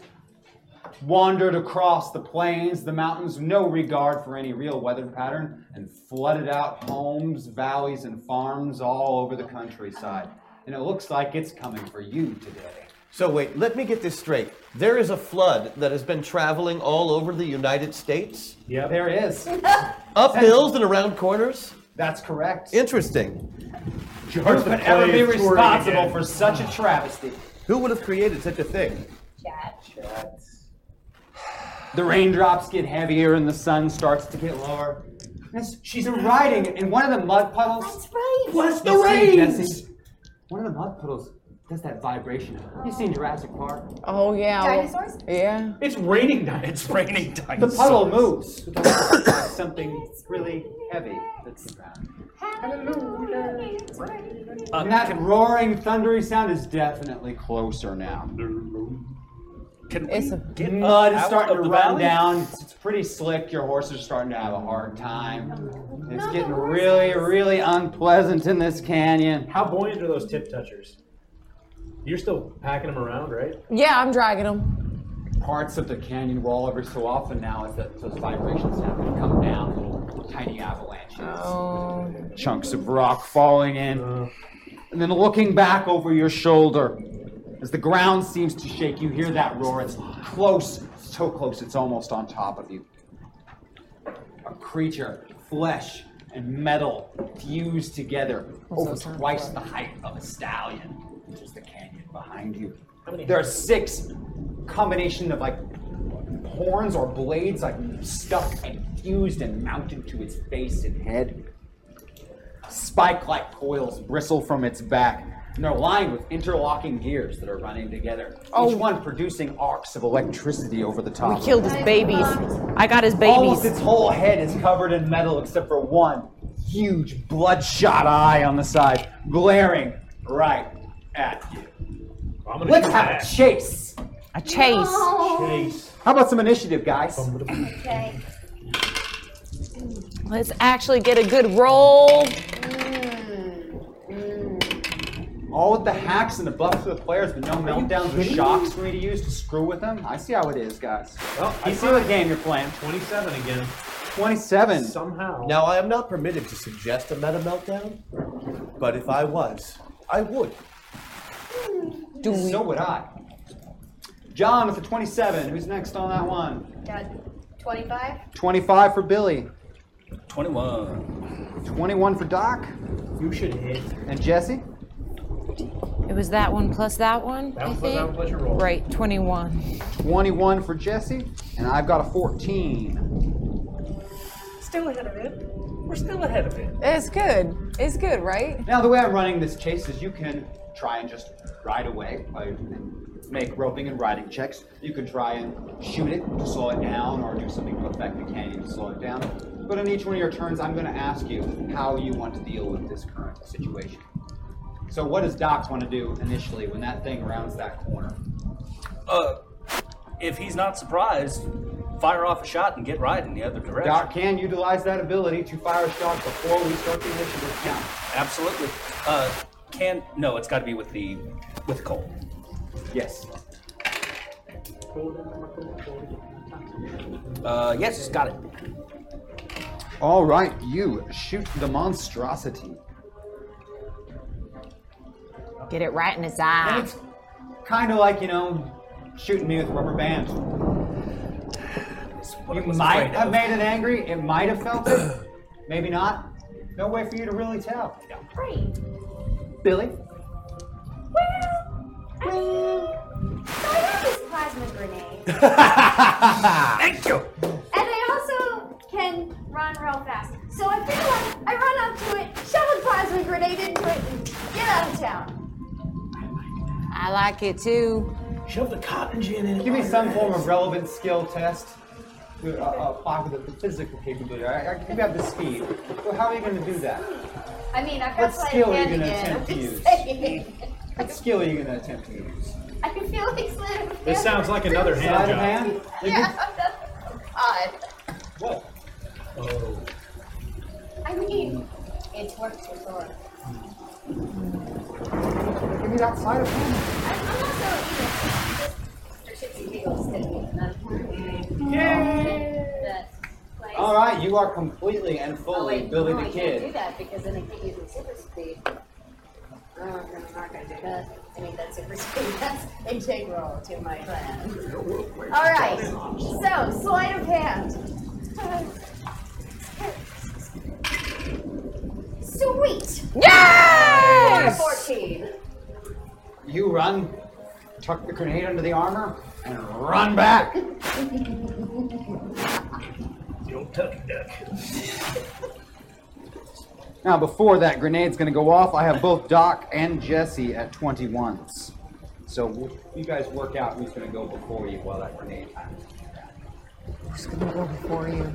S2: wandered across the plains, the mountains, no regard for any real weather pattern, and flooded out homes, valleys, and farms all over the countryside. And it looks like it's coming for you today.
S4: So wait, let me get this straight. There is a flood that has been traveling all over the United States.
S5: Yeah,
S2: there is.
S4: Up hills and around corners.
S2: That's correct.
S4: Interesting.
S2: Who could ever be responsible for such a travesty?
S4: Who would have created such a thing?
S6: Chat. Chat.
S2: The raindrops get heavier and the sun starts to get lower. Miss, she's riding in one of the mud puddles. That's
S6: right.
S2: Bless
S4: the rains.
S2: One of the mud puddles does that vibration. You seen Jurassic Park?
S3: Oh yeah. well-
S6: Dinosaurs?
S3: Yeah.
S5: It's raining diamonds. It's
S8: raining
S2: The
S8: diamonds.
S2: puddle moves. It's something really heavy that's around.
S8: Uh,
S2: and that roaring, thundery sound is definitely closer now.
S8: Can
S3: It's a
S2: Mud is
S8: out
S2: starting
S8: of
S2: to
S8: the
S2: run
S8: valley?
S2: down. It's it's pretty slick. Your horses are starting to have a hard time. It's getting really, really unpleasant in this canyon.
S5: How buoyant are those tip touchers? You're still packing them around, right?
S3: Yeah, I'm dragging him.
S2: Parts of the canyon wall every so often now is that those vibrations have to come down, little tiny avalanches, chunks of rock falling in, and then looking back over your shoulder as the ground seems to shake. You hear that roar. It's close, so close. It's almost on top of you. a creature, flesh
S15: and metal fused together over
S2: so sad.
S15: twice the height of a stallion, which is the canyon behind you.
S2: many
S15: There are
S2: hands?
S15: six
S2: combination of like horns or blades like stuck and fused and mounted to its face and head. Spike-like coils bristle from its back, and they're lined with interlocking gears that are running together. Each one producing arcs of electricity over the top.
S3: Oh.
S9: Oh,
S3: We killed his babies. I got his
S2: Almost
S3: babies.
S2: its whole head is covered in metal except for one huge bloodshot eye on the side, glaring right at you.
S7: gonna
S2: Let's
S7: shoot
S2: have
S7: back.
S2: a chase.
S3: A
S6: chase. No.
S2: chase. How about some initiative, guys?
S6: Okay.
S3: Let's actually get a good roll.
S2: All with the hacks and the buffs to the players, but no meltdowns or
S15: kidding
S2: shocks
S15: me?
S2: for me to use to screw with them. I see how it is, guys.
S5: Well,
S2: I
S5: keep
S2: see
S5: on.
S2: what game you're playing.
S5: 27 again.
S2: 27.
S5: Somehow.
S4: Now, I am not permitted to suggest a meta meltdown, but if I was, I would.
S2: Do so would I. John with the 27. Who's next on that one?
S6: Got 25?
S2: 25 for Billy.
S8: 21.
S2: 21 for Doc.
S5: You should hit.
S2: And Jesse?
S3: It was that one plus that one. I
S2: one plus that one
S3: think.
S2: plus your roll.
S3: Right, 21.
S2: 21 for Jesse. And I've got a 14.
S18: Still ahead of it. We're still ahead of it.
S9: It's good. It's good, right?
S2: Now, the way I'm running this chase is you can try and just ride away by make roping and riding checks. You can try and shoot it to slow it down or do something to affect the canyon to slow it down. But on each one of your turns, I'm going to ask you how you want to deal with this current situation. So, what does Doc want to do initially when that thing rounds that corner?
S8: Uh, if he's not surprised, fire off a shot and get right in the other direction.
S2: Doc can utilize that ability to fire a shot before we start the initiative count.
S8: Absolutely. Uh, can no, it's got to be with the with the cold.
S2: Yes.
S8: Uh, yes, it's got it.
S2: All right, you shoot the monstrosity.
S3: Get it right in his eye.
S2: Kind of like, you know, shooting me with rubber bands. You might
S8: afraid
S2: have
S8: of.
S2: made it angry. It might have felt it. Maybe not. No way for you to really tell. Billy?
S6: So I got this plasma grenade.
S8: Thank you.
S6: And I also can run real fast. So I feel like I run up to it, shove a plasma grenade into it, and get out of town.
S3: I like it too.
S5: Shove the cotton gin in
S2: Give me some form of relevant skill test. A, a pocket of the physical capability. I, I, you have the speed. Well, how are you going to do that?
S6: I mean, I've
S2: What
S6: got to play
S2: skill are you
S6: hand
S2: gonna
S6: again. I'm
S2: attempt to
S6: just
S2: use?
S6: saying.
S2: What skill are you going to attempt to use?
S6: I feel like sleight of
S5: This
S6: hand.
S5: sounds like another hand
S2: Sleight of
S5: job.
S2: hand?
S6: Yeah, that's odd.
S5: Oh.
S6: I mean, it's worked before.
S2: Give me that sleight of hand.
S6: Yay!
S2: All right, you are completely and
S6: Oh,
S2: fully Billy
S6: no,
S2: the
S6: I
S2: Kid.
S6: can't do that because then I can't use the super speed. Oh, no, I'm not gonna do that. I mean, that's super speed. That's integral to my plan. All right. So, sleight of hand. Sweet.
S2: Yes!
S6: Four, Fourteen.
S2: You run, tuck the grenade under the armor, and run back.
S7: Don't tuck it, duck.
S2: Now, before that grenade's going to go off, I have both Doc and Jesse at 21s. So w- you guys work out who's going to go before you while that grenade times.
S3: Who's gonna go before you?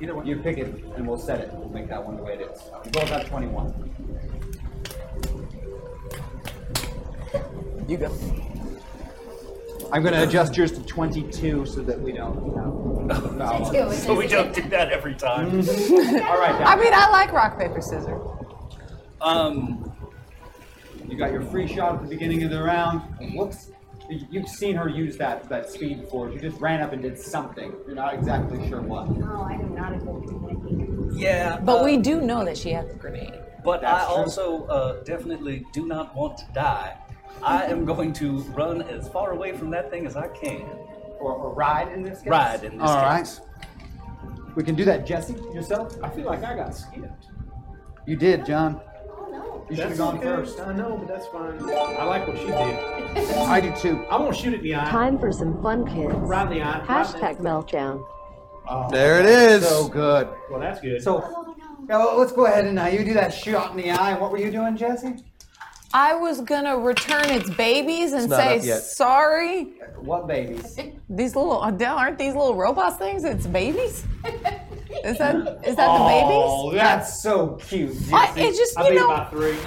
S2: Either one. You pick it, and we'll set it. We'll make that one the way it is. You both have 21. You go. I'm going to adjust yours to 22 so that we don't, you know, foul on it.
S8: so we don't do that every time.
S2: All right, Doc.
S9: I mean, I like rock, paper, scissors.
S8: Um,
S2: You got your free shot at the beginning of the round. Whoops. You- You've seen her use that, that speed before. She just ran up and did something. You're not exactly sure what.
S6: No, Oh, I am not a good
S8: Yeah.
S3: But we do know that she had the grenade.
S8: But
S3: That's
S8: I
S3: true.
S8: also uh, definitely do not want to die. I am going to run as far away from that thing as I can.
S2: Or, or ride in this case?
S8: Ride in this
S2: All
S8: case.
S2: right. We can do that, Jesse, yourself?
S5: I feel like I got skipped.
S2: You did, John. You should
S5: That's
S2: have gone
S5: okay.
S2: first.
S5: I know, but that's fine. I like what she did.
S2: I do too.
S5: I won't shoot it in the eye.
S10: Time for some fun kids.
S5: Right in the eye, Oh. right in the
S10: Hashtag meltdown.
S2: There it is. So good.
S5: Well, that's good.
S2: So, yeah, well, let's go ahead and uh, you do that shot in the eye. What were you doing, Jesse?
S9: I was gonna return its babies and
S2: It's not
S9: say
S2: up yet.
S9: sorry.
S2: What babies?
S9: These little aren't these little robots things? It's babies. Is that is that the babies?
S2: Oh, that's so cute. Jesse.
S9: I- it just, I you beat it know- by
S5: three.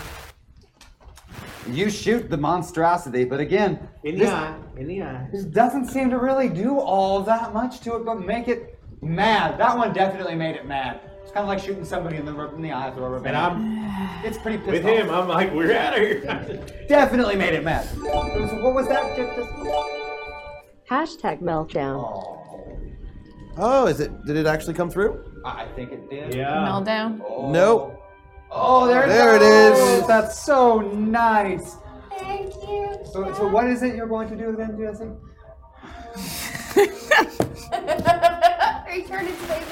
S2: You shoot the monstrosity, but again,
S5: In
S2: this-
S5: the eye. In the eye.
S2: This doesn't seem to really do all that much to it, but make it mad. That one definitely made it mad. It's kind of like shooting somebody in the in the eye with a rubber band.
S5: I'm-
S2: it's pretty pissed
S5: With
S2: off.
S5: him, I'm like, we're out of here.
S2: Definitely made it mad. So what was that? Just- just-
S10: Hashtag meltdown.
S4: Oh, is it? Did it actually come through?
S2: I think it did.
S9: Meltdown.
S4: Nope.
S2: Oh, there,
S4: There it
S2: goes.
S4: is.
S2: That's so nice. Thank you. So, so what is it you're going to do then, Jesse?
S9: Return its baby.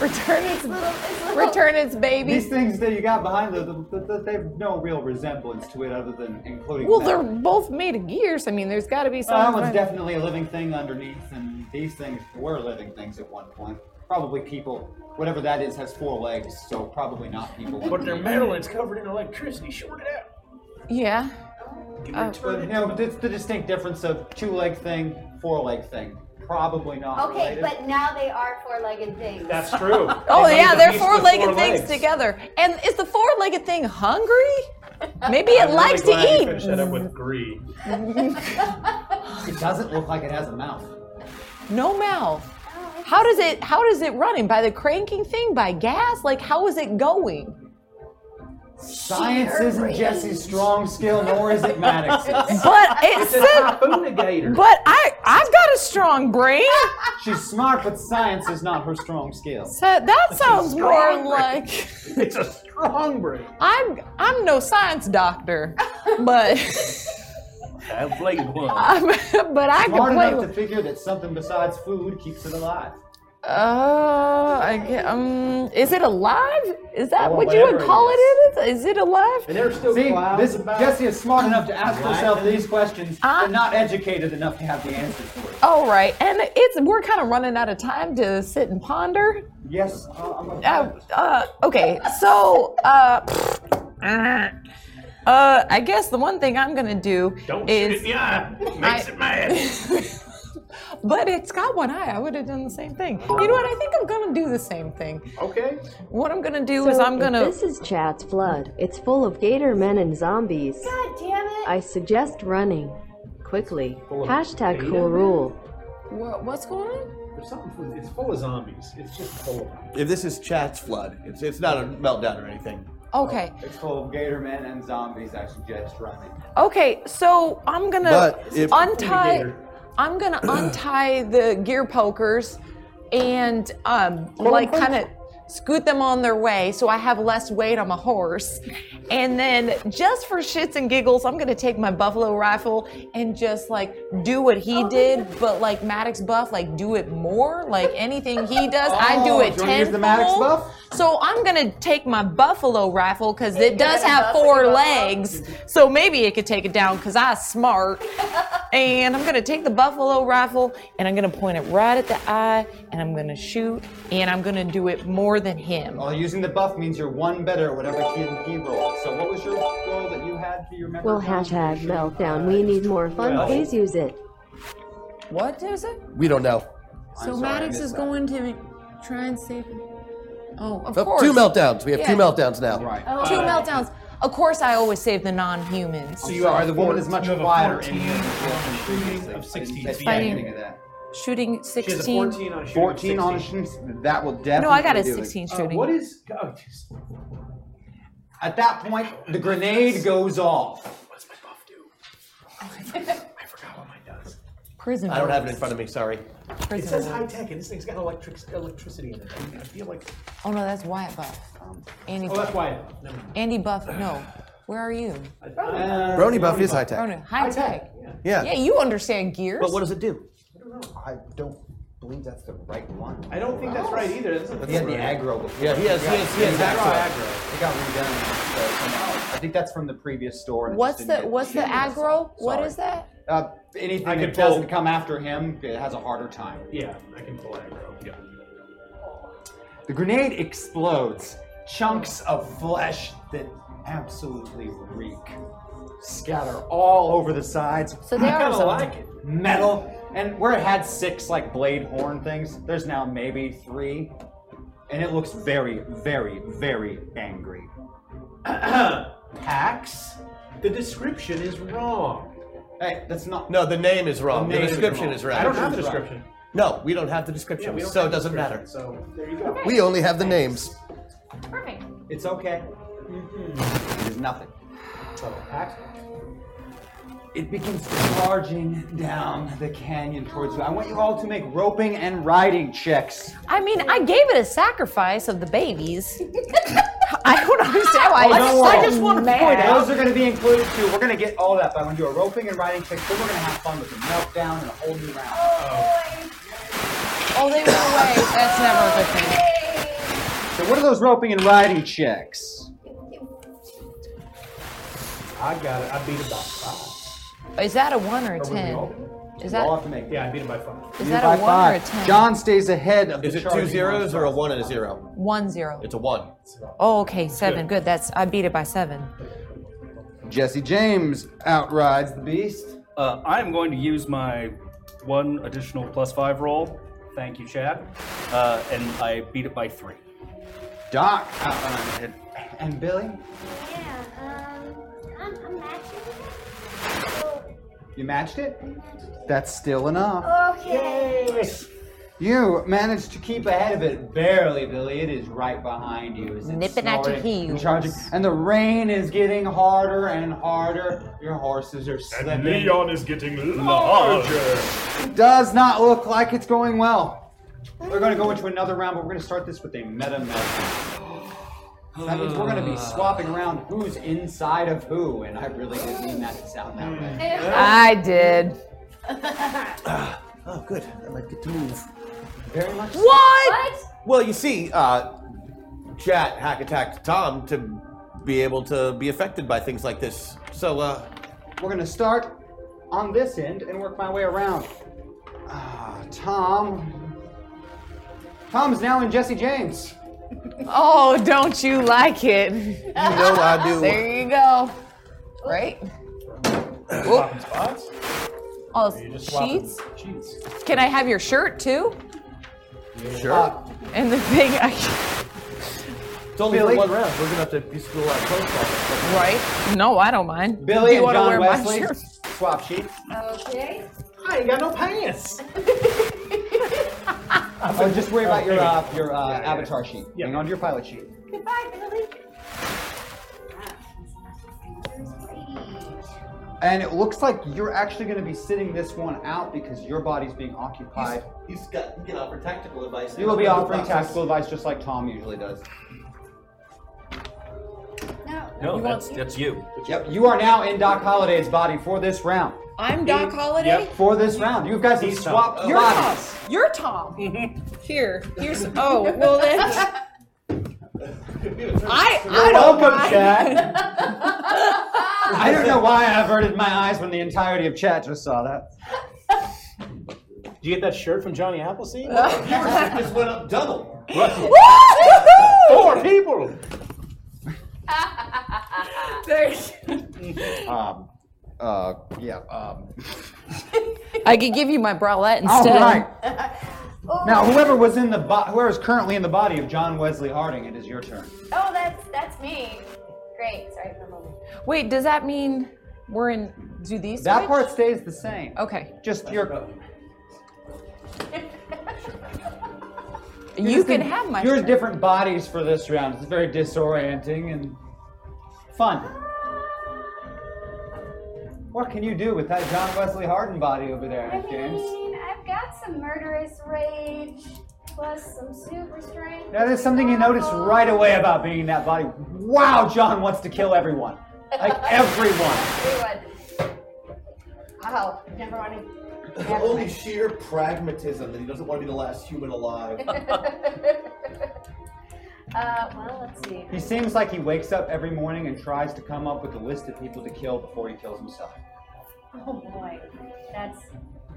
S9: Return its return its baby.
S2: These things that you got behind them, th- th- they have no real resemblance to it other than including.
S9: Well,
S2: that.
S9: they're both made of gears. I mean, there's got to be some.
S2: Well, that one's definitely a living thing underneath, and these things were living things at one point. Probably people. Whatever that is has four legs, so probably not people.
S5: But they're metal and it's covered in electricity. Short it out.
S9: Yeah. Oh.
S2: Uh, but, you know, it's the distinct difference of two-leg thing, four-leg thing. Probably not.
S6: Okay,
S2: related.
S6: but now they are four-legged things.
S2: That's true.
S9: Oh
S2: They
S9: yeah,
S2: made
S9: they're
S2: the beast with
S9: four-legged
S2: four
S9: things
S2: legs.
S9: together. And is the four-legged thing hungry? Maybe it likes to eat.
S5: Finish that up with greed.
S2: it doesn't look like it has a mouth.
S9: No mouth. How does it how does it running? By the cranking thing? By gas? Like how is it going?
S2: Science isn't Jesse's strong skill, nor is it Maddox's.
S9: But it said But I I've got a strong brain.
S2: She's smart, but science is not her strong skill.
S9: So that sounds more
S2: strong brain.
S9: like
S2: It's a strong brain.
S9: I'm I'm no science doctor, but
S8: I played one.
S9: I'm, but I
S2: Smart
S9: can play.
S2: enough to figure that something besides food keeps it alive.
S9: Uh, I get, um, is it alive? Is that
S2: Oh,
S9: what you would
S2: whatever it
S9: call it? Is is it alive?
S2: See, this, Jesse is smart enough to ask herself these questions,
S9: Uh,
S2: but not educated enough to have the answers for it.
S9: All right, and it's we're kind of running out of time to sit and ponder.
S2: Yes. uh, I'm a-
S9: Uh, uh, okay, so uh, uh, uh, I guess the one thing I'm gonna do
S5: Don't shoot it
S9: is
S5: in the eye. Makes
S9: I-
S5: it mad.
S9: But it's got one eye. I would have done the same thing. You know what? I think I'm gonna do the same thing.
S5: Okay.
S9: What I'm gonna do
S10: So
S9: is I'm
S10: if
S9: gonna.
S10: This is Chad's flood. It's full of gator men and zombies.
S6: God damn it!
S10: I suggest running quickly.
S5: of
S10: Hashtag
S5: gator
S10: cool
S5: men?
S10: rule.
S9: What, what's going on?
S5: There's something. full- It's full of zombies. It's just full of them.
S4: If this is Chat's flood, it's it's not a meltdown or anything.
S9: Okay.
S2: It's full of gator men and zombies, I suggest running.
S9: Okay, so I'm gonna
S2: But if-
S9: untie. I'm gonna untie the gear pokers, and um, like kind of scoot them on their way, so I have less weight on my horse. And then just for shits and giggles, I'm gonna take my buffalo rifle and just like do what
S2: Oh.
S9: he did, but like Maddox Buff, like do it more. Like anything he does, I do
S2: Oh,
S9: it
S2: do you
S9: ten.
S2: wanna use the Maddox Buff?
S9: So I'm gonna take my buffalo rifle because it does
S3: gonna
S9: have
S3: buffalo
S9: four
S3: buffalo?
S9: legs, so maybe it could take it down because I'm smart. and I'm gonna take the buffalo rifle and I'm gonna point it right at the eye and I'm gonna shoot and I'm gonna do it more than him.
S2: Well, using the buff means you're one better at whatever key and key roll. So what was your roll that you had? Do you remember?
S10: Well, hashtag meltdown. We need more fun.
S4: Well-
S10: Please use it.
S9: What is it?
S4: We don't know.
S3: So Maddox is going to try and save.
S9: Oh, of
S4: Oh,
S9: course.
S4: two meltdowns. We have two
S9: Yeah. Oh,
S4: meltdowns now. Uh,
S2: Right.
S9: Two meltdowns. Of course, I always save the non-humans.
S2: So you are the woman is much quieter in here.
S5: Shooting of 16.
S2: That's
S9: Fighting.
S2: beginning of that.
S9: Shooting sixteen.
S5: 14 on shooting.
S2: 14 on a shoot. That will definitely.
S9: No, I got a
S2: do it.
S9: 16
S5: Uh,
S9: shooting.
S5: what is? Oh, just-
S2: At that point, the grenade goes off.
S5: I forgot what mine does.
S9: Prison.
S4: I don't have it in front of me. Sorry.
S5: It says high tech, and this thing's got electric electricity in it. I feel like.
S9: Oh no, that's Wyatt Buff.
S4: Um,
S9: Andy.
S5: Oh, that's
S9: Buff.
S5: why. Never
S9: Andy Buff. No. Where are you?
S4: Brony Brony Buff Buff. is high tech.
S9: Brony, high tech.
S4: Yeah.
S9: Yeah, you understand gears.
S4: But what does it do?
S5: I don't
S19: believe that's the right one.
S5: I don't think that's right either. That's not
S19: He had the
S5: right.
S19: aggro before.
S20: Yeah, he has- he has- he has
S19: got-
S20: aggro.
S19: It got redone. so somehow- I think that's from the previous store. and it
S2: What's
S19: just
S2: the
S19: didn't get
S2: what's the
S19: distributed.
S2: aggro? What is that? Uh,
S19: I
S2: anything
S19: could
S2: that
S19: pull-
S2: doesn't come after him it has a harder time.
S5: Yeah, I can pull aggro. Yeah.
S2: The grenade explodes. Chunks of flesh that absolutely reek scatter all over the sides.
S9: So they
S2: I
S9: are
S2: kinda
S9: something.
S2: like it. metal, and where it had six like blade horn things, there's now maybe three, and it looks very, very, very angry.
S5: Pax, the description is wrong.
S2: Hey, that's not.
S4: No, the name is wrong.
S5: The
S4: The,
S5: name is
S4: description
S5: wrong.
S4: is right.
S5: I don't have the description.
S4: No, we don't have the description,
S5: we don't
S4: so
S5: have
S4: it
S5: the
S4: doesn't matter.
S5: description, So there you go.
S4: We only have the names.
S9: Perfect.
S2: It's okay. It is nothing. It begins charging down the canyon towards you. I want you all to make roping and riding checks.
S9: I mean, I gave it a sacrifice of the babies. I don't understand why.
S2: Oh,
S9: I, just, Oh, I just want to point out.
S2: Those are going to be included too. We're going to get all that, but I'm going to do a roping and riding check. Then we're going to have fun with a meltdown and a whole new round.
S9: Oh, they went away. That's never a good thing.
S2: So what are those roping and riding checks?
S5: I got it. I beat it by five.
S9: Is that a one or a
S5: Are we
S9: ten?
S5: all-
S9: Is that
S2: to make.
S5: Yeah, I beat it by five.
S9: Is
S2: You
S9: that a
S2: by
S9: one or
S2: five.
S9: a ten?
S2: John stays ahead of
S4: Is
S2: the
S4: it two
S2: charging
S4: zeros
S2: monster.
S4: or a one and a zero?
S9: one zero?
S4: It's a one.
S9: Oh, okay, seven. Good. That's I beat it by seven.
S20: Jesse James outrides the beast.
S8: Uh, I am going to use my one additional plus five roll. Thank you, Chad. Uh, and I beat it by three.
S2: Doc outrunning it. And Billy,
S6: Yeah, um, I'm, I'm matching. So,
S2: you matched it. That's still enough.
S6: okay.
S2: You managed to keep ahead of it barely, Billy. It is right behind you. Is it
S9: Nipping at your
S2: snorting and
S9: heels.
S2: charging? And the rain is getting harder and harder. Your horses are slipping.
S21: Leon is getting larger.
S2: Does not look like it's going well. We're going to go into another round, but we're going to start this with a meta meta. That means we're going to be swapping around who's inside of who, and I really didn't mean that to sound that way.
S9: I did.
S4: Oh, good. I might get to move.
S2: Very much.
S9: What? what?
S4: Well, you see, uh, Chat hack attacked Tom to be able to be affected by things like this. So, uh,
S2: We're going to start on this end and work my way around. Ah, Tom. Tom's now in Jesse James.
S9: Oh, don't you like it? You
S4: know I do.
S9: There you go. Right?
S5: Swapping spots?
S9: All
S5: Or you
S9: those
S5: just swapping
S9: sheets.
S5: sheets?
S9: Can I have your shirt too?
S4: sure.
S2: Uh,
S9: And the thing, I,
S4: it's only
S9: Billy?
S4: for one round. We're gonna have to be school out close
S9: right? No, I don't mind.
S4: Billy
S9: Do you
S4: and
S9: wanna
S4: John
S9: wear
S4: Wesley?
S9: my shirt?
S2: Swap sheets.
S6: Okay.
S5: I ain't got no pants.
S2: Oh, just worry about your
S5: Oh,
S2: uh,
S5: there
S2: your uh, avatar sheet. Hang on to your pilot sheet.
S6: Goodbye, Billy.
S2: And it looks like you're actually going to be sitting this one out because your body's being occupied.
S4: He's got, he can offer tactical advice.
S2: You will be offering tactical advice just like Tom usually does.
S8: No, that's that's you.
S2: Yep, you are now in Doc Holliday's body for this round.
S9: I'm Doc Holliday.
S2: For this round, you guys have
S9: He's
S2: swapped
S9: Tom. You're Tom.
S2: bodies.
S9: You're Tom. Here, here's. Oh, well then. I I
S2: You're
S9: don't
S2: welcome,
S9: mind.
S2: I don't know why I averted my eyes when the entirety of chat just saw that.
S5: Did you get that shirt from Johnny Appleseed?
S4: Viewers just went up double.
S5: Four people.
S2: Um, uh, yeah. Um.
S9: I could give you my bralette
S2: All
S9: instead.
S2: right. Now, whoever was in the bo- whoever is currently in the body of John Wesley Harding, it is your turn.
S6: Oh, that's that's me. Great. Sorry for a moment.
S9: Wait, does that mean we're in? Do these?
S2: That
S9: switch?
S2: part stays the same.
S9: Okay.
S2: Just your.
S9: You can have my.
S2: You're
S9: shirt.
S2: different bodies for this round. It's very disorienting and fun. What can you do with that John Wesley Harding body over
S6: I
S2: there, James?
S6: mean, I've got some murderous rage plus some super strength.
S2: Now, there's something you notice right away about being in that body. Wow, John wants to kill everyone. Like everyone.
S6: Everyone. Oh, never mind.
S4: Only sheer pragmatism that he doesn't want to be the last human alive.
S6: Uh, well, let's see.
S2: He seems like he wakes up every morning and tries to come up with a list of people to kill before he kills himself.
S6: Oh boy, that's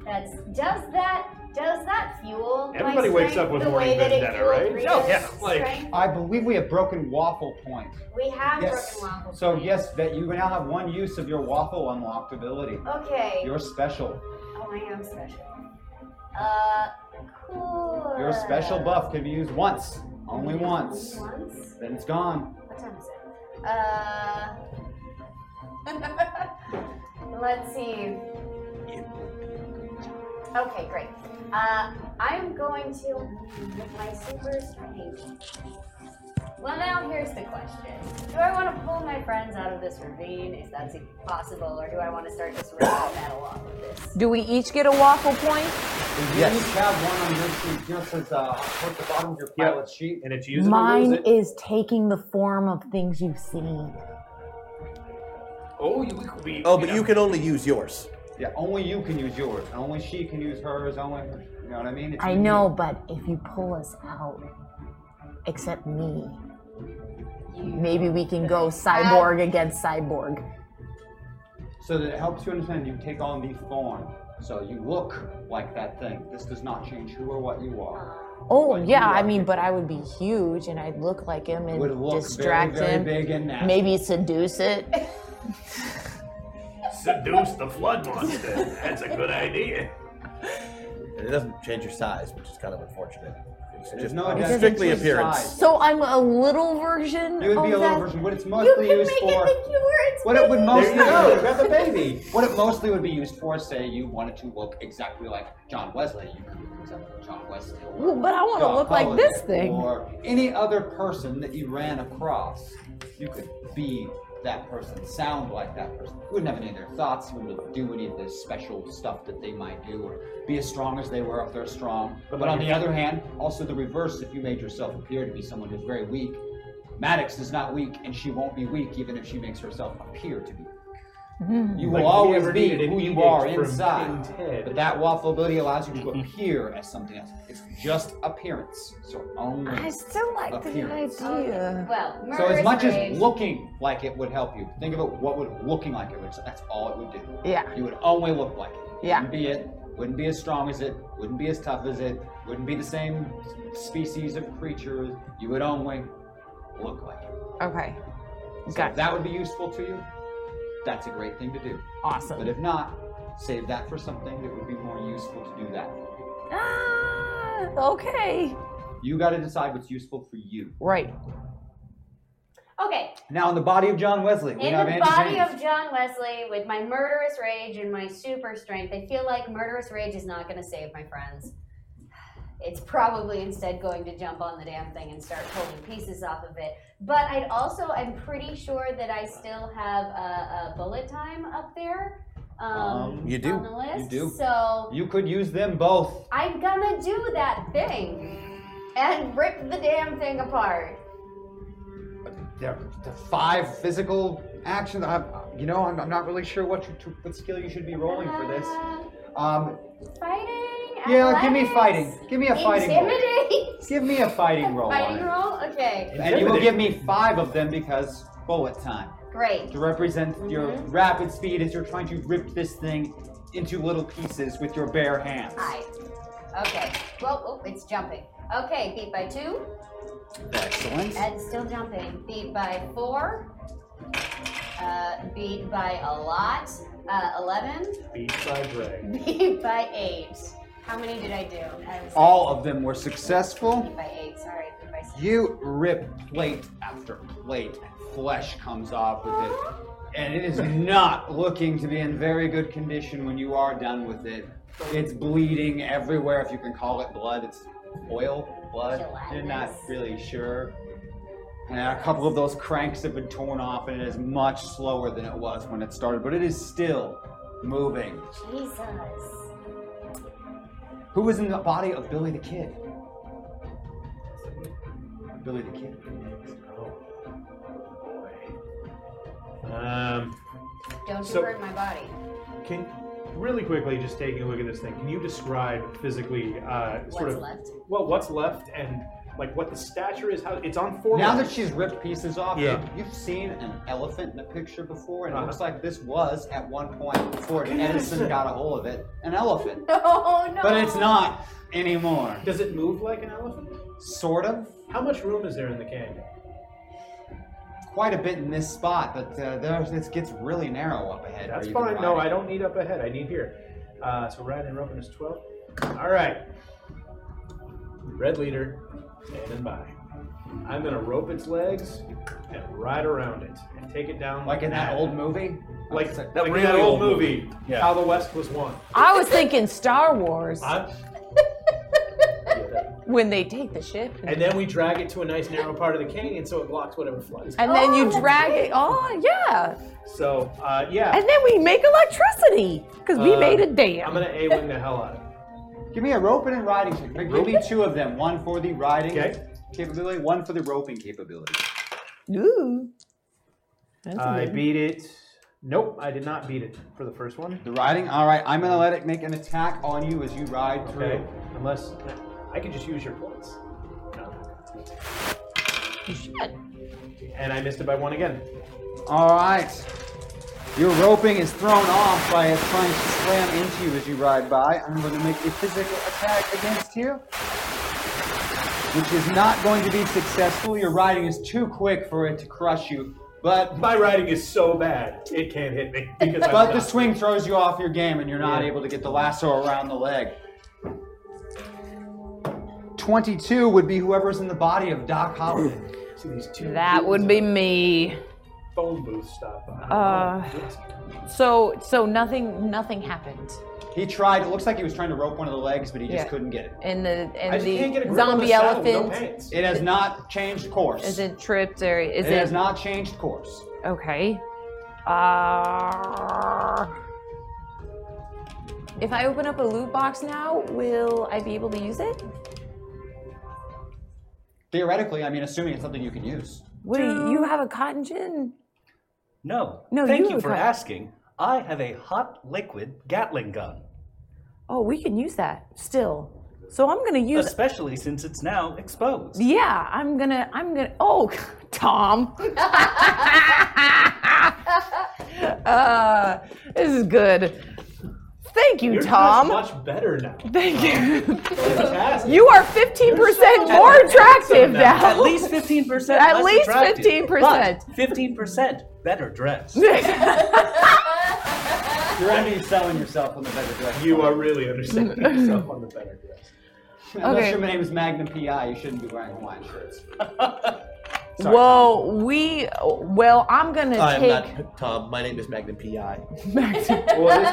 S6: that's does that does that fuel? my
S2: Everybody wakes
S6: strength
S2: up with
S6: the
S2: morning
S6: way that it
S2: vendetta,
S6: fueled
S2: right?
S6: Rita's
S2: No, yeah,
S6: strength?
S2: I believe we have broken waffle point.
S6: we have
S2: yes.
S6: broken waffle.
S2: So yes, that you now have one use of your waffle unlocked ability.
S6: Okay.
S2: You're special.
S6: Oh, I am special. Uh, cool.
S2: Your special buff can be used once, only once.
S6: Once?
S2: Then it's gone.
S6: What time is it? Uh, let's see. Okay, great. Uh, I'm going to with my super strength. Well, now here's the question: Do I want to pull my friends out of this ravine? Is that possible, or do I want to start just ripping the battle off with this?
S3: Do we each get a waffle point?
S2: You each have one on your sheet. Yours is uh, towards the bottom of your pilot sheet,
S5: and it's
S3: Mine is taking the form of things you've seen.
S4: Oh, you could be. Oh, but you can only use yours.
S2: Yeah, only you can use yours. and Only she can use hers. Only her, you know what I mean? It's
S3: I
S2: unique.
S3: know, but if you pull us out, except me, maybe we can go cyborg against cyborg.
S2: So that it helps you understand. You take on the form, so you look like that thing. This does not change who or what you are.
S3: Oh yeah, I mean, but I would be huge and I'd look like him and
S2: Would look very,
S3: distract
S2: very
S3: him.
S2: big and nasty.
S3: Maybe seduce it.
S4: Seduce the flood monster. That's a good idea. And it doesn't change your size, which is kind of unfortunate. It's just
S2: no
S4: it's
S2: identity
S4: strictly
S2: to his
S4: appearance.
S2: size.
S3: So I'm a little version.
S2: You would be
S3: of
S2: a little
S3: Oh, that?
S2: version. What it's mostly used for. what it
S3: There
S2: would
S3: you
S2: mostly
S3: go.
S2: you have a baby. What it mostly would be used for, say you wanted to look exactly like John Wesley, you could look exactly like John Wesley. or
S3: Well, but I wanna
S2: John
S3: look like this
S2: Holliday
S3: thing.
S2: Or any other person that you ran across, you could be that person, sound like that person. You wouldn't have any of their thoughts. You wouldn't do any of the special stuff that they might do, or be as strong as they were if they're strong. But,
S5: like
S2: on
S5: if-
S2: the other hand, also the reverse. If you made yourself appear to be someone who's very weak, Maddox is not weak, and she won't be weak even if she makes herself appear to be. You
S5: Like,
S2: will always
S5: whoever
S2: be
S5: needed an
S2: who you
S5: edict
S2: are
S5: from
S2: inside.
S5: King Ted.
S2: But that waffle ability allows you to appear as something else. It's just appearance. So only
S3: I still like
S2: appearance.
S3: the idea.
S6: Oh, Well,
S2: So as
S6: murderous
S2: much
S6: rage.
S2: as looking like it would help you, think about what would looking like it would. That's all it would do.
S3: Yeah.
S2: You would only look like it.
S3: Yeah.
S2: Wouldn't be it. Wouldn't be as strong as it. Wouldn't be as tough as it. Wouldn't be the same species of creatures. You would only look like it.
S3: Okay.
S2: So
S3: Got
S2: if that would be useful to you, that's a great thing to do.
S3: Awesome.
S2: But if not, save that for something that would be more useful to do that.
S3: Ah, okay.
S2: You got to decide what's useful for you.
S3: Right.
S6: Okay,
S2: Now, in the body of John Wesley, we
S6: In
S2: have
S6: the
S2: Andy
S6: body
S2: James.
S6: of John Wesley, with my murderous rage and my super strength, I feel like murderous rage is not going to save my friends. It's probably instead going to jump on the damn thing and start pulling pieces off of it. But I'd also, I'm pretty sure that I still have a, a bullet time up there. Um,
S2: Um, you do.
S6: On the list.
S2: You do.
S6: So
S2: You could use them both.
S6: I'm gonna do that thing and rip the damn thing apart.
S2: They're the five physical actions. I'm, you know, I'm, I'm not really sure what you, to, what skill you should be rolling for this. Um,
S6: Fighting.
S2: yeah, give me
S6: athletics,
S2: fighting. Give me a fighting roll.
S6: Intimidate.
S2: Give me a fighting roll. on
S6: Fighting
S2: it.
S6: roll? Okay.
S2: And you will give me five of them because bullet time.
S6: Great.
S2: to represent your
S6: Mhm.
S2: rapid speed as you're trying to rip this thing into little pieces with your bare hands.
S6: Hi. Okay. Well, oh, it's jumping. Okay, beat by two.
S2: Excellent.
S6: And still jumping. Beat by four. Uh, beat by a lot. Uh, 11.
S5: Beat by Greg.
S6: Beat by eight. How many did I do? I was-
S2: All of them were successful.
S6: Beat by eight. Sorry. Beat by six.
S2: You rip plate after plate, and flesh comes off with it. And it is not looking to be in very good condition when you are done with it. It's bleeding everywhere, if you can call it blood. It's oil, blood. You're not really sure. And a couple of those cranks have been torn off, and it is much slower than it was when it started, but it is still moving.
S6: Jesus.
S2: Who was in the body of Billy the Kid? Billy the Kid.
S5: Um,
S6: Don't you
S5: So-
S6: hurt my body.
S5: Um, can really quickly, just taking a look at this thing, can you describe physically uh, sort
S6: What's
S5: of
S6: left?
S5: well what's left and like what the stature is? How it's on four.
S2: Now that
S5: legs.
S2: she's ripped pieces off,
S5: Yeah.
S2: you- you've seen an elephant in a picture before, and it
S5: Uh-huh.
S2: looks like this was at one point before
S5: Yes.
S2: Edison got a hold of it, an elephant.
S6: Oh
S2: But it's not anymore.
S5: Does it move like an elephant?
S2: Sort of.
S5: How much room is there in the cave?
S2: Quite a bit in this spot, but uh, there's, this gets really narrow up ahead. where
S5: That's
S2: you can
S5: fine.
S2: ride
S5: No,
S2: it.
S5: I don't need up ahead. I need here. Uh, so riding and roping is twelve. All right. Red leader, standing by. I'm gonna rope its legs and ride around it and take it down
S2: Like in that old movie.
S5: like,
S2: That
S5: like in
S2: really
S5: that old
S2: old
S5: movie,
S2: movie. Yeah.
S5: How the West Was Won.
S9: I was thinking Star Wars
S5: I'm-
S9: when they take the ship.
S5: and then we drag it to a nice narrow part of the canyon so it blocks whatever floods.
S9: And then you
S5: Oh,
S9: drag it. Oh, yeah.
S5: So uh, yeah.
S9: And then we make electricity because we
S5: Uh,
S9: made a dam.
S5: I'm gonna a wing the hell out of it.
S2: Give me a roping and riding. check. Give me two of them. One for the riding
S5: Okay.
S2: capability, one for the roping capability.
S9: Ooh.
S5: I beat it. Nope, I did not beat it for the first one.
S2: The riding. All right, I'm gonna let it make an attack on you as you ride through.
S5: Okay. Unless I can just use your points. And I missed it by one again.
S2: All right. Your roping is thrown off by it trying to slam into you as you ride by. I'm going to make a physical attack against you, which is not going to be successful. Your riding is too quick for it to crush you, but
S5: my riding is so bad it can't hit me. Because I'm
S2: but the
S5: not-
S2: swing throws you off your game, and you're not
S5: Yeah.
S2: able to get the lasso around the leg. Twenty-two would be whoever's in the body of Doc Holliday.
S5: See these two
S9: That would be me.
S5: phone booth stop.
S9: Uh, so so nothing nothing happened.
S2: He tried. It looks like he was trying to rope one of the legs, but he just
S9: Yeah.
S2: couldn't get it.
S9: And the and
S2: I just
S9: the
S2: can't get a grip on
S9: zombie
S2: the saddle, no
S9: elephant
S2: pants. It has not changed course.
S9: isn't tripped or is
S2: it, has not changed course.
S9: Okay. Uh, if I open up a loot box now, will I be able to use it?
S2: Theoretically, I mean, assuming it's something you can use.
S9: What do you, you have a cotton gin?
S8: No.
S9: No,
S8: Thank
S9: you
S8: you,
S9: were
S8: for
S9: correct.
S8: asking. I have a hot liquid Gatling gun,
S9: Oh, we can use that still. So I'm gonna use.
S8: especially since it's now exposed.
S9: Yeah, I'm gonna. I'm gonna. Oh, Tom. uh, this is good. Thank you,
S5: You're
S9: Tom.
S5: dressed much better now.
S9: Thank you.
S5: Fantastic.
S9: You are 15% more attractive now.
S8: At least 15%.
S9: At
S8: less
S9: least
S8: attractive,
S9: 15%.
S8: but 15% better dressed.
S2: You're only selling yourself on the better dress.
S5: You are really understanding yourself on the better dress.
S2: Unless
S9: Okay.
S2: your name is Magnum PI, you shouldn't be wearing Hawaiian shirts.
S9: well, we. Well, I'm gonna
S4: I'm
S9: take.
S4: not Tom. My name is Magnum P.I.
S5: Well, it is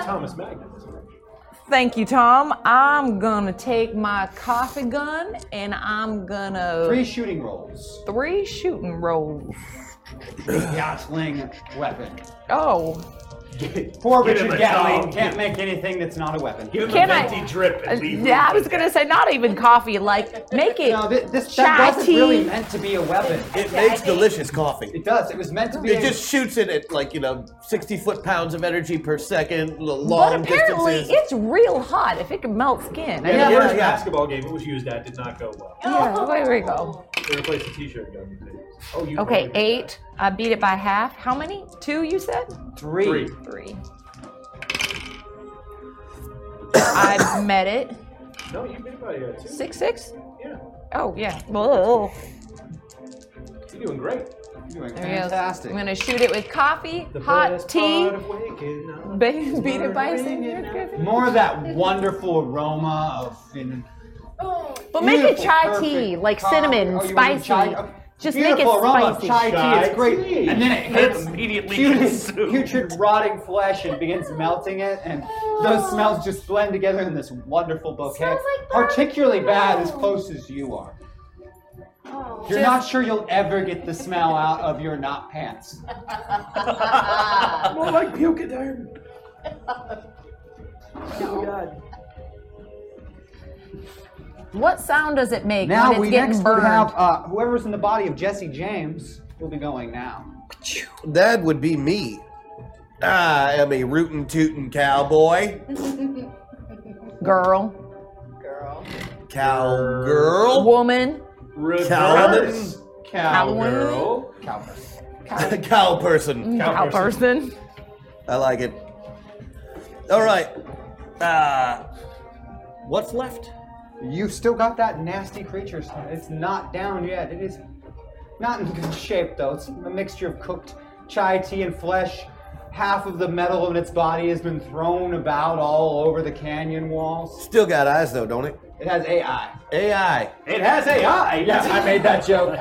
S5: Thomas Magnus. isn't it?
S9: Thank you, Tom. I'm gonna take my coffee gun and I'm gonna
S2: Three shooting rolls.
S9: Uh, three shooting rolls.
S2: Gatling weapon.
S9: Oh,
S5: Give him
S2: Poor Richard
S5: a
S2: Gatling
S5: towel.
S2: can't make anything that's not a weapon.
S5: Give him
S9: Can
S5: a
S9: I-
S5: venti drip
S9: Uh,
S5: and leave him
S9: yeah, I was
S5: with
S9: gonna say not even coffee. Like make it
S2: No, thi- this
S9: chai
S2: that wasn't
S9: tea.
S2: really meant to be a weapon.
S4: It makes delicious coffee.
S2: It does. It was meant to be.
S4: It
S2: a-
S4: just shoots it at like you know sixty foot pounds of energy per second, l-
S9: but
S4: long
S9: apparently
S4: distances.
S9: it's real hot. If it can melt skin, I
S5: Yeah,
S9: mean,
S5: the
S4: Yeah,
S5: first
S4: yeah.
S5: basketball game it was used at did not go well.
S9: yeah, there we go.
S5: They replaced the t-shirt gun with it. Oh, you
S9: Okay,
S5: probably-
S9: eight. I beat it by half. How many? Two? You said
S2: Three.
S5: Three.
S9: three. I met it.
S5: No, you beat by uh, two.
S9: Six six.
S5: Yeah,
S9: Oh yeah. Whoa.
S5: you're doing great.
S2: You're doing
S9: There he goes.
S2: fantastic.
S9: I'm gonna shoot it with coffee,
S5: The
S9: hot
S5: best
S9: tea.
S5: part of waking up.
S9: Baby's beat it by a cigarette.
S2: More of that wonderful aroma of. You know,
S9: But make it
S2: Beautiful,
S9: chai
S2: perfect
S9: tea, like
S2: coffee.
S9: cinnamon,
S2: Oh, you want
S9: spicy.
S2: chai- oh,
S9: Just make it
S2: beautiful aroma of
S9: spicy.
S2: Chai, tea,
S5: Chai
S2: it's great.
S5: tea.
S2: And then it hits
S8: Immediately
S2: putrid, putrid, rotting flesh and begins melting it, and those smells just blend together in this wonderful bouquet.
S6: Smells like
S2: Particularly bad as
S6: barbecue.
S2: close as you are.
S6: Oh.
S2: You're not sure you'll ever get the smell out of your not pants.
S5: More like pukiderm.
S3: Oh
S9: What sound does it make
S2: Now
S9: when
S2: we
S9: it's getting
S2: next would
S9: burned?
S2: have uh, whoever's in the body of Jesse James will be going now.
S4: that would be me. I am a rootin' tootin' cowboy.
S3: Girl.
S4: Cowgirl.
S3: Woman.
S4: Cowwoman.
S3: Cowgirl.
S4: Cow person.
S3: Cow person.
S4: I like it. All right. Uh, what's left?
S2: You've still got that nasty creature. son. It's not down yet. It is not in good shape, though. It's a mixture of cooked chai tea and flesh. Half of the metal in its body has been thrown about all over the canyon walls.
S4: Still got eyes though, don't it?
S2: It has AI.
S4: AI.
S2: It has AI! Yeah, I made that joke.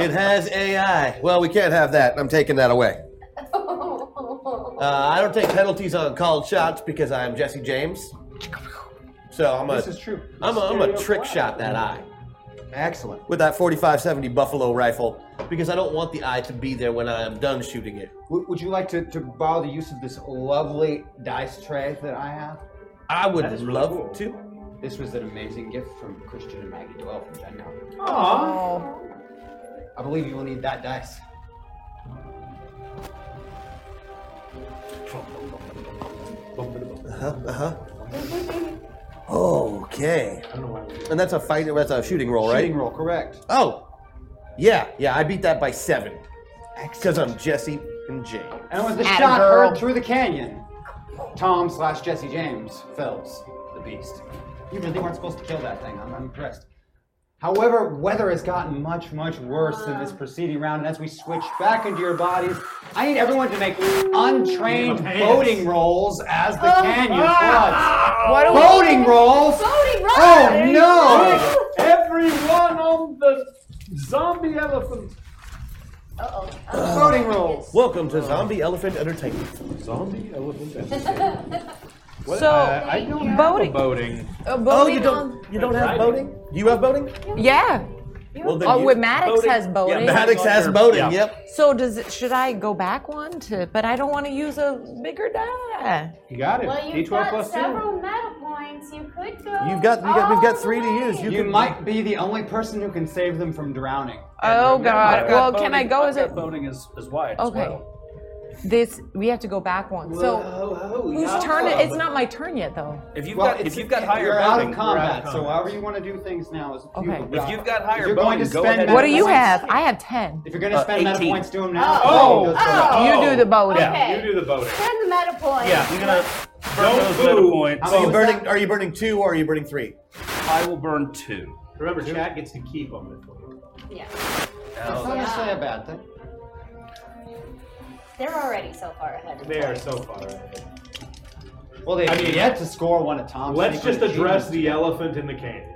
S4: It has AI. Well, we can't have that. I'm taking that away. Uh, I don't take penalties on called shots because I am Jesse James. So I'm a.
S2: This is true.
S4: I'm a, I'm a trick shot that eye. Excellent. With that 4570 Buffalo rifle because I don't want the eye to be there when I am done shooting it.
S2: Would would you like to, to borrow the use of this lovely dice tray that I have?
S4: I would
S2: That is really
S4: love
S2: cool.
S4: to.
S2: This was an amazing gift from Christian and Maggie Doyle from Gen Now.
S5: Aw.
S2: I believe you will need that dice.
S4: Uh huh. Uh huh. Okay. And that's a fight. That's a shooting roll, right?
S2: Shooting roll, correct.
S4: Oh, yeah, yeah. I beat that by seven. Because I'm Jesse and James.
S2: And was the
S4: Atta
S2: shot
S4: girl.
S2: heard through the canyon? Tom slash Jesse James Phelps, the beast. You really weren't supposed to kill that thing. I'm, I'm impressed. However, weather has gotten much, much worse in this preceding round, and as we switch back into your bodies, I need everyone to make untrained
S16: Pants.
S2: boating rolls as the
S16: Oh.
S2: canyon
S16: Ah.
S2: floods.
S16: What do we-
S2: boating rolls?
S16: Boating rolls.
S2: Oh no!
S7: Everyone on the zombie elephant.
S16: Uh
S4: Voting rules. Welcome to Zombie Elephant Entertainment.
S7: Zombie Elephant
S4: What?
S3: So,
S4: Uh, I don't have a
S3: boating.
S7: boating.
S3: Uh, boating
S4: Oh, you don't.
S3: on-
S4: You don't have boating. Do you have boating?
S3: Yeah.
S4: Well, then
S3: oh,
S4: you-
S3: with Maddox
S4: boating.
S3: has
S4: Yeah,
S3: boating.
S4: Maddox has boating, Yeah. yep.
S3: So does it, should I go back one to? But I don't want to use a bigger die.
S5: You got
S6: Well, you've got several metal points. You could go.
S4: You've got, you got we've got three to use.
S2: You,
S4: You, can,
S2: might be the only person who can save them from drowning.
S3: Oh God.
S8: I've
S3: Well,
S8: got
S3: can I
S8: boating-
S3: go
S8: I've
S3: as
S8: got
S3: a?
S8: boating is as wide as
S3: Okay.
S8: well.
S3: This we have to go back one. So whose turn? it- It's not my turn yet, though.
S8: If you've
S2: Well,
S8: got
S2: it's-
S8: if you've got
S2: you're
S8: higher
S2: out
S8: boating,
S2: of
S8: we're out
S2: combat,
S8: of
S2: so
S8: combat.
S2: however you want to do things now is
S3: Okay.
S8: If you've got higher
S2: you're going to
S8: boating, go
S2: spend
S8: ahead
S2: meta
S3: What do Oh, you
S2: points-
S3: have? I have ten.
S2: If you're going to spend meta
S8: 18.
S2: points, do them now.
S3: Uh, Oh.
S2: Boating goes to the-
S3: You do the boating.
S6: Okay.
S7: You do the boating.
S6: Spend the metal points.
S4: Yeah, you're gonna burn
S8: Don't
S4: those metal
S8: boo.
S4: points.
S8: How
S4: Are you
S8: much was
S4: burning? Are you burning two or are you burning three?
S8: I will burn two.
S7: Remember, chat gets to keep them.
S6: Yeah.
S2: That's not necessarily a bad thing.
S6: They're already so far ahead. Of
S7: They
S6: us.
S7: are so far ahead.
S2: Well, they
S7: I
S2: have
S7: mean-
S2: yet to score one at Tom's.
S7: Let's
S2: secret
S7: just address
S2: achievements.
S7: the elephant in the canyon.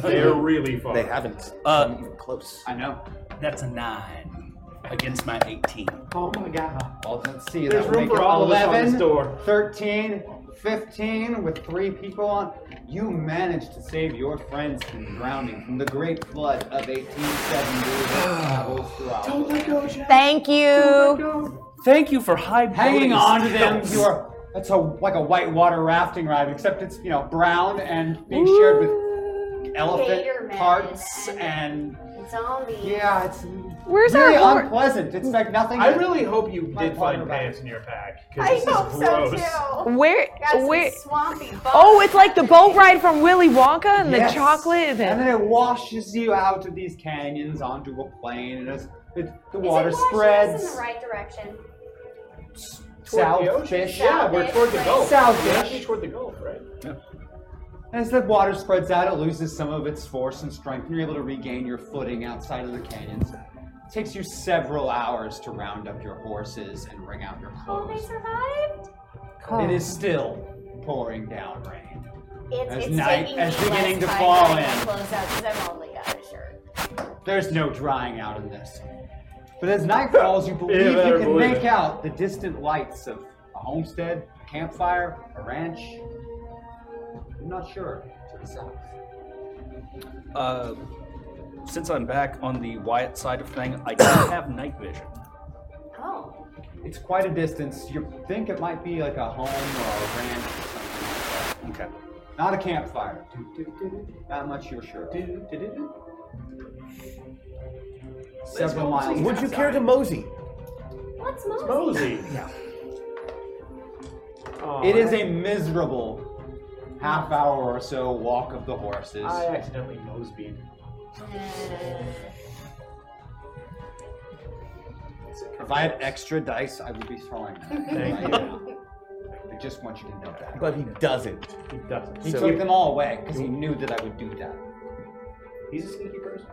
S7: They're really far.
S4: They haven't.
S8: Uh,
S4: even close.
S2: I know.
S8: That's a nine against my eighteen.
S7: Oh my god.
S2: Well, let's see.
S7: There's
S2: that would
S7: room
S2: make
S7: for
S2: it
S7: all of us on this
S2: 11,
S7: door.
S2: 13, 15 with three people on. You managed to save your friends from drowning from the great flood of 1870 that travels throughout.
S3: Thank you.
S8: Thank you for high
S2: Hanging
S8: boating
S2: on to them,
S8: skills.
S2: you are. It's a like a whitewater rafting ride, except it's you know brown and being shared with elephant
S6: Gatorman
S2: parts and
S6: Zombies.
S2: yeah, it's
S3: Where's
S2: really
S3: our horn?
S2: unpleasant. It's like nothing.
S7: I
S2: that-
S7: really hope you
S2: My
S7: did find
S2: water
S7: pants in your pack. 'cause
S6: I
S7: this is
S6: hope
S7: gross.
S6: so too.
S3: Where?
S6: Got some
S3: Where?
S6: swampy bones.
S3: Oh, it's like the boat ride from Willy Wonka and
S2: Yes.
S3: the chocolate.
S2: And
S3: And
S2: then it washes you out of these canyons onto a plain, and as it,
S6: Is
S2: the
S6: it
S2: water
S6: washing us in
S2: spreads
S6: the right direction.
S7: Toward the ocean.
S2: southish.
S7: Yeah, we're toward the Gulf. We're actually
S2: Southish.
S7: toward the Gulf, right?
S2: As the water spreads out, it loses some of its force and strength, and you're able to regain your footing outside of the canyons. It takes you several hours to round up your horses and wring out your
S6: Oh, they
S2: clothes.
S6: survived.
S2: It is still pouring down rain.
S6: It's,
S2: As
S6: it's
S2: night-
S6: taking
S2: as
S6: me less
S2: beginning to
S6: time
S2: fall
S6: to get
S2: in.
S6: Close out because I've only got a shirt.
S2: There's no drying out in this. But as night falls, you believe you
S7: better
S2: can
S7: believe
S2: make
S7: it.
S2: out the distant lights of a homestead, a campfire, a ranch. I'm not sure. To the south.
S8: Uh, since I'm back on the Wyatt side of thing, I don't have night vision.
S6: Oh,
S2: It's quite a distance. You think it might be like a home or a ranch or something like that.
S8: Okay.
S2: Not a campfire. Not much you're sure. of. Several miles.
S4: Would you care to mosey?
S6: well,
S16: It's Mosey.
S2: Yeah. It is a miserable half hour or so walk of the horses.
S5: I accidentally moseyed.
S2: If I had extra dice, I would be throwing them.
S4: Thank
S2: But I don't. I just want you to know that.
S4: But he doesn't.
S5: He doesn't.
S2: He took them all away because he knew that I would do that.
S5: He's a sneaky person.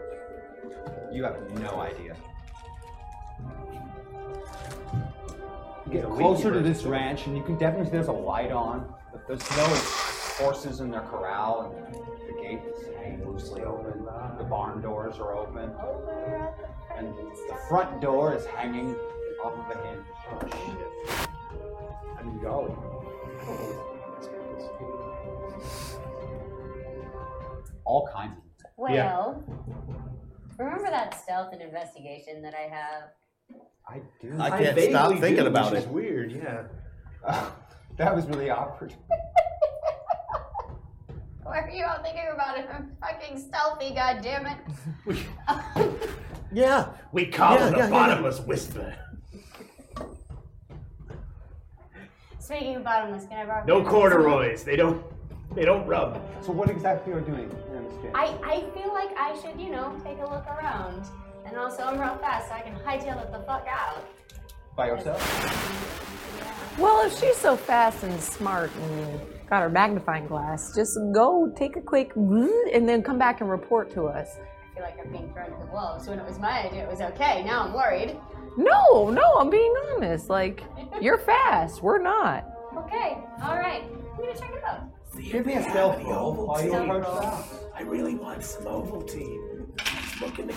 S2: You have no idea. You
S5: He's
S2: get
S5: a
S2: closer to
S5: winky
S2: this ranch, and you can definitely see there's a light on, but there's no horses in their corral, and the gates hang loosely open. The barn doors are open, and the front door is hanging off of a hinge. I mean, golly. All kinds of
S16: Well,
S2: Yeah.
S16: remember that stealth and investigation that I have?
S2: I do.
S4: I can't stop thinking about it.
S5: weird, yeah.
S2: that was really awkward.
S6: Why are you all thinking about it? I'm fucking stealthy, goddammit.
S4: Yeah.
S5: We call
S4: Yeah,
S5: it
S4: yeah,
S5: a
S4: yeah,
S5: bottomless whisper.
S6: Speaking of bottomless, can I borrow?
S5: No corduroys. They don't. They don't rub.
S2: So what exactly are you doing? I understand.
S6: I, I feel like I should, you know, take a look around. And also, I'm real fast, so I can hightail it the fuck out.
S2: By yourself?
S3: Well, if she's so fast and smart and got her magnifying glass, just go take a quick and then come back and report to us.
S6: I feel like I'm being thrown to the wolves. When it was my idea, it was okay. Now I'm worried.
S3: No, no, I'm being honest. Like, you're fast. We're not.
S6: Okay, all right. I'm gonna check it out.
S2: Give me a stealth roll while you
S16: Stealth
S2: approach
S16: roll.
S2: the house.
S16: I really want some Ovaltine. Just look in the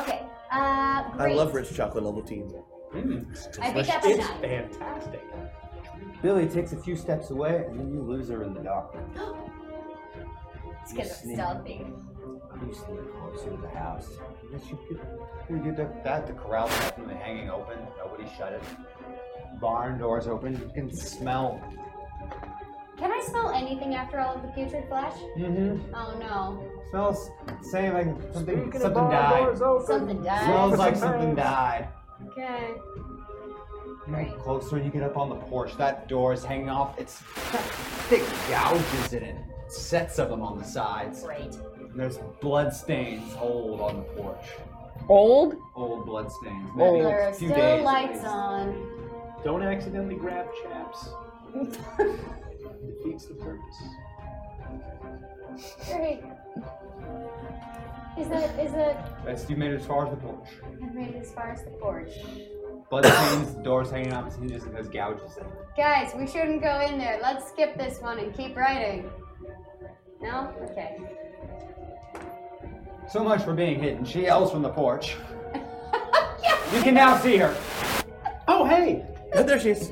S6: Okay, uh,
S4: I
S6: great.
S4: love rich chocolate Ovaltine.
S5: Hmm.
S6: I think that's
S4: It's
S6: enough.
S5: Fantastic.
S2: Billy takes a few steps away, and then you lose her in the dark.
S6: It's because I'm
S2: Sneak.
S6: stealthy.
S2: You sneak closer to the house. Yes, you could. You did that- that. The corral's definitely hanging open. Nobody shut it. Barn doors open. You can smell.
S6: Can I smell anything after all of the putrid flesh?
S2: Mm-hmm.
S6: Oh no.
S2: Smells same like something.
S6: Speaking of
S2: something
S6: barn
S2: died.
S6: doors open, Something died.
S2: Smells like
S6: Something
S2: something died.
S6: Okay.
S2: You get closer, you get up on the porch. That door is hanging off. It's got thick gouges in it, sets of them on the sides.
S6: Great.
S2: And there's blood stains old on the porch.
S3: Old?
S2: Old blood stains. Maybe
S6: There
S2: a
S6: are
S2: few
S6: still
S2: days. at
S6: lights
S2: least.
S6: on.
S5: Don't accidentally grab chaps. Defeats the purpose.
S6: Great. Is that is that
S2: That's you made it as far as the porch.
S6: I've made it as far as the porch.
S2: Blood stains, the door's hanging off its hinges, and has gouges in it.
S6: Guys, we shouldn't go in there. Let's skip this one and keep writing. No? Okay.
S2: So much for being hidden. She yells from the porch. You can now see her.
S5: Oh, hey!
S4: there she is.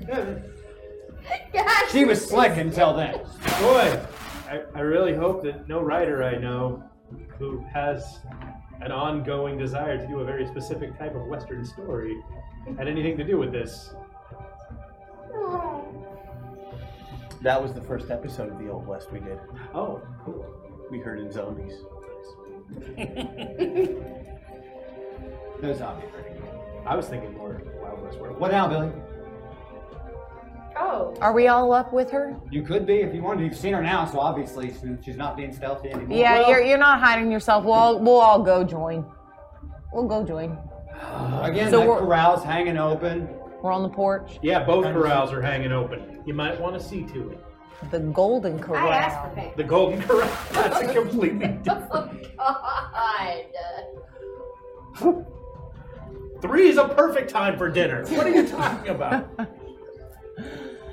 S6: Gosh.
S2: She was slick until then.
S5: Boy, I, I really hope that no writer I know who has an ongoing desire to do a very specific type of Western story had anything to do with this.
S4: That was the first episode of the Old West we did.
S5: Oh, cool.
S4: We heard in zombies.
S2: No zombie.
S5: I was thinking more Wild West World.
S2: What now, Billy?
S6: Oh.
S3: Are we all up with her?
S2: You could be if you wanted to. You've seen her now, so obviously she- she's not being stealthy anymore.
S3: Yeah, you're, you're not hiding yourself. We'll all, we'll all go join. We'll go join.
S2: Again,
S3: So
S2: that
S3: we're-
S2: corral's hanging open.
S3: We're on the porch.
S5: Yeah, both corrals are hanging open. You might want to see to it.
S3: The golden corral.
S6: asked for pink.
S5: The Golden Corral. That's a completely
S6: Oh God.
S5: three is a perfect time for dinner. What are you talking about?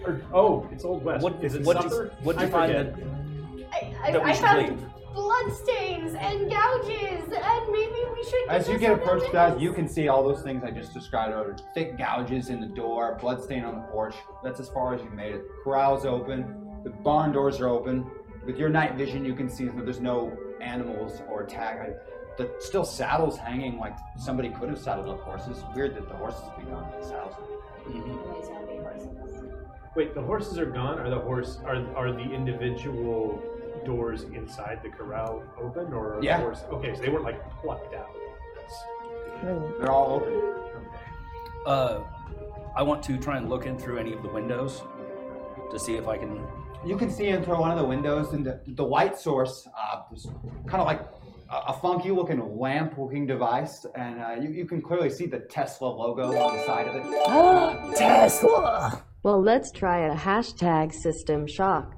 S5: Or- oh, it's Old West. What is it?
S8: what did-
S5: supper?
S8: what did
S5: I
S8: you find
S5: forget.
S6: I, I,
S5: That we
S6: I
S5: should
S6: found bloodstains and gouges, and maybe we should.
S2: As you
S6: this
S2: get
S6: on the
S2: approached,
S6: list.
S2: guys, you can see all those things I just described are thick gouges in the door, blood stain on the porch. That's as far as you made it. Corral's open, the barn doors are open. With your night vision, you can see that there's no animals or tag. I, the still saddles hanging like somebody could have saddled up horses. Weird that the horses would be gone, but the saddles.
S5: Wait, the horses are gone. Are the horse are are the individual doors inside the corral open or are the
S2: Yeah.
S5: horse? Okay, so they weren't like plucked out.
S2: They're all open.
S8: Uh, I want to try and look in through any of the windows to see if I can.
S2: You can see in through one of the windows, and the, the light source, uh, kind of like a, a funky-looking lamp-looking device, and uh, you, you can clearly see the Tesla logo on the side of it.
S10: Tesla! Well, let's try a hashtag system shock.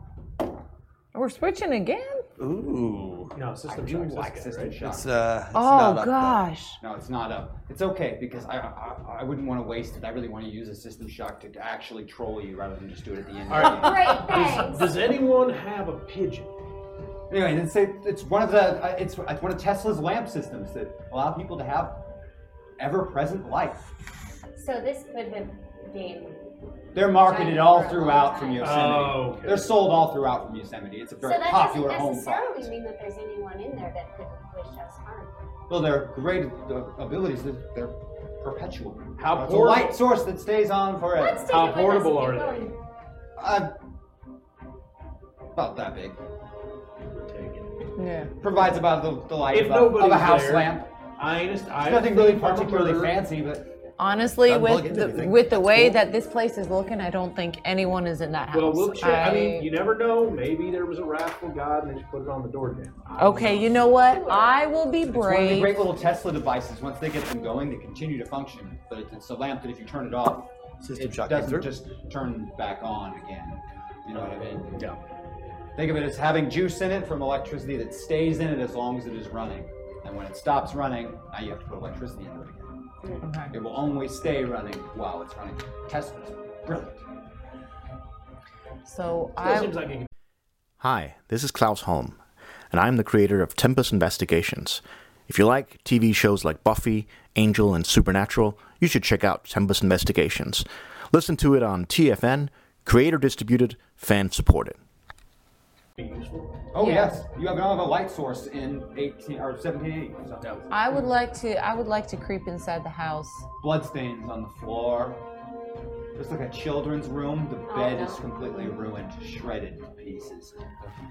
S9: We're switching again?
S4: Ooh.
S5: No, system
S2: shock. Like system shock.
S4: It's, uh, it's
S9: Oh, gosh.
S2: No, it's not up. It's okay because I I, I wouldn't want to waste it. I really want to use a system shock to actually troll you rather than just do it at the end.
S5: All
S2: of the game.
S5: right. does, does anyone have a pigeon?
S2: Anyway, it's, a- it's one of the uh, it's, it's one of Tesla's lamp systems that allow people to have ever-present life.
S6: So this could have been.
S2: They're marketed all throughout from Yosemite.
S5: Oh, okay.
S2: They're sold all throughout from Yosemite. It's a
S6: So
S2: very
S6: that doesn't
S2: popular home product.
S6: necessarily mean that there's anyone in there that could wish us harm.
S2: Well, their great uh, abilities, they're- they're perpetual.
S5: How
S2: It's a
S5: portable-
S2: light source that stays on forever.
S6: Let's take How it with us portable and keep are they?
S2: Uh, about that big.
S9: Yeah.
S2: Provides about the, the light
S5: If
S2: of, a-
S5: nobody's
S2: of a house
S5: there,
S2: lamp.
S5: I ain't.
S2: It's nothing really particularly fancy, but
S9: Honestly,
S2: Doesn't look
S9: with
S2: at
S9: the,
S2: anything.
S9: with the way that this place is looking, I don't think anyone is in that house.
S5: Well, we'll check. I,
S9: I-
S5: mean, you never know. Maybe there was a wrathful god and they just put it on the door jam.
S9: okay, you know what? I will be
S2: it's one of the
S9: brave.
S2: great little Tesla devices. Once they get them going, they continue to function. But it's, it's a lamp that if you turn it off,
S4: System
S2: it
S4: shock came
S2: doesn't
S4: through.
S2: just turn back on again. You know what I mean?
S8: Yeah.
S2: Think of it as having juice in it from electricity that stays in it as long as it is running. And when it stops running, now you have to put electricity into it again. It will only stay running while it's running. Tesla's brilliant.
S9: So
S5: Still
S9: I.
S5: seems like it
S17: Hi, this is Klaus Holm, and I'm the creator of Tempest Investigations. If you like TV shows like Buffy, Angel, and Supernatural, you should check out Tempest Investigations. Listen to it on TFN, creator distributed, fan supported.
S5: could be useful.
S2: Oh
S9: Yeah.
S2: yes, you have another light source in 18 or 1780. or something.
S9: I would like to. I would like to creep inside the house.
S2: Bloodstains on the floor. There's like a children's room. The
S9: Oh,
S2: bed is completely ruined, shredded to pieces.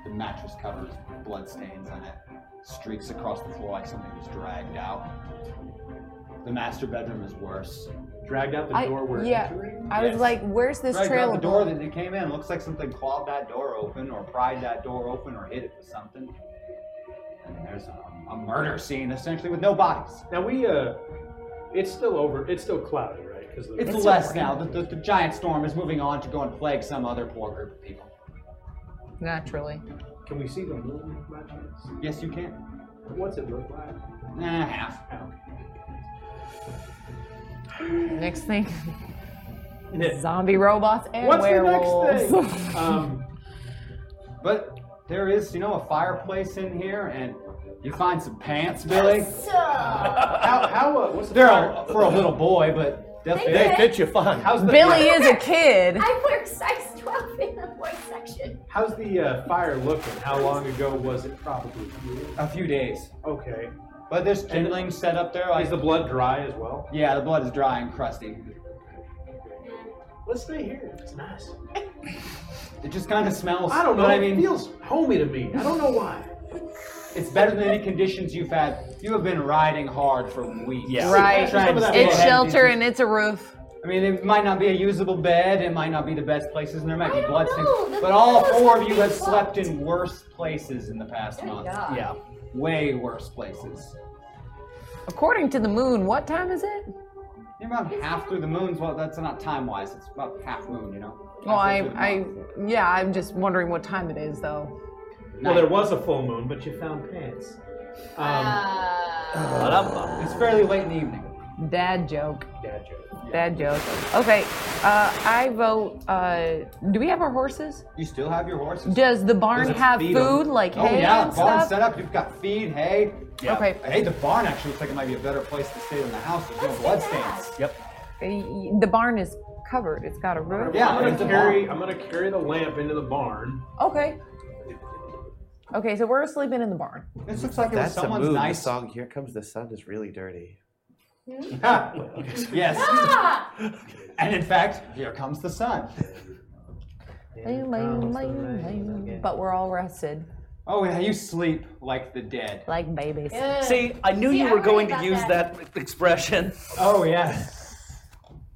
S2: The, the mattress covers bloodstains on it. Streaks across the floor like something was dragged out. The master bedroom is worse.
S5: Dragged out
S9: I, yeah. I was
S2: Yes.
S9: like, "Where's this
S2: Dragged out
S9: trailer?"
S2: the door that they came in. Looks like something clawed that door open, or pried that door open, or hit it with something. And there's a, a murder scene essentially with no bodies.
S5: Now we uh, it's still over. It's still cloudy, right? Because
S2: It's, less now. The, the, the giant storm is moving on to go and plague some other poor group of people.
S9: Naturally.
S5: Can we see the moon by chance?
S2: Yes, you can.
S5: What's it look like?
S2: Nah, half.
S9: Next thing,
S5: Yeah.
S9: zombie robots and
S5: What's
S9: werewolves.
S5: the next thing? um,
S2: But there is, you know, a fireplace in here, and you find some pants, Billy.
S9: uh,
S5: how how uh, what's the
S2: They're
S5: fire-
S2: a, for a little boy, but they'll
S6: They fit.
S2: fit you fine. How's the
S9: Billy is a kid.
S6: I wear size 12 in the boy section.
S5: How's the uh, fire looking? How long ago was it? Probably.
S2: a few days,
S5: Okay.
S2: but there's kindling set up there. Like,
S5: Is the blood dry as well?
S2: yeah, the blood is dry and crusty.
S5: Let's stay here. It's nice.
S2: It just kind of smells.
S5: I don't know.
S2: But I mean,
S5: it feels homey to me. I don't know why.
S2: it's better than any conditions you've had. You have been riding hard for weeks.
S8: Yeah.
S9: Right.
S2: Trying to
S9: It's
S2: stay
S9: shelter
S2: healthy.
S9: and it's a roof.
S2: I mean, it might not be a usable bed, it might not be the best places, and there might be bloodstains.
S6: know, the
S2: But all
S6: pillows
S2: four of
S6: could
S2: you
S6: be
S2: have
S6: swapped.
S2: slept in worse places in the past
S6: Good
S2: month.
S6: God.
S8: Yeah.
S2: Way worse places.
S9: According to the moon, what time is it?
S2: You're about half through the moon's. Well, that's not time wise. It's about half moon, you know.
S9: Well, I,
S2: Halfway through the
S9: I,
S2: month.
S9: yeah, I'm just wondering what time it is, though.
S5: Well, there was a full moon, but you found pants. Um,
S2: It's fairly late in the evening.
S9: Dad joke.
S5: dad joke.
S9: Bad joke. Okay, uh, I vote. Uh, do we have our horses?
S2: You still have your horses.
S9: Does the barn
S2: Let's
S9: have
S2: feed 'em.
S9: food, like
S2: oh,
S9: hay
S2: yeah,
S9: and
S2: barn
S9: stuff?
S2: set up. You've got feed, hay.
S9: Yeah. Okay.
S2: Hey, the barn actually looks like it might be a better place to stay than the house. There's no bloodstains.
S8: Yep.
S9: Uh, The barn is covered. It's got a roof.
S2: Yeah,
S5: I'm gonna
S2: it's a
S5: carry.
S2: barn.
S5: I'm gonna carry the lamp into the barn.
S9: Okay. Okay, so we're sleeping in the barn.
S2: This looks like it was
S4: That's a
S2: someone's
S4: move. The
S2: nice.
S4: song "Here Comes the Sun" is really dirty.
S9: Hmm?
S2: yes.
S6: Ah!
S2: And in fact, here comes the sun.
S9: Lay, lay, lay, lay. But we're all rested,
S2: Oh, yeah, you sleep like the dead.
S9: like babies.
S6: Good.
S8: See, I knew
S6: See,
S8: you
S6: I
S8: were
S6: worry
S8: going to
S6: about
S8: use
S6: that.
S8: that expression.
S2: Oh, yes.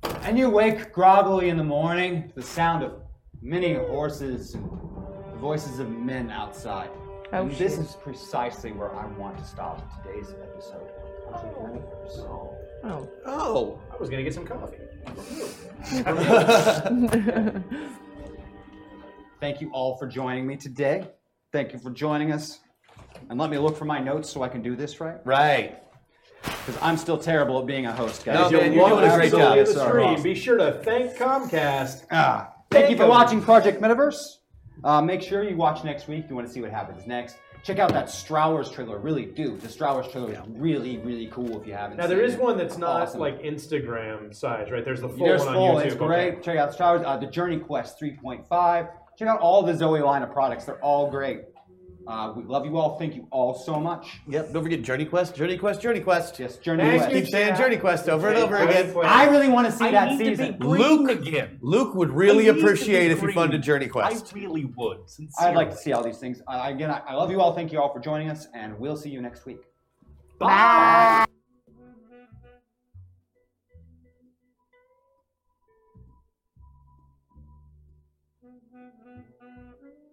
S2: Oh, And you wake groggily in the morning to the sound of many horses and the voices of men outside.
S3: Oh,
S2: and this
S3: shit.
S2: is precisely where I want to stop today's episode of Country Manager Soul.
S3: Oh.
S4: Oh.
S5: I was gonna get some coffee.
S2: Thank you all for joining me today. Thank you for joining us. And let me look for my notes so I can do this right.
S4: Right.
S2: Because I'm still terrible at being a host, guys.
S5: No, man, you're doing a great job. The stream.
S2: Sorry.
S5: Be sure to thank Comcast.
S2: Ah, Thank you for
S5: Takeover.
S2: watching Project Metaverse. Uh, make sure you watch next week. You want to see what happens next. Check out that Strowers trailer. Really do. The Strowers trailer is really, really cool if you haven't
S5: Now
S2: seen
S5: there is
S2: it.
S5: one that's not
S2: Awesome.
S5: like Instagram size, right? There's the full
S2: There's
S5: one
S2: full.
S5: on YouTube.
S2: It's great.
S5: Okay.
S2: Check out Strowers. Uh, the Journey Quest 3.5. Check out all the Zoe line of products. They're all great. Uh, we love you all. Thank you all so much.
S4: Yep. Don't forget Journey Quest, Journey Quest, Journey Quest.
S2: Yes, Journey Quest.
S4: Keep saying Journey Quest over and over again.
S2: I really want to see that season.
S4: Luke again. Luke would really
S2: I need to be
S4: appreciate if you
S2: green.
S4: funded Journey Quest.
S2: I really would. I'd like to see all these things. Uh, again, I, I love you all. Thank you all for joining us, and we'll see you next week.
S3: Bye.
S6: Bye.